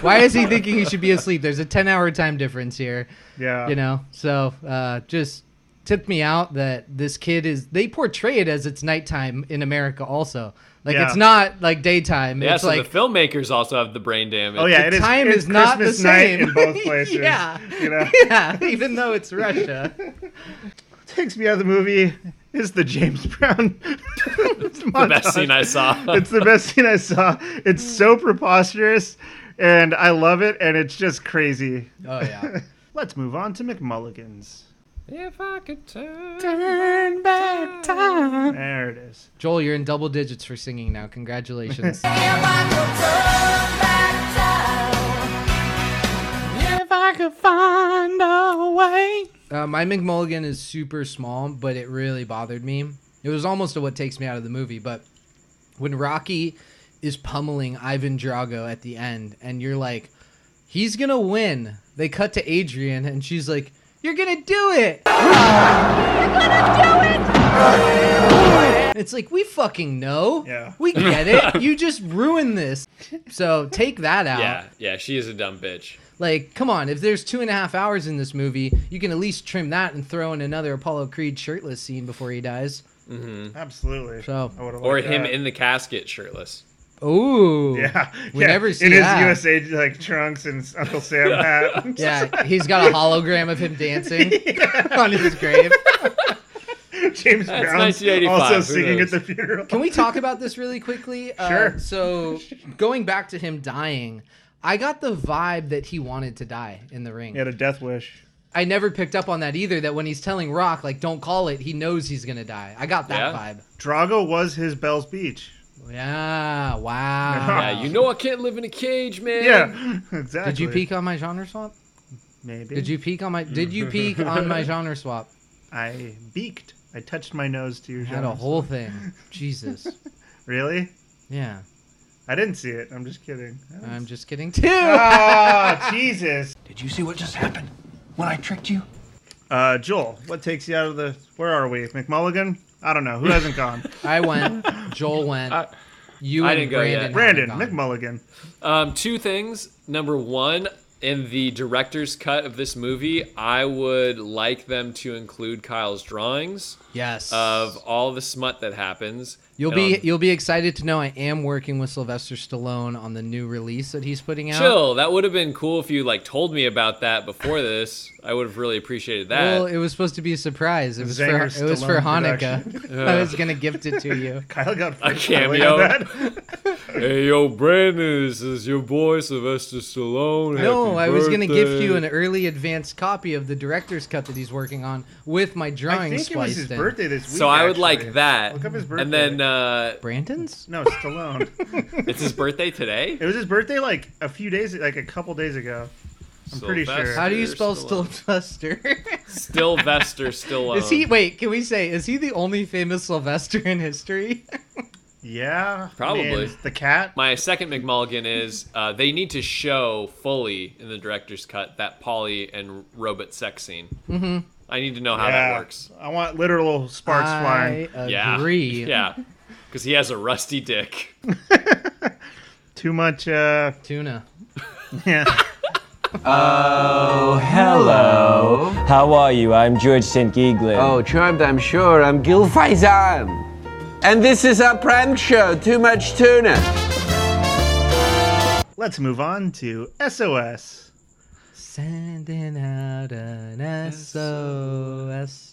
Speaker 1: why is he thinking he should be asleep? There's a ten-hour time difference here.
Speaker 13: Yeah.
Speaker 1: You know. So uh, just tipped me out that this kid is. They portray it as it's nighttime in America also. Like
Speaker 14: Yeah.
Speaker 1: it's not like daytime.
Speaker 14: Yeah,
Speaker 1: it's
Speaker 14: so
Speaker 1: like
Speaker 14: the filmmakers also have the brain damage.
Speaker 1: Oh, yeah, The it is- time it's is not the Christmas night same. in <laughs> both
Speaker 13: places,
Speaker 1: Yeah.
Speaker 13: you know?
Speaker 1: <laughs> Yeah, even though it's Russia.
Speaker 13: What takes me out of the movie is the James Brown.
Speaker 14: <laughs> the best scene
Speaker 1: <laughs>
Speaker 14: I saw.
Speaker 13: it's the best scene I saw. It's so preposterous, and I love it, and it's just crazy.
Speaker 1: Oh yeah.
Speaker 13: <laughs> Let's move on to McMulligans.
Speaker 14: If I could turn,
Speaker 1: back time.
Speaker 13: There it is.
Speaker 1: Joel, you're in double digits for singing now.
Speaker 13: <laughs>
Speaker 1: Congratulations.
Speaker 7: If I could find a way.
Speaker 1: uh, my McMulligan is super small, but it really bothered me. It was almost what takes me out of the movie, but when Rocky is pummeling Ivan Drago at the end, and you're like, he's gonna win. They cut to Adrian, and she's like, "You're gonna do it." It's like we fucking know. Yeah. We get it. you just ruined this. So take that out.
Speaker 14: yeah, yeah, she is a dumb bitch.
Speaker 1: Like, come on, if there's two and a half hours in this movie, you can at least trim that and throw in another Apollo Creed shirtless scene before he dies.
Speaker 14: Mm-hmm.
Speaker 13: Absolutely.
Speaker 1: So,
Speaker 14: Or him in the casket shirtless.
Speaker 1: Ooh.
Speaker 13: Yeah.
Speaker 1: We
Speaker 13: yeah.
Speaker 1: never see
Speaker 13: in his
Speaker 1: that.
Speaker 13: USA like trunks and Uncle <laughs>
Speaker 1: <laughs>
Speaker 13: Sam hat.
Speaker 1: Yeah, he's got a
Speaker 13: <laughs>
Speaker 1: hologram of him dancing <laughs> on his grave.
Speaker 13: James That's Brown's 1985, also who singing knows? at the funeral.
Speaker 1: Can we talk about this really quickly? Uh,
Speaker 13: Sure.
Speaker 1: So, going back to him dying, I got the vibe that he wanted to die in the ring.
Speaker 13: He had a death wish.
Speaker 1: I never picked up on that either. That when he's telling Rock, like, don't call it, he knows he's gonna die. I got that vibe.
Speaker 13: Drago was his Bell's Beach.
Speaker 1: Yeah.
Speaker 13: <laughs>
Speaker 1: Wow.
Speaker 14: Yeah, you know I can't live in a cage, man.
Speaker 13: Yeah, <laughs> exactly.
Speaker 1: Did you peek on my genre swap?
Speaker 13: Maybe.
Speaker 1: Did you peek on my? Did you peek
Speaker 13: <laughs>
Speaker 1: on my genre swap?
Speaker 13: I beaked. I touched my nose to your.
Speaker 1: Had a
Speaker 13: genre. <laughs>
Speaker 1: whole thing. Jesus.
Speaker 13: Really?
Speaker 1: Yeah.
Speaker 13: I didn't see it. I'm just kidding.
Speaker 1: I'm just kidding too. <laughs>
Speaker 13: Ah, Jesus.
Speaker 20: Did you see what just happened when I tricked you?
Speaker 13: Uh, Joel, what takes you out of the? Where are we? McMulligan? I don't know. Who hasn't gone?
Speaker 1: <laughs> I went. Joel went. you
Speaker 14: I
Speaker 1: and
Speaker 14: didn't go
Speaker 1: Brandon.
Speaker 14: yet.
Speaker 13: Brandon McMulligan.
Speaker 14: Um, two things. Number one, in the director's cut of this movie, I would like them to include Kyle's drawings.
Speaker 1: Yes.
Speaker 14: Of all the smut that happens.
Speaker 1: You'll
Speaker 14: And
Speaker 1: be you'll be excited to know I am working with Sylvester Stallone on the new release that he's putting out.
Speaker 14: Chill. That would have been cool if you like told me about that before this. I would have really appreciated that.
Speaker 1: Well, it was supposed to be a surprise. It was
Speaker 14: Zanger
Speaker 1: for it was for
Speaker 14: Stallone
Speaker 1: Hanukkah. <laughs>
Speaker 14: production.
Speaker 1: I was gonna gift it to you.
Speaker 13: <laughs> Kyle got
Speaker 14: a cameo. <laughs> hey, yo, Brandon, this is your boy Sylvester Stallone.
Speaker 1: No, I
Speaker 14: Happy
Speaker 1: was gonna gift you
Speaker 14: birthday.
Speaker 1: an early advanced copy of the director's cut that he's working on with my drawing
Speaker 13: think it was
Speaker 1: spliced
Speaker 13: his
Speaker 1: in.
Speaker 13: birthday this
Speaker 14: So I would like that.
Speaker 13: Look up his
Speaker 14: And then uh,
Speaker 1: Brandon's?
Speaker 13: No, Stallone.
Speaker 14: it's his birthday today.
Speaker 13: it was his birthday like a few days, like a couple days ago. I'm pretty sure.
Speaker 14: Sylvester
Speaker 1: How do you spell <laughs>
Speaker 14: Stallone.
Speaker 1: Sylvester? <laughs>
Speaker 14: Sylvester Stallone.
Speaker 1: Is he wait? Can we say is he the only famous Sylvester in history?
Speaker 13: Yeah.
Speaker 14: Probably.
Speaker 13: the cat.
Speaker 14: My second McMulligan is uh, they need to show fully in the director's cut that Polly and Robot sex scene.
Speaker 1: Mm-hmm.
Speaker 13: Mhm.
Speaker 14: I need to know how
Speaker 13: Yeah.
Speaker 14: that works.
Speaker 13: I want literal sparks
Speaker 1: I
Speaker 13: flying.
Speaker 14: Yeah.
Speaker 1: agree.
Speaker 14: <laughs> Yeah. Because he has a rusty dick.
Speaker 13: Too much uh
Speaker 1: tuna.
Speaker 13: <laughs> Yeah.
Speaker 25: Oh, hello. How are you? I'm George St. Giglin.
Speaker 9: Oh, charmed, I'm sure. I'm Gil Faizan. And this is our prank show, Too Much Tuna.
Speaker 13: Let's move on to SOS.
Speaker 1: Sending out an
Speaker 14: <laughs>
Speaker 1: SOS.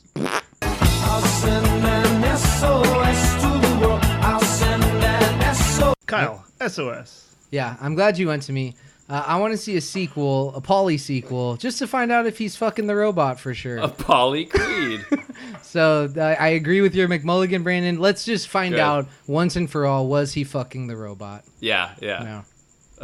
Speaker 13: Kyle, SOS.
Speaker 1: Yeah, I'm glad you went to me. Uh, I want to see a sequel, a Polly sequel, just to find out if he's fucking the robot for sure.
Speaker 14: A Polly Creed.
Speaker 1: so I I agree with your McMulligan, Brandon. Let's just find
Speaker 14: Good.
Speaker 1: out once and for all was he fucking the robot?
Speaker 14: Yeah, yeah.
Speaker 1: No.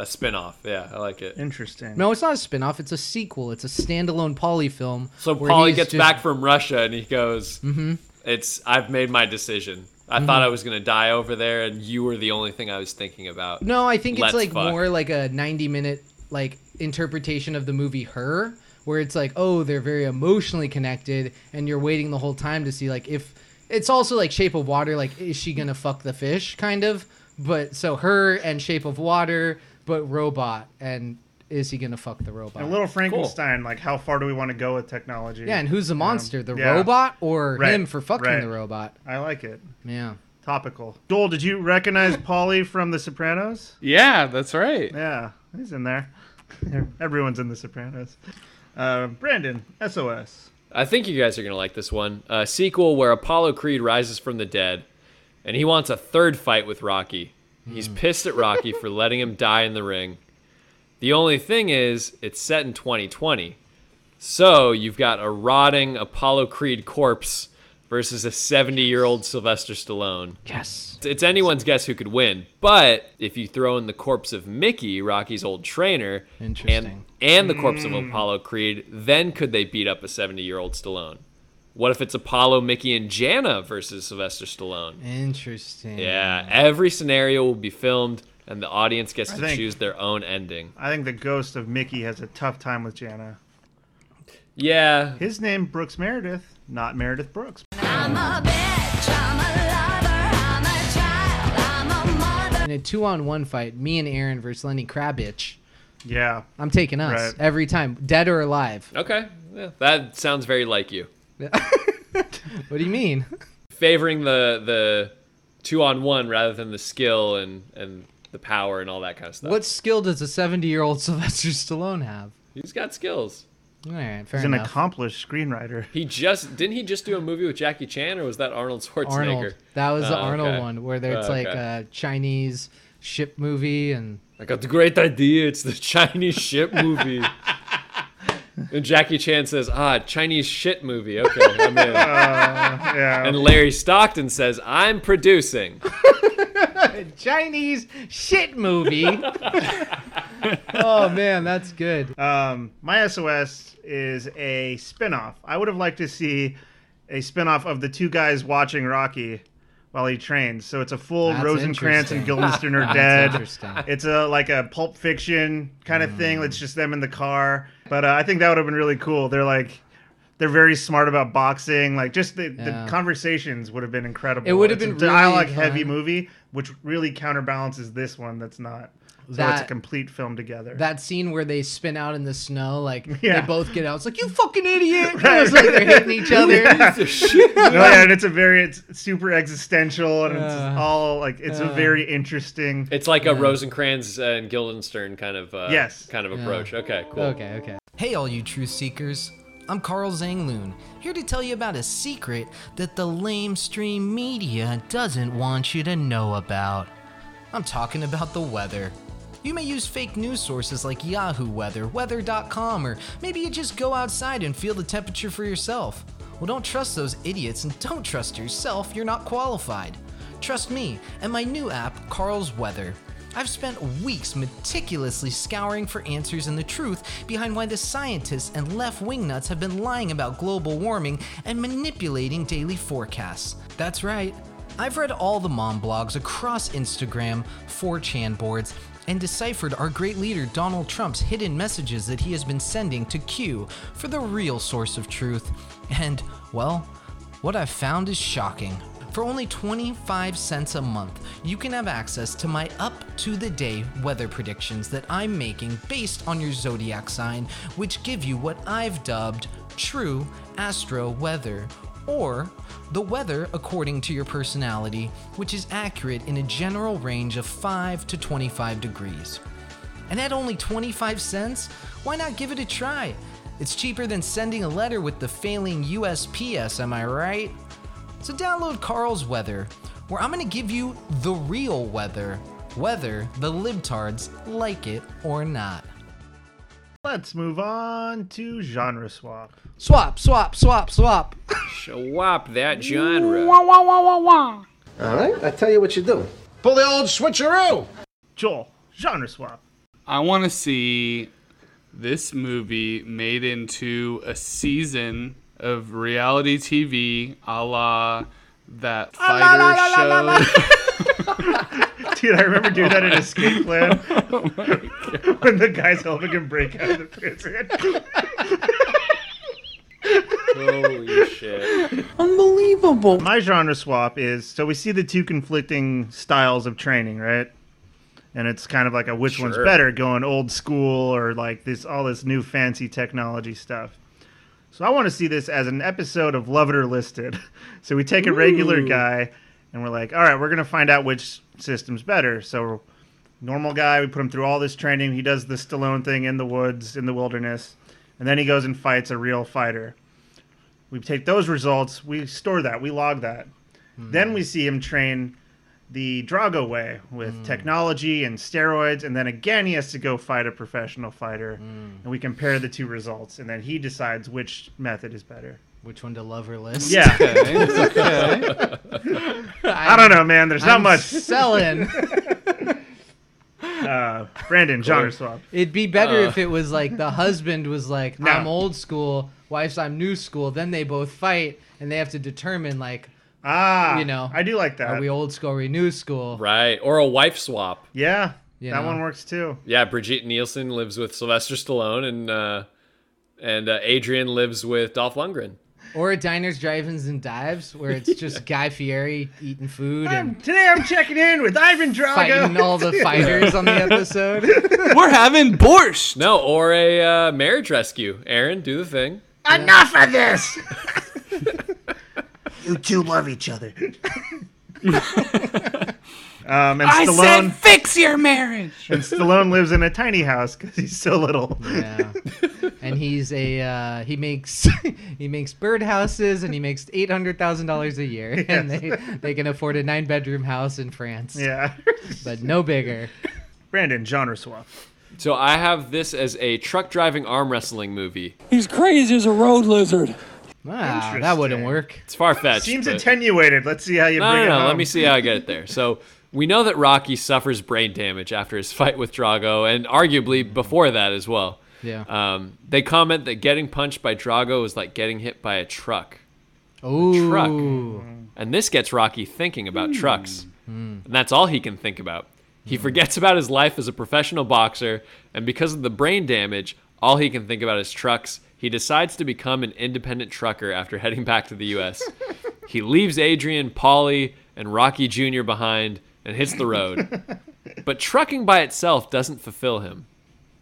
Speaker 14: A spin off. Yeah, I like it.
Speaker 13: Interesting.
Speaker 1: No, it's not a spin off. It's a sequel. It's a standalone Polly film.
Speaker 14: So
Speaker 1: where
Speaker 14: Polly
Speaker 1: he's
Speaker 14: gets
Speaker 1: just-
Speaker 14: back from Russia and he goes,
Speaker 1: Mhm.
Speaker 14: "It's I've made my decision. I
Speaker 1: Mhm.
Speaker 14: thought I was gonna die over there, and you were the only thing I was thinking about."
Speaker 1: No, I think
Speaker 14: Let's
Speaker 1: it's like
Speaker 14: fuck."
Speaker 1: more like a 90 minute like interpretation of the movie Her, where it's like, oh, they're very emotionally connected, and you're waiting the whole time to see like if it's also like Shape of Water, like is she gonna fuck the fish, kind of. But so her and Shape of Water, but robot, and is he gonna fuck the robot?
Speaker 13: A little Frankenstein, like how far do we want to go with technology?
Speaker 1: Yeah, and who's the monster, the
Speaker 13: yeah.
Speaker 1: robot or
Speaker 13: Right,
Speaker 1: him for fucking
Speaker 13: right.
Speaker 1: the robot?
Speaker 13: I like it.
Speaker 1: Yeah.
Speaker 13: Topical. Joel, did you
Speaker 1: <laughs>
Speaker 13: recognize Polly from The Sopranos?
Speaker 12: Yeah, that's right.
Speaker 13: Yeah, he's in there. Everyone's in The Sopranos. Uh, Brandon, SOS.
Speaker 14: I think you guys are gonna like this one. A sequel where Apollo Creed rises from the dead, and he wants a third fight with Rocky. He's
Speaker 1: Hmm.
Speaker 14: pissed at Rocky for letting him die in the ring. The only thing is, it's set in 2020, so you've got a rotting Apollo Creed corpse versus a 70-year-old Sylvester Stallone.
Speaker 1: Yes.
Speaker 14: It's anyone's guess who could win, but if you throw in the corpse of Mickey, Rocky's old trainer, and
Speaker 1: Interesting.
Speaker 14: and the corpse of
Speaker 7: Hmm.
Speaker 1: Mm.
Speaker 14: Apollo Creed, then could they beat up a 70-year-old Stallone? What if it's Apollo, Mickey, and Jana versus Sylvester Stallone?
Speaker 1: Interesting.
Speaker 14: Yeah, every scenario will be filmed, and the audience gets
Speaker 13: I
Speaker 14: to
Speaker 13: think-
Speaker 14: choose their own ending.
Speaker 13: I think the ghost of Mickey has a tough time with Jana.
Speaker 14: Yeah.
Speaker 13: His name, Brooks Meredith, not Meredith Brooks.
Speaker 1: In a two on one fight, me and Aaron versus Lenny Kravitz
Speaker 13: Yeah.
Speaker 7: I'm taking us
Speaker 14: Right.
Speaker 7: every time, dead or alive.
Speaker 14: Okay, yeah, that sounds very like you.
Speaker 7: What do you mean?
Speaker 14: Favoring the the two on one rather than the skill and and the power and all that kind of stuff.
Speaker 7: What skill does a 70 year old <laughs> Sylvester Stallone have?
Speaker 14: He's got skills.
Speaker 7: All right, fair
Speaker 13: He's an
Speaker 7: enough.
Speaker 13: accomplished screenwriter.
Speaker 14: He just didn't he just do a movie with Jackie Chan or was that Arnold Schwarzenegger?
Speaker 7: Arnold. That was the
Speaker 14: Oh,
Speaker 7: Arnold
Speaker 14: okay.
Speaker 7: one where there's
Speaker 14: Oh,
Speaker 7: like
Speaker 14: okay.
Speaker 7: a Chinese ship movie and <laughs>
Speaker 14: I got the great idea. It's the <laughs> Chinese ship movie. and Jackie Chan says, "Ah, Chinese shit movie." Okay, I'm in.
Speaker 13: <laughs> Uh, yeah.
Speaker 14: And Larry Stockton says, "I'm producing."
Speaker 7: Chinese shit movie.
Speaker 14: <laughs>
Speaker 7: oh man, that's good.
Speaker 13: Um, My SOS is a spinoff. I would have liked to see a spinoff of the two guys watching Rocky while he trains. So it's a full
Speaker 26: That's
Speaker 13: Rosencrantz and
Speaker 26: interesting.
Speaker 13: Guildenstern
Speaker 7: <laughs>
Speaker 13: are
Speaker 26: That's
Speaker 13: dead.
Speaker 26: interesting.
Speaker 13: It's a like a Pulp Fiction kind of thing.
Speaker 7: Mm.
Speaker 13: It's just them in the car. But uh, I think that would have been really cool. They're like. They're very smart about boxing. Like, just the,
Speaker 7: Yeah.
Speaker 13: the conversations would have been incredible.
Speaker 7: It would have
Speaker 13: It's a
Speaker 7: been really
Speaker 13: dialogue-heavy
Speaker 7: fun.
Speaker 13: movie, which really counterbalances this one. That's not. So it's a
Speaker 7: That-
Speaker 13: complete film together.
Speaker 7: That <laughs> scene where they spin out in the snow, like
Speaker 13: Yeah.
Speaker 7: they both get out. It's like you
Speaker 13: <laughs>
Speaker 7: fucking idiot.
Speaker 13: Right,
Speaker 7: it's like
Speaker 13: right.
Speaker 7: they're hitting each other.
Speaker 13: Yeah. <laughs> no, yeah, and it's a very it's super existential and it's
Speaker 7: Uh,
Speaker 13: all like it's a
Speaker 7: uh.
Speaker 13: very interesting.
Speaker 14: It's like a Rosencrantz and Guildenstern kind of uh,
Speaker 13: Yes.
Speaker 14: kind of
Speaker 1: Yeah.
Speaker 14: approach. Okay, cool.
Speaker 7: okay.
Speaker 1: Hey, all you truth seekers. I'm Carl Zangloon, here to tell you about a secret that the lamestream media doesn't want you to know about. I'm talking about the weather. You may use fake news sources like Yahoo Weather, Weather.com, or maybe you just go outside and feel the temperature for yourself. Well, don't trust those idiots and don't trust yourself, you're not qualified. Trust me and my new app, Carl's Weather. I've spent weeks meticulously scouring for answers and the truth behind why the scientists and left wing nuts have been lying about global warming and manipulating daily forecasts. That's right. I've read all the mom blogs across Instagram, 4chan boards, and deciphered our great leader Donald Trump's hidden messages that he has been sending to Q for the real source of truth. And, well, what I've found is shocking. For only 25 cents a month, you can have access to my up to the day weather predictions that I'm making based on your zodiac sign, which give you what I've dubbed true astro weather, or the weather according to your personality, which is accurate in a general range of 5 to 25 degrees. And at only 25 cents, why not give it a try? It's cheaper than sending a letter with the failing USPS, am I right? So download Carl's Weather, where I'm gonna give you the real weather, whether the libtards like it or not.
Speaker 13: Let's move on to genre swap.
Speaker 7: Swap, swap, swap, swap.
Speaker 14: Swap that genre.
Speaker 27: wah, wah, wah, wah.
Speaker 26: All right, I tell you what you do. Pull the old switcheroo.
Speaker 13: Joel, genre swap.
Speaker 12: I want to see this movie made into a season of reality TV, a la that
Speaker 13: la la la la la
Speaker 12: fighter show. <laughs>
Speaker 13: <laughs> Dude, I remember doing that in
Speaker 14: <laughs>
Speaker 13: Escape Plan
Speaker 14: Oh
Speaker 13: <laughs> when the guys helping him break out of the prison.
Speaker 14: Holy shit.
Speaker 13: Unbelievable. My genre swap is so we see the two conflicting styles of training, right? And it's kind of like a which one's
Speaker 27: Sure.
Speaker 13: better, going old school or like this all this new fancy technology stuff. So I want to see this as an episode of Love It <laughs> or Listed. So we take a regular
Speaker 27: Ooh.
Speaker 13: guy and we're like, all right, we're gonna find out which system's better. So normal guy, we put him through all this training. He does the Stallone thing in the woods, in the wilderness, and then he goes and fights a real fighter. We take those results, we store that, we log that. Then we see him train the Drago way with
Speaker 7: Hmm.
Speaker 13: technology and steroids, and then again he has to go fight a professional fighter,
Speaker 7: Hmm.
Speaker 13: and we compare the two results, and then he decides which method is better.
Speaker 7: Which one to love or list?
Speaker 13: Yeah.
Speaker 7: <laughs>
Speaker 13: I don't
Speaker 7: I'm-
Speaker 13: know, man. There's not
Speaker 7: I'm
Speaker 13: much
Speaker 7: selling.
Speaker 13: <laughs> uh, Brandon, genre swap.
Speaker 7: It'd be better
Speaker 13: Uh.
Speaker 7: if it was like the husband was like,
Speaker 13: No.
Speaker 7: I'm old school, wife's I'm new school. Then they both fight and they have to determine like,
Speaker 13: ah,
Speaker 7: you know,
Speaker 13: I do like that.
Speaker 7: Are we old school? Are we new school?
Speaker 14: Right, or a wife swap.
Speaker 13: Yeah,
Speaker 7: You
Speaker 13: that
Speaker 7: know.
Speaker 13: one works too.
Speaker 14: Yeah, Brigitte Nielsen lives with Sylvester Stallone, and uh, and uh, Adrian lives with Dolph Lundgren.
Speaker 1: Or at diners, drive-ins, and dives,
Speaker 13: <laughs>
Speaker 1: where it's just Guy Fieri eating food and
Speaker 13: Today I'm checking in with Ivan Drago.
Speaker 1: fighting
Speaker 13: <laughs>
Speaker 1: all the fighters on the episode.
Speaker 14: We're having borscht. No, or a uh, marriage rescue. Aaron, do the thing.
Speaker 20: Enough of this! you two love each
Speaker 7: <laughs>
Speaker 20: other.
Speaker 13: <laughs> Um, and
Speaker 20: I
Speaker 13: Stallone
Speaker 20: said fix your marriage!
Speaker 13: and Stallone lives in a tiny house because he's so little.
Speaker 1: Yeah. and he's a uh, he makes <laughs> he makes birdhouses and he makes eight hundred thousand dollars a year, and they they can afford a nine bedroom house in France.
Speaker 13: Yeah,
Speaker 1: but no bigger.
Speaker 13: Brandon genre swap.
Speaker 14: So I have this as a truck driving arm wrestling movie.
Speaker 20: He's crazy as a road lizard.
Speaker 1: Wow, Ah, that wouldn't work.
Speaker 14: It's far
Speaker 13: <laughs>
Speaker 14: fetched.
Speaker 13: Seems attenuated. Let's see how you
Speaker 14: No,
Speaker 13: bring
Speaker 14: no,
Speaker 13: it
Speaker 14: no.
Speaker 13: home.
Speaker 14: Let me see how I get it there. So we know that Rocky suffers brain damage after his fight with Drago, and arguably before that as well.
Speaker 1: Yeah.
Speaker 14: Um, they comment that getting punched by Drago is like getting hit by a truck,
Speaker 1: Oh,
Speaker 14: and this gets Rocky thinking about
Speaker 1: Hmm.
Speaker 14: trucks, and that's all he can think about. He forgets about his life as a professional boxer, and because of the brain damage, all he can think about is trucks. He decides to become an independent trucker after <laughs> heading back to the U.S. he leaves Adrian, Polly, and Rocky Jr. behind and hits the road. but trucking by itself doesn't fulfill him.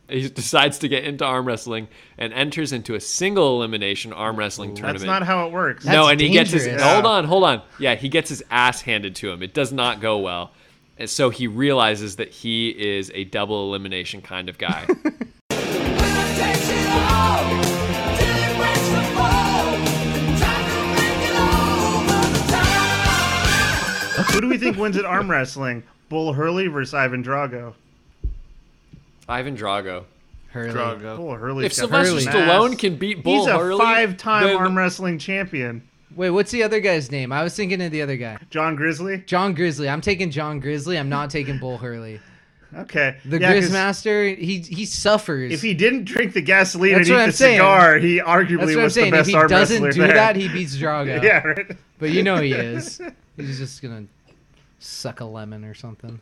Speaker 14: He <laughs> decides to get into arm wrestling and enters into a single elimination arm wrestling tournament.
Speaker 13: That's not how it works.
Speaker 14: no, and he gets his hold on, hold on. Yeah, he gets his ass handed to him. It does not go well. And so he realizes that he is a double elimination kind of guy.
Speaker 13: Who do we think wins at arm wrestling? Bull Hurley versus Ivan Drago.
Speaker 14: Ivan Drago.
Speaker 1: Hurley.
Speaker 13: Drago. Bull Hurley's
Speaker 14: If
Speaker 13: got
Speaker 14: Sylvester
Speaker 13: mass.
Speaker 14: Stallone can beat <laughs> Bull
Speaker 13: he's a
Speaker 14: Hurley,
Speaker 13: five-time
Speaker 14: then-
Speaker 13: arm wrestling champion.
Speaker 1: Wait, what's the other guy's name? I was thinking of the other guy.
Speaker 13: John Grizzly.
Speaker 1: John Grizzly. I'm taking John Grizzly. I'm not taking Bull Hurley.
Speaker 13: Okay,
Speaker 1: The
Speaker 13: Yeah, 'cause
Speaker 1: Grizzmaster, he he suffers.
Speaker 13: If he didn't drink the gasoline
Speaker 1: That's
Speaker 13: and
Speaker 1: what
Speaker 13: eat
Speaker 1: I'm
Speaker 13: the
Speaker 1: saying.
Speaker 13: cigar, he arguably
Speaker 1: That's what I'm
Speaker 13: was the
Speaker 1: saying.
Speaker 13: best
Speaker 1: if he
Speaker 13: arm
Speaker 1: doesn't
Speaker 13: wrestler
Speaker 1: do
Speaker 13: there.
Speaker 1: that, he beats Drago.
Speaker 13: <laughs> yeah, right.
Speaker 1: But you know
Speaker 13: <laughs>
Speaker 1: he is. He's just gonna suck a lemon or something.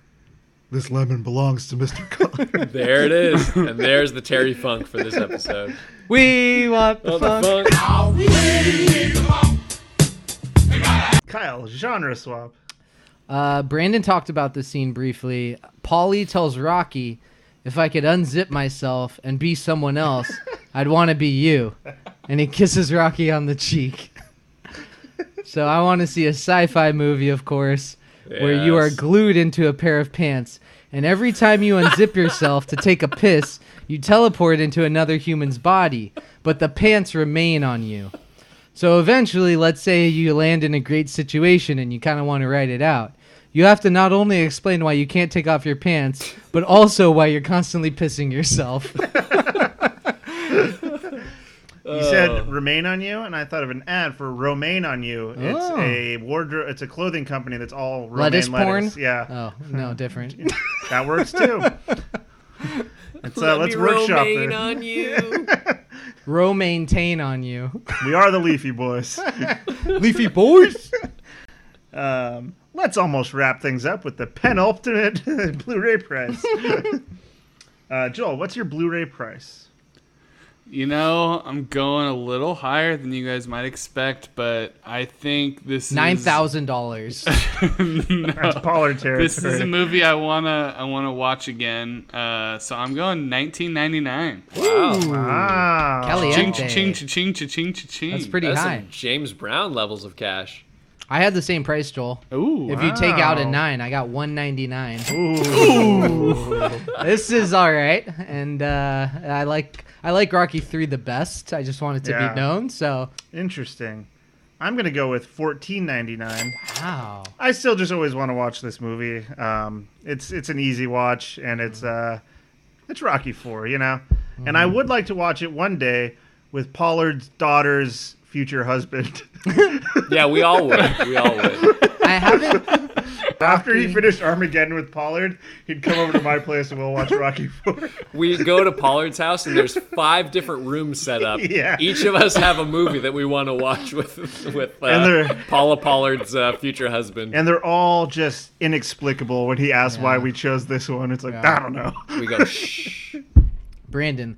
Speaker 16: This lemon belongs to Mr. Connor.
Speaker 14: <laughs> there it is. And there's the Terry Funk for
Speaker 13: <laughs>
Speaker 14: this episode.
Speaker 1: We want the
Speaker 14: Want the
Speaker 1: funk.
Speaker 14: funk.
Speaker 13: Kyle, genre swap.
Speaker 1: Uh, Brandon talked about this scene briefly. Polly tells Rocky, "If I could unzip myself and be someone else, I'd want to be you." And he kisses Rocky on the cheek. so I want to see a sci-fi movie, of course, where you are
Speaker 7: Yes.
Speaker 1: glued into a pair of pants, and every time you unzip yourself to take a piss, you teleport into another human's body, but the pants remain on you. So eventually, let's say you land in a great situation and you kind of want to write it out. You have to not only explain why you can't take off your pants, but also why you're constantly pissing yourself.
Speaker 13: <laughs> You
Speaker 1: Oh.
Speaker 13: said "Remain on You," and I thought of an ad for "Romaine on You." It's
Speaker 1: Oh.
Speaker 13: a wardrobe. It's a clothing company that's all romaine
Speaker 1: lettuce
Speaker 13: lettuce.
Speaker 1: porn?
Speaker 13: Yeah,
Speaker 1: Oh, no, different.
Speaker 13: <laughs> that works
Speaker 1: <laughs>
Speaker 13: too. Let's, uh, let's workshop
Speaker 1: romaine
Speaker 13: it. <laughs>
Speaker 1: on you. Row maintain on you.
Speaker 13: We are the Leafy Boys.
Speaker 1: <laughs> Leafy Boys.
Speaker 13: <laughs> Um, let's almost wrap things up with the penultimate <laughs> Blu-ray price. <laughs> uh, Joel, what's your Blu-ray price?
Speaker 12: You know, I'm going a little higher than you guys might expect, but I think this
Speaker 1: Nine
Speaker 12: is
Speaker 13: <laughs>
Speaker 1: thousand dollars.
Speaker 12: That's
Speaker 13: Pollard
Speaker 12: This
Speaker 13: <laughs>
Speaker 12: is a movie I wanna I wanna watch again. Uh, so I'm going 1999.
Speaker 14: Wow.
Speaker 1: Ooh.
Speaker 13: Wow.
Speaker 12: Ching
Speaker 1: Caliente.
Speaker 12: ching ching ching ching ching.
Speaker 1: That's pretty
Speaker 14: That's some
Speaker 1: high.
Speaker 14: James Brown levels of cash.
Speaker 1: I had the same price, Joel.
Speaker 12: Ooh.
Speaker 1: If you take out a
Speaker 14: wow.
Speaker 1: nine, I got one ninety nine.
Speaker 13: Ooh.
Speaker 1: <laughs> this is all right, and uh, I like I like Rocky three the best. I just want it to
Speaker 13: Yeah.
Speaker 1: be known. So <laughs>
Speaker 13: Interesting. I'm gonna go with fourteen ninety nine.
Speaker 1: Wow.
Speaker 13: I still just always want to watch this movie. Um, it's it's an easy watch, and it's
Speaker 1: Mm-hmm.
Speaker 13: uh, it's Rocky Four, you know. And I would like to watch it one day with Pollard's daughter's future husband.
Speaker 14: Yeah, we all would. We all would.
Speaker 1: <laughs> I haven't.
Speaker 13: <laughs> After he finished Armageddon with Pollard, he'd come over to my place and we'll watch
Speaker 1: <laughs>
Speaker 13: Rocky Four.
Speaker 14: We go to Pollard's house and there's five different rooms set
Speaker 13: <laughs>
Speaker 14: up.
Speaker 13: Yeah.
Speaker 14: Each of us have a movie that we want to watch with with uh,
Speaker 13: And they're-
Speaker 14: Paula Pollard's uh, future husband.
Speaker 13: And they're all just inexplicable when he asks why we chose this one. It's like, I don't know.
Speaker 14: We go. Shh.
Speaker 1: Brandon,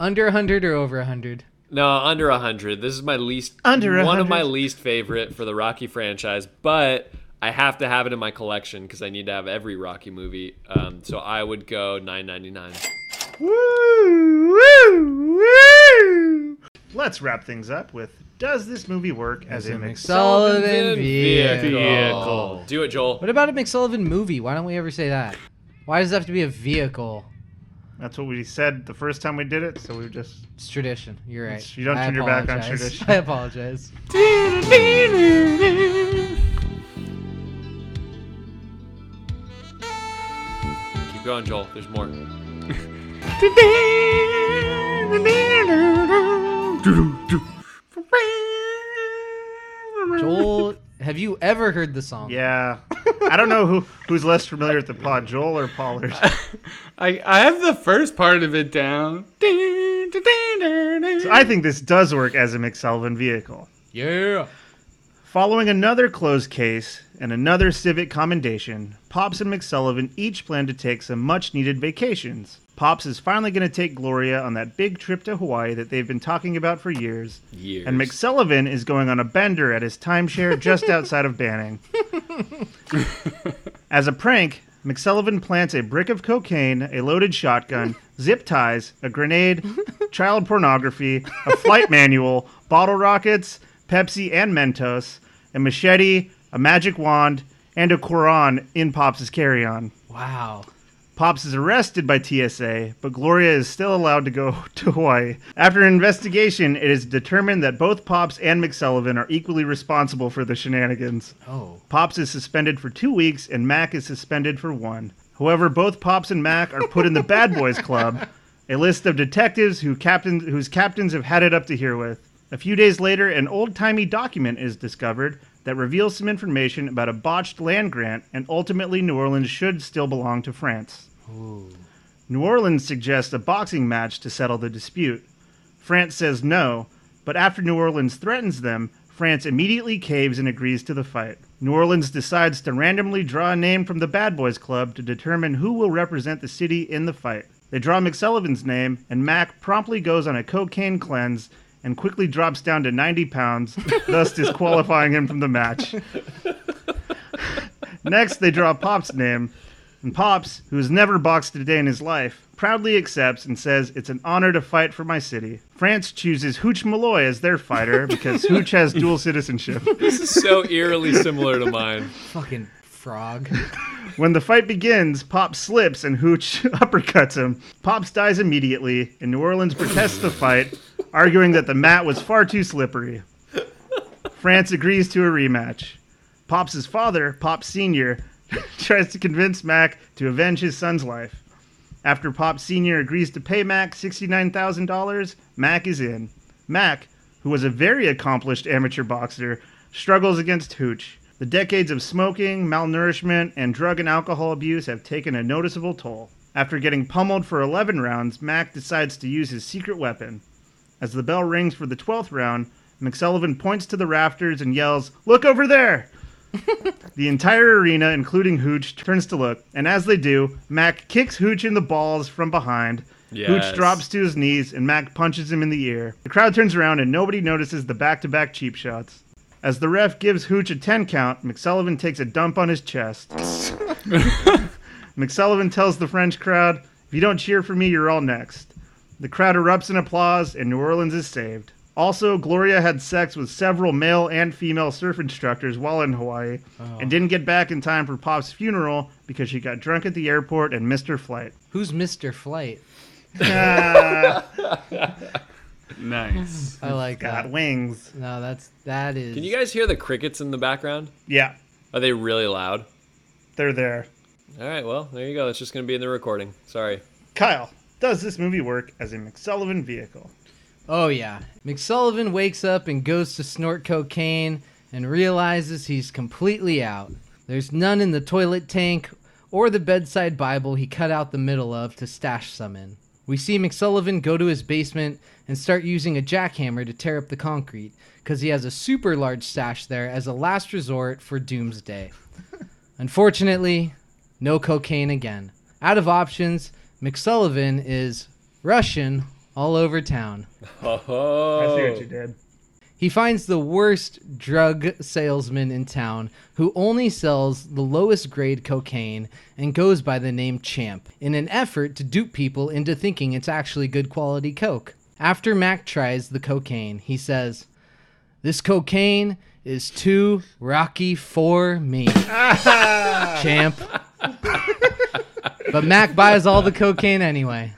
Speaker 1: under hundred or over hundred?
Speaker 14: No, under 100. This is my least
Speaker 13: Under
Speaker 14: one
Speaker 13: 100?
Speaker 14: of my least favorite for the Rocky franchise, but I have to have it in my collection because I need to have every Rocky movie. Um, so I would go 9.99.
Speaker 13: Woo, woo, woo. Let's wrap things up with Does this movie work as, a McSullivan?
Speaker 1: McSullivan vehicle.
Speaker 14: Vehicle. Do it, Joel.
Speaker 1: What about a McSullivan movie? Why don't we ever say that? Why does it have to be
Speaker 13: <laughs>
Speaker 1: a vehicle?
Speaker 13: That's what we said the first time we did it, so we just.
Speaker 1: It's tradition. You're right.
Speaker 13: It's- you don't
Speaker 1: I
Speaker 13: turn your back on
Speaker 1: apologize.
Speaker 13: tradition.
Speaker 1: I apologize.
Speaker 14: Keep going, Joel. There's more.
Speaker 1: Joel, have you ever heard the song?
Speaker 13: Yeah. I don't know who who's less familiar with the plot, Joel or Pollard.
Speaker 12: <laughs> I, I have the first part of it down.
Speaker 13: So I think this does work as a McSullivan vehicle.
Speaker 1: Yeah.
Speaker 13: Following another closed case and another civic commendation, Pops and McSullivan each plan to take some much needed vacations. Pops is finally going to take Gloria on that big trip to Hawaii that they've been talking about for years.
Speaker 14: Years.
Speaker 13: And McSullivan is going on a bender at his timeshare just outside of Banning. As a prank, McSullivan plants a brick of cocaine, a loaded shotgun, zip ties, a grenade, child pornography, a flight manual, bottle rockets, Pepsi and Mentos, a machete, a magic wand, and a Quran in Pops' carry on.
Speaker 1: Wow.
Speaker 13: Pops is arrested by TSA, but Gloria is still allowed to go <laughs> to Hawaii. After an investigation, it is determined that both Pops and McSullivan are equally responsible for the shenanigans.
Speaker 1: Oh.
Speaker 13: Pops is suspended for two weeks, and Mac is suspended for one. However, both Pops and Mac are put in the Bad Boys Club, a list of detectives who captains, whose captains have had it up to here with. A few days later, an old timey document is discovered that reveals some information about a botched land grant, and ultimately, New Orleans should still belong to France. New Orleans suggests a boxing match to settle the dispute. France says no, but after New Orleans threatens them, France immediately caves and agrees to the fight. New Orleans decides to randomly draw a name from the Bad Boys Club to determine who will represent the city in the fight. They draw McSullivan's name, and Mac promptly goes on a cocaine cleanse and quickly drops down to 90 pounds, <laughs> thus disqualifying him from the match. Next, they draw Pop's name, and Pops, who has never boxed a day in his life, proudly accepts and says, It's an honor to fight for my city. France chooses Hooch Malloy as their fighter because Hooch has dual citizenship.
Speaker 14: This is so eerily similar to mine.
Speaker 1: Fucking frog.
Speaker 13: When the fight begins, Pop slips and Hooch <laughs> uppercuts him. Pops dies immediately, and New Orleans protests the fight, arguing that the mat was far too slippery. France agrees to a rematch. Pops' father, Pop Sr., <laughs> tries to convince Mac to avenge his son's life. After Pop Sr. agrees to pay Mac $69,000, Mac is in. Mac, who was a very accomplished amateur boxer, struggles against Hooch. The decades of smoking, malnourishment, and drug and alcohol abuse have taken a noticeable toll. After getting pummeled for 11 rounds, Mac decides to use his secret weapon. As the bell rings for the 12th round, McSullivan points to the rafters and yells, Look over there! the entire arena, including Hooch, turns to look, and as they do, Mac kicks Hooch in the balls from behind.
Speaker 14: Yes.
Speaker 13: Hooch drops to his knees, and Mac punches him in the ear. The crowd turns around, and nobody notices the back to back cheap shots. As the ref gives Hooch a 10 count, McSullivan takes a dump on his chest. McSullivan tells the French crowd, If you don't cheer for me, you're all next. The crowd erupts in applause, and New Orleans is saved. Also, Gloria had sex with several male and female surf instructors while in Hawaii
Speaker 1: Oh.
Speaker 13: and didn't get back in time for Pop's funeral because she got drunk at the airport and missed her flight.
Speaker 1: Who's
Speaker 13: <laughs>
Speaker 1: Mr. Flight?
Speaker 12: Nice.
Speaker 1: I like
Speaker 13: Got
Speaker 1: that.
Speaker 13: wings.
Speaker 1: No, that's that is.
Speaker 14: Can you guys hear the crickets in the background?
Speaker 13: Yeah.
Speaker 14: Are they really loud?
Speaker 13: They're there.
Speaker 14: All right, well, there you go. That's just going to be in the recording. Sorry.
Speaker 13: Kyle, does this movie work as a McSullivan vehicle?
Speaker 1: Oh yeah. McSullivan wakes up and goes to snort cocaine and realizes he's completely out. There's none in the toilet tank or the bedside Bible he cut out the middle of to stash some in. We see McSullivan go to his basement and start using a jackhammer to tear up the concrete because he has a super large stash there as a last resort for doomsday. Unfortunately, no cocaine again. Out of options, McSullivan is Russian all over town.
Speaker 14: Oh.
Speaker 1: er- I see what you
Speaker 14: did.
Speaker 1: He finds the worst drug salesman in town who only sells the lowest grade cocaine and goes by the name Champ in an effort to dupe people into thinking it's actually good quality coke. After Mac tries the cocaine, he says, This cocaine is too rocky for me. Champ. But Mac buys all the cocaine anyway.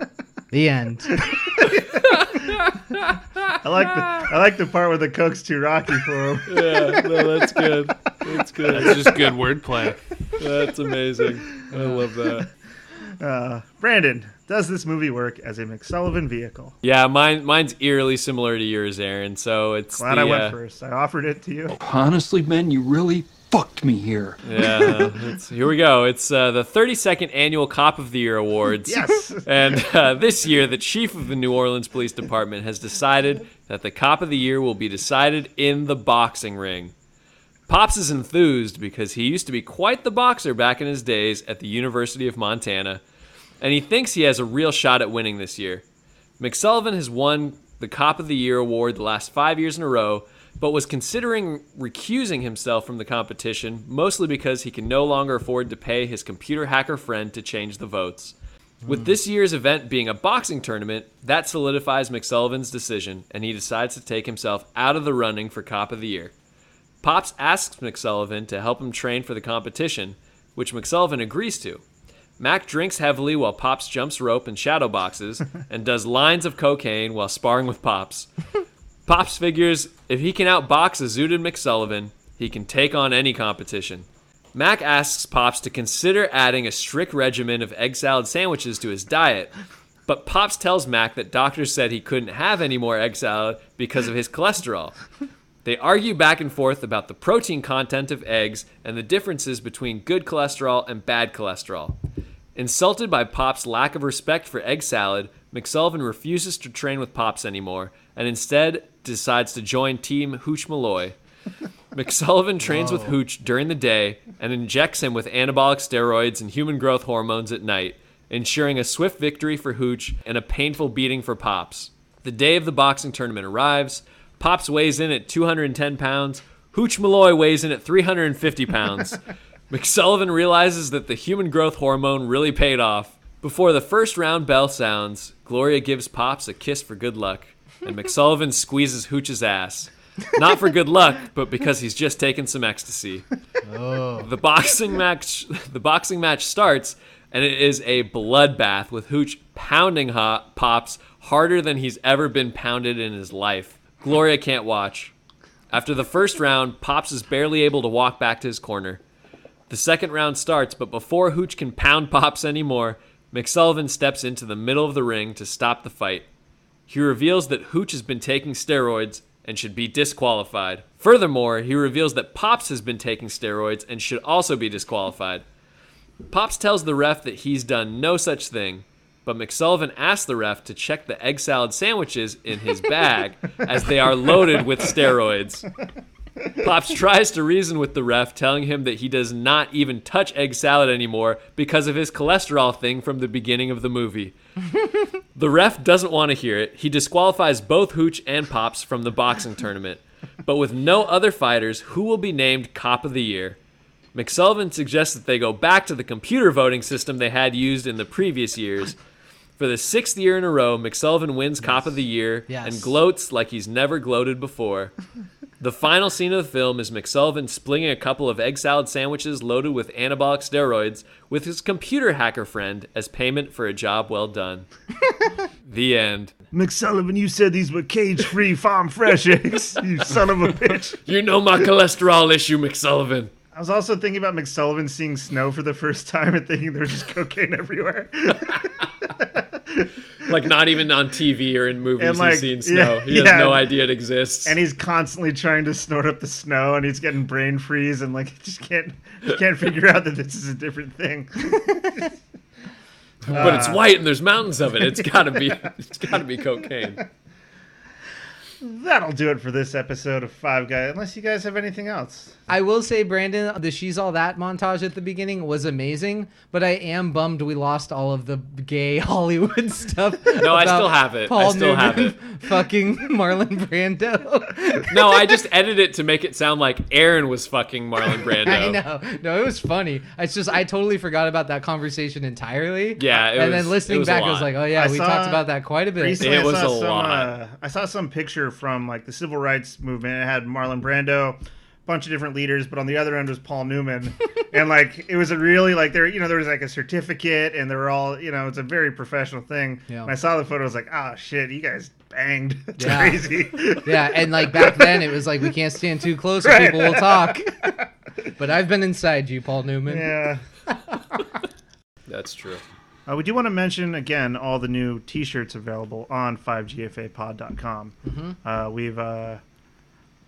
Speaker 1: The end.
Speaker 13: <laughs> I like
Speaker 1: <laughs>
Speaker 13: the I like the part where the coke's too rocky for him.
Speaker 12: <laughs> Yeah, no, that's good. That's good. That's just good wordplay.
Speaker 13: That's amazing. I love that. <laughs> Uh, Brandon, does this movie work as a McSullivan vehicle?
Speaker 14: Yeah, mine mine's eerily similar to yours, Aaron. So it's
Speaker 13: Glad
Speaker 14: the,
Speaker 13: I went
Speaker 14: uh,
Speaker 13: first. I offered it to you.
Speaker 5: Honestly, man, you really fucked me here.
Speaker 14: <laughs> Yeah, it's, here we go. It's uh, the 32nd annual Cop of the Year awards.
Speaker 13: Yes.
Speaker 14: <laughs> And uh, this year, the chief of the New Orleans Police Department has decided that the Cop of the Year will be decided in the boxing ring. Pops is enthused because he used to be quite the boxer back in his days at the University of Montana, and he thinks he has a real shot at winning this year. McSullivan has won the Cop of the Year award the last five years in a row, but was considering recusing himself from the competition, mostly because he can no longer afford to pay his computer hacker friend to change the votes. With this year's event being a boxing tournament, that solidifies McSullivan's decision, and he decides to take himself out of the running for Cop of the Year. Pops asks McSullivan to help him train for the competition, which McSullivan agrees to. Mac drinks heavily while Pops jumps rope and shadow boxes and does lines of cocaine while sparring with Pops. Pops figures if he can outbox a zooted McSullivan, he can take on any competition. Mac asks Pops to consider adding a strict regimen of egg salad sandwiches to his diet, but Pops tells Mac that doctors said he couldn't have any more egg salad because of his cholesterol. They argue back and forth about the protein content of eggs and the differences between good cholesterol and bad cholesterol. Insulted by Pop's lack of respect for egg salad, McSullivan refuses to train with Pops anymore and instead decides to join Team Hooch Malloy. McSullivan trains with Hooch during the day and injects him with anabolic steroids and human growth hormones at night, ensuring a swift victory for Hooch and a painful beating for Pops. The day of the boxing tournament arrives. Pops weighs in at 210 pounds. Hooch Malloy weighs in at 350 pounds. McSullivan realizes that the human growth hormone really paid off. Before the first round bell sounds, Gloria gives Pops a kiss for good luck, and McSullivan squeezes Hooch's ass. Not for good luck, but because he's just taken some ecstasy. The boxing match the boxing match starts and it is a bloodbath with Hooch pounding hot pops harder than he's ever been pounded in his life. Gloria can't watch. After the first round, Pops is barely able to walk back to his corner. The second round starts, but before Hooch can pound Pops anymore, McSullivan steps into the middle of the ring to stop the fight. He reveals that Hooch has been taking steroids and should be disqualified. Furthermore, he reveals that Pops has been taking steroids and should also be disqualified. Pops tells the ref that he's done no such thing, but McSullivan asks the ref to check the egg salad sandwiches in his bag as they are loaded with steroids. Pops tries to reason with the ref, telling him that he does not even touch egg salad anymore because of his cholesterol thing from the beginning of the movie. the ref doesn't want to hear it. He disqualifies both Hooch and Pops from the boxing tournament. But with no other fighters, who will be named Cop of the Year? McSullivan suggests that they go back to the computer voting system they had used in the previous years. For the sixth year in a row, McSullivan wins Cop of the Year
Speaker 1: Yes.
Speaker 14: and gloats like he's never gloated
Speaker 13: <laughs>
Speaker 14: before. The final scene of the film is McSullivan splinging a couple of egg salad sandwiches loaded with anabolic steroids with his computer hacker friend as payment for a job
Speaker 13: <laughs>
Speaker 14: well done. the end.
Speaker 13: McSullivan, you said these were cage-free, farm-fresh eggs. <laughs> You son of a bitch.
Speaker 14: You know my cholesterol issue, McSullivan.
Speaker 13: I was also thinking about McSullivan seeing snow for the first time and thinking there was just cocaine everywhere.
Speaker 14: Like not even on TV or in movies
Speaker 13: And, like,
Speaker 14: he's seen
Speaker 13: yeah,
Speaker 14: snow. he
Speaker 13: yeah.
Speaker 14: has no idea it exists.
Speaker 13: and he's constantly trying to snort up the snow and he's getting brain freeze and like <laughs> he just can't he can't figure out that this is a different
Speaker 15: <laughs>
Speaker 13: thing.
Speaker 14: but it's
Speaker 4: <laughs>
Speaker 13: Uh, <laughs>
Speaker 14: white and there's mountains of it. It's gotta be it's gotta be cocaine.
Speaker 13: That'll do it for this episode of Five Guys, unless you guys have anything else.
Speaker 1: I will say, Brandon, the She's All That montage at the beginning was amazing, but I am bummed we lost all of the gay <laughs> Hollywood stuff.
Speaker 14: <laughs> No, I
Speaker 1: about
Speaker 14: still have it. I
Speaker 1: Paul Newman
Speaker 14: still have it.
Speaker 1: <laughs> Fucking Marlon
Speaker 14: <laughs>
Speaker 1: Brando.
Speaker 14: No, I just edited it to make it sound like Aaron was fucking
Speaker 4: <laughs>
Speaker 14: Marlon Brando.
Speaker 1: I know. No, it was funny. It's just I totally forgot about that conversation entirely.
Speaker 14: Yeah, it
Speaker 1: and
Speaker 14: was-
Speaker 1: then listening
Speaker 14: it was a
Speaker 1: back, I was
Speaker 14: lot.
Speaker 1: like, oh yeah,
Speaker 13: I
Speaker 1: we
Speaker 13: saw-
Speaker 1: talked about that quite a bit.
Speaker 13: Recently, I saw some, uh, I saw some picture from like the civil rights movement. It had Marlon Brando, a bunch of different leaders, but on the other end was Paul
Speaker 1: <laughs>
Speaker 13: Newman, and like it was a really like there you know there was like a certificate, and they were all you know it's a very professional thing.
Speaker 1: Yeah.
Speaker 13: When I saw the photo, I was like, oh shit, you guys banged. <laughs> That's
Speaker 1: Yeah.
Speaker 13: crazy.
Speaker 1: yeah, and
Speaker 13: <laughs>
Speaker 1: like back then, it was like we can't stand too close, or
Speaker 13: Right.
Speaker 1: people
Speaker 13: <laughs>
Speaker 1: will talk. But I've been inside you, Paul Newman.
Speaker 13: Yeah.
Speaker 1: <laughs>
Speaker 14: That's true.
Speaker 13: Uh, we do want to mention again all the new T-shirts available on 5gfapod.com.
Speaker 4: Mm-hmm.
Speaker 1: Mhm.
Speaker 13: Uh, we've uh,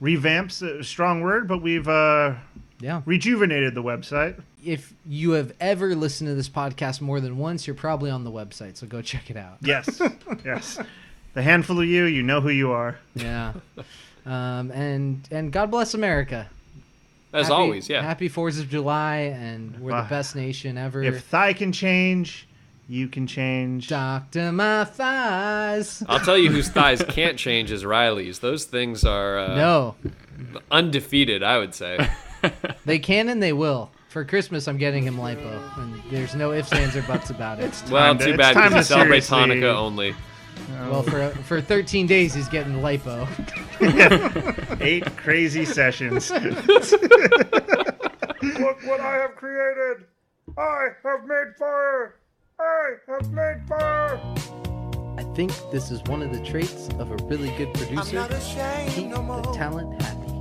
Speaker 13: revamped, a strong word, but we've uh,
Speaker 1: yeah
Speaker 13: rejuvenated the website.
Speaker 1: If you have ever listened to this podcast more than once, you're probably on the website, so go check it out. <laughs>
Speaker 13: Yes, yes. The handful of you, you know who you are.
Speaker 1: Yeah. Um, and and God bless America.
Speaker 13: As
Speaker 1: Happy-
Speaker 13: always, yeah.
Speaker 1: Happy Fourth of July, and we're
Speaker 13: Wow.
Speaker 1: the best nation ever.
Speaker 13: Ah. If thigh can change, you can change.
Speaker 1: Doctor, my thighs.
Speaker 14: I'll tell you whose thighs can't change is Riley's. Those things are uh,
Speaker 1: No.
Speaker 14: undefeated. I would say.
Speaker 1: They can and they will. For Christmas, I'm getting him lipo, and there's no ifs, ands, or buts about it.
Speaker 14: well, too bad because he celebrates
Speaker 13: seriously-
Speaker 14: Hanukkah only.
Speaker 1: Well, for for 13 days, he's getting lipo.
Speaker 13: <laughs> Eight crazy
Speaker 1: <laughs>
Speaker 13: sessions.
Speaker 15: Look what I have created! I have made fire! I have made fire!
Speaker 1: I think this is one of the traits of a really good producer. Keep the talent happy.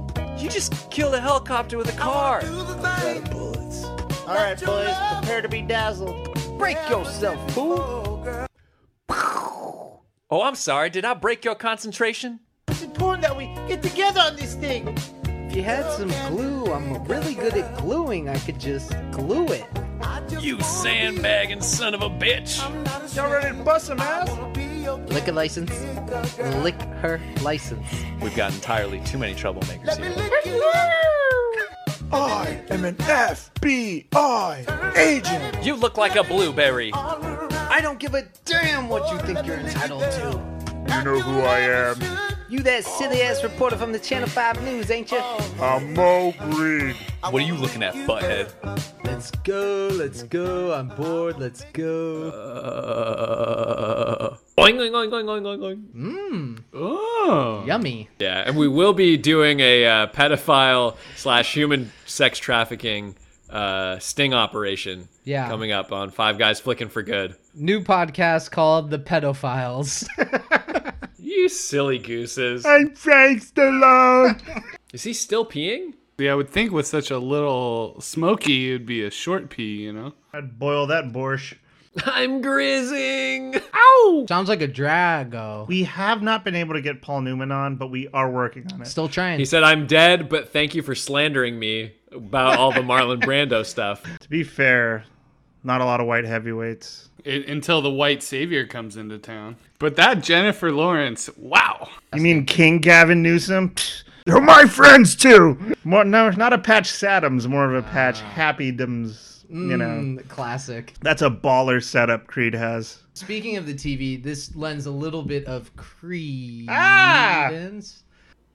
Speaker 4: You just killed a helicopter with a car.
Speaker 1: bullets.
Speaker 15: All right, boys, prepare to be dazzled. Break yourself, fool.
Speaker 4: <laughs> Oh, I'm sorry. Did I break your concentration?
Speaker 15: It's important that we get together on this thing.
Speaker 1: If you had some glue, I'm really good at gluing. I could just glue it.
Speaker 4: You sandbagging son of a bitch.
Speaker 15: Y'all ready to bust some ass?
Speaker 1: Lick a license. Lick her license.
Speaker 4: We've got entirely too many troublemakers here.
Speaker 15: I am an FBI agent.
Speaker 4: You look like a blueberry.
Speaker 15: I don't give a damn what you think you're entitled to. You know who I am.
Speaker 1: You that silly ass reporter from the Channel 5 News, ain't you?
Speaker 15: I'm Mo Green.
Speaker 4: What are you looking at, butthead?
Speaker 1: Let's go, let's go. I'm bored, let's go.
Speaker 14: Uh, oing, oing, oing, oing, oing, oing, oing.
Speaker 1: Mmm.
Speaker 14: Oh.
Speaker 1: Yummy.
Speaker 14: Yeah, and we will be doing a uh, pedophile slash human sex trafficking uh, sting operation.
Speaker 1: Yeah.
Speaker 14: Coming up on Five Guys Flicking for Good.
Speaker 1: New podcast called The Pedophiles.
Speaker 14: You silly gooses.
Speaker 12: I'm
Speaker 13: Frank Stallone.
Speaker 14: Is he still peeing?
Speaker 12: Yeah, I would think with such a little smoky, it'd be a short pee, you know?
Speaker 13: I'd boil that borscht.
Speaker 14: I'm grizzing.
Speaker 1: Ow! Sounds like a drago.
Speaker 13: We have not been able to get Paul Newman on, but we are working on it.
Speaker 1: Still trying.
Speaker 14: He said, I'm dead, but thank you for slandering me about all the Marlon Brando stuff.
Speaker 13: <laughs> To be fair, not a lot of white heavyweights.
Speaker 12: It, until the white savior comes into town. But that Jennifer Lawrence, wow.
Speaker 13: You mean King Gavin Newsom? Pfft, They're my friends too. More no, not a patch Saddams, more of a patch Happydoms. you know,
Speaker 1: Ah. Mm, classic.
Speaker 13: that's a baller setup Creed has.
Speaker 1: Speaking of the TV, this lends a little bit of credence.
Speaker 13: Ah!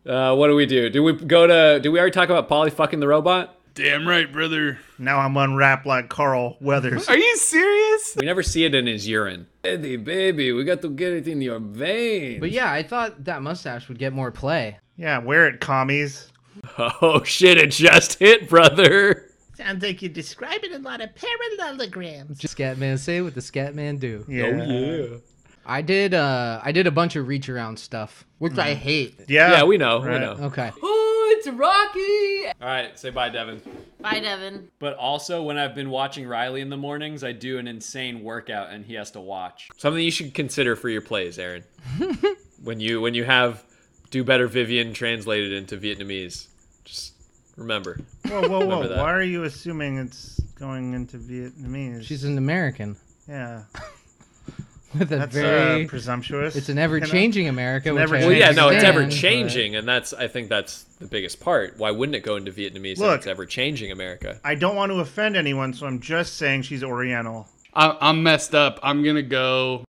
Speaker 14: Uh, what do we do? Do we go to? Do we already talk about Polly fucking the robot?
Speaker 12: Damn right, brother.
Speaker 13: Now I'm unwrapped like Carl Weathers.
Speaker 12: Are you serious?
Speaker 14: We never see it in his urine. Baby, baby, we got to get it in your veins.
Speaker 1: But yeah, I thought that mustache would get more play.
Speaker 13: Yeah, wear it, commies.
Speaker 14: <laughs> Oh shit! It just hit, brother.
Speaker 28: Sounds like you're describing a lot of parallelograms.
Speaker 1: Just Scatman say what the Scatman do.
Speaker 13: Yeah.
Speaker 14: Oh, yeah.
Speaker 1: I did. Uh, I did a bunch of reach around stuff, which I
Speaker 13: Mm.
Speaker 14: Mhm.
Speaker 1: hate.
Speaker 14: Yeah, Yeah, we know, we right. know.
Speaker 1: Okay.
Speaker 14: Oh, it's Rocky. All right, say bye, Devin.
Speaker 23: Bye, Devin.
Speaker 14: But also, when I've been watching Riley in the mornings, I do an insane workout, and he has to watch. Something you should consider for your
Speaker 1: <laughs>
Speaker 14: plays, Aaron. when you when you have do better Vivian translated into Vietnamese, just remember.
Speaker 13: <laughs> Whoa, whoa,
Speaker 14: Remember
Speaker 13: whoa!
Speaker 14: that.
Speaker 13: Why are you assuming it's going into Vietnamese?
Speaker 1: She's an American.
Speaker 13: Yeah.
Speaker 1: <laughs> with a
Speaker 13: That's,
Speaker 1: very
Speaker 13: uh, presumptuous.
Speaker 1: It's an ever-changing America.
Speaker 13: It's an
Speaker 1: which I
Speaker 14: Well, yeah, no, it's ever
Speaker 1: understand,
Speaker 14: changing, and that's I think that's the biggest part. Why wouldn't it go into Vietnamese? if
Speaker 13: Look.
Speaker 14: it's ever changing America.
Speaker 13: I don't want to offend anyone, so I'm just saying she's Oriental.
Speaker 12: I, I'm messed up. I'm gonna go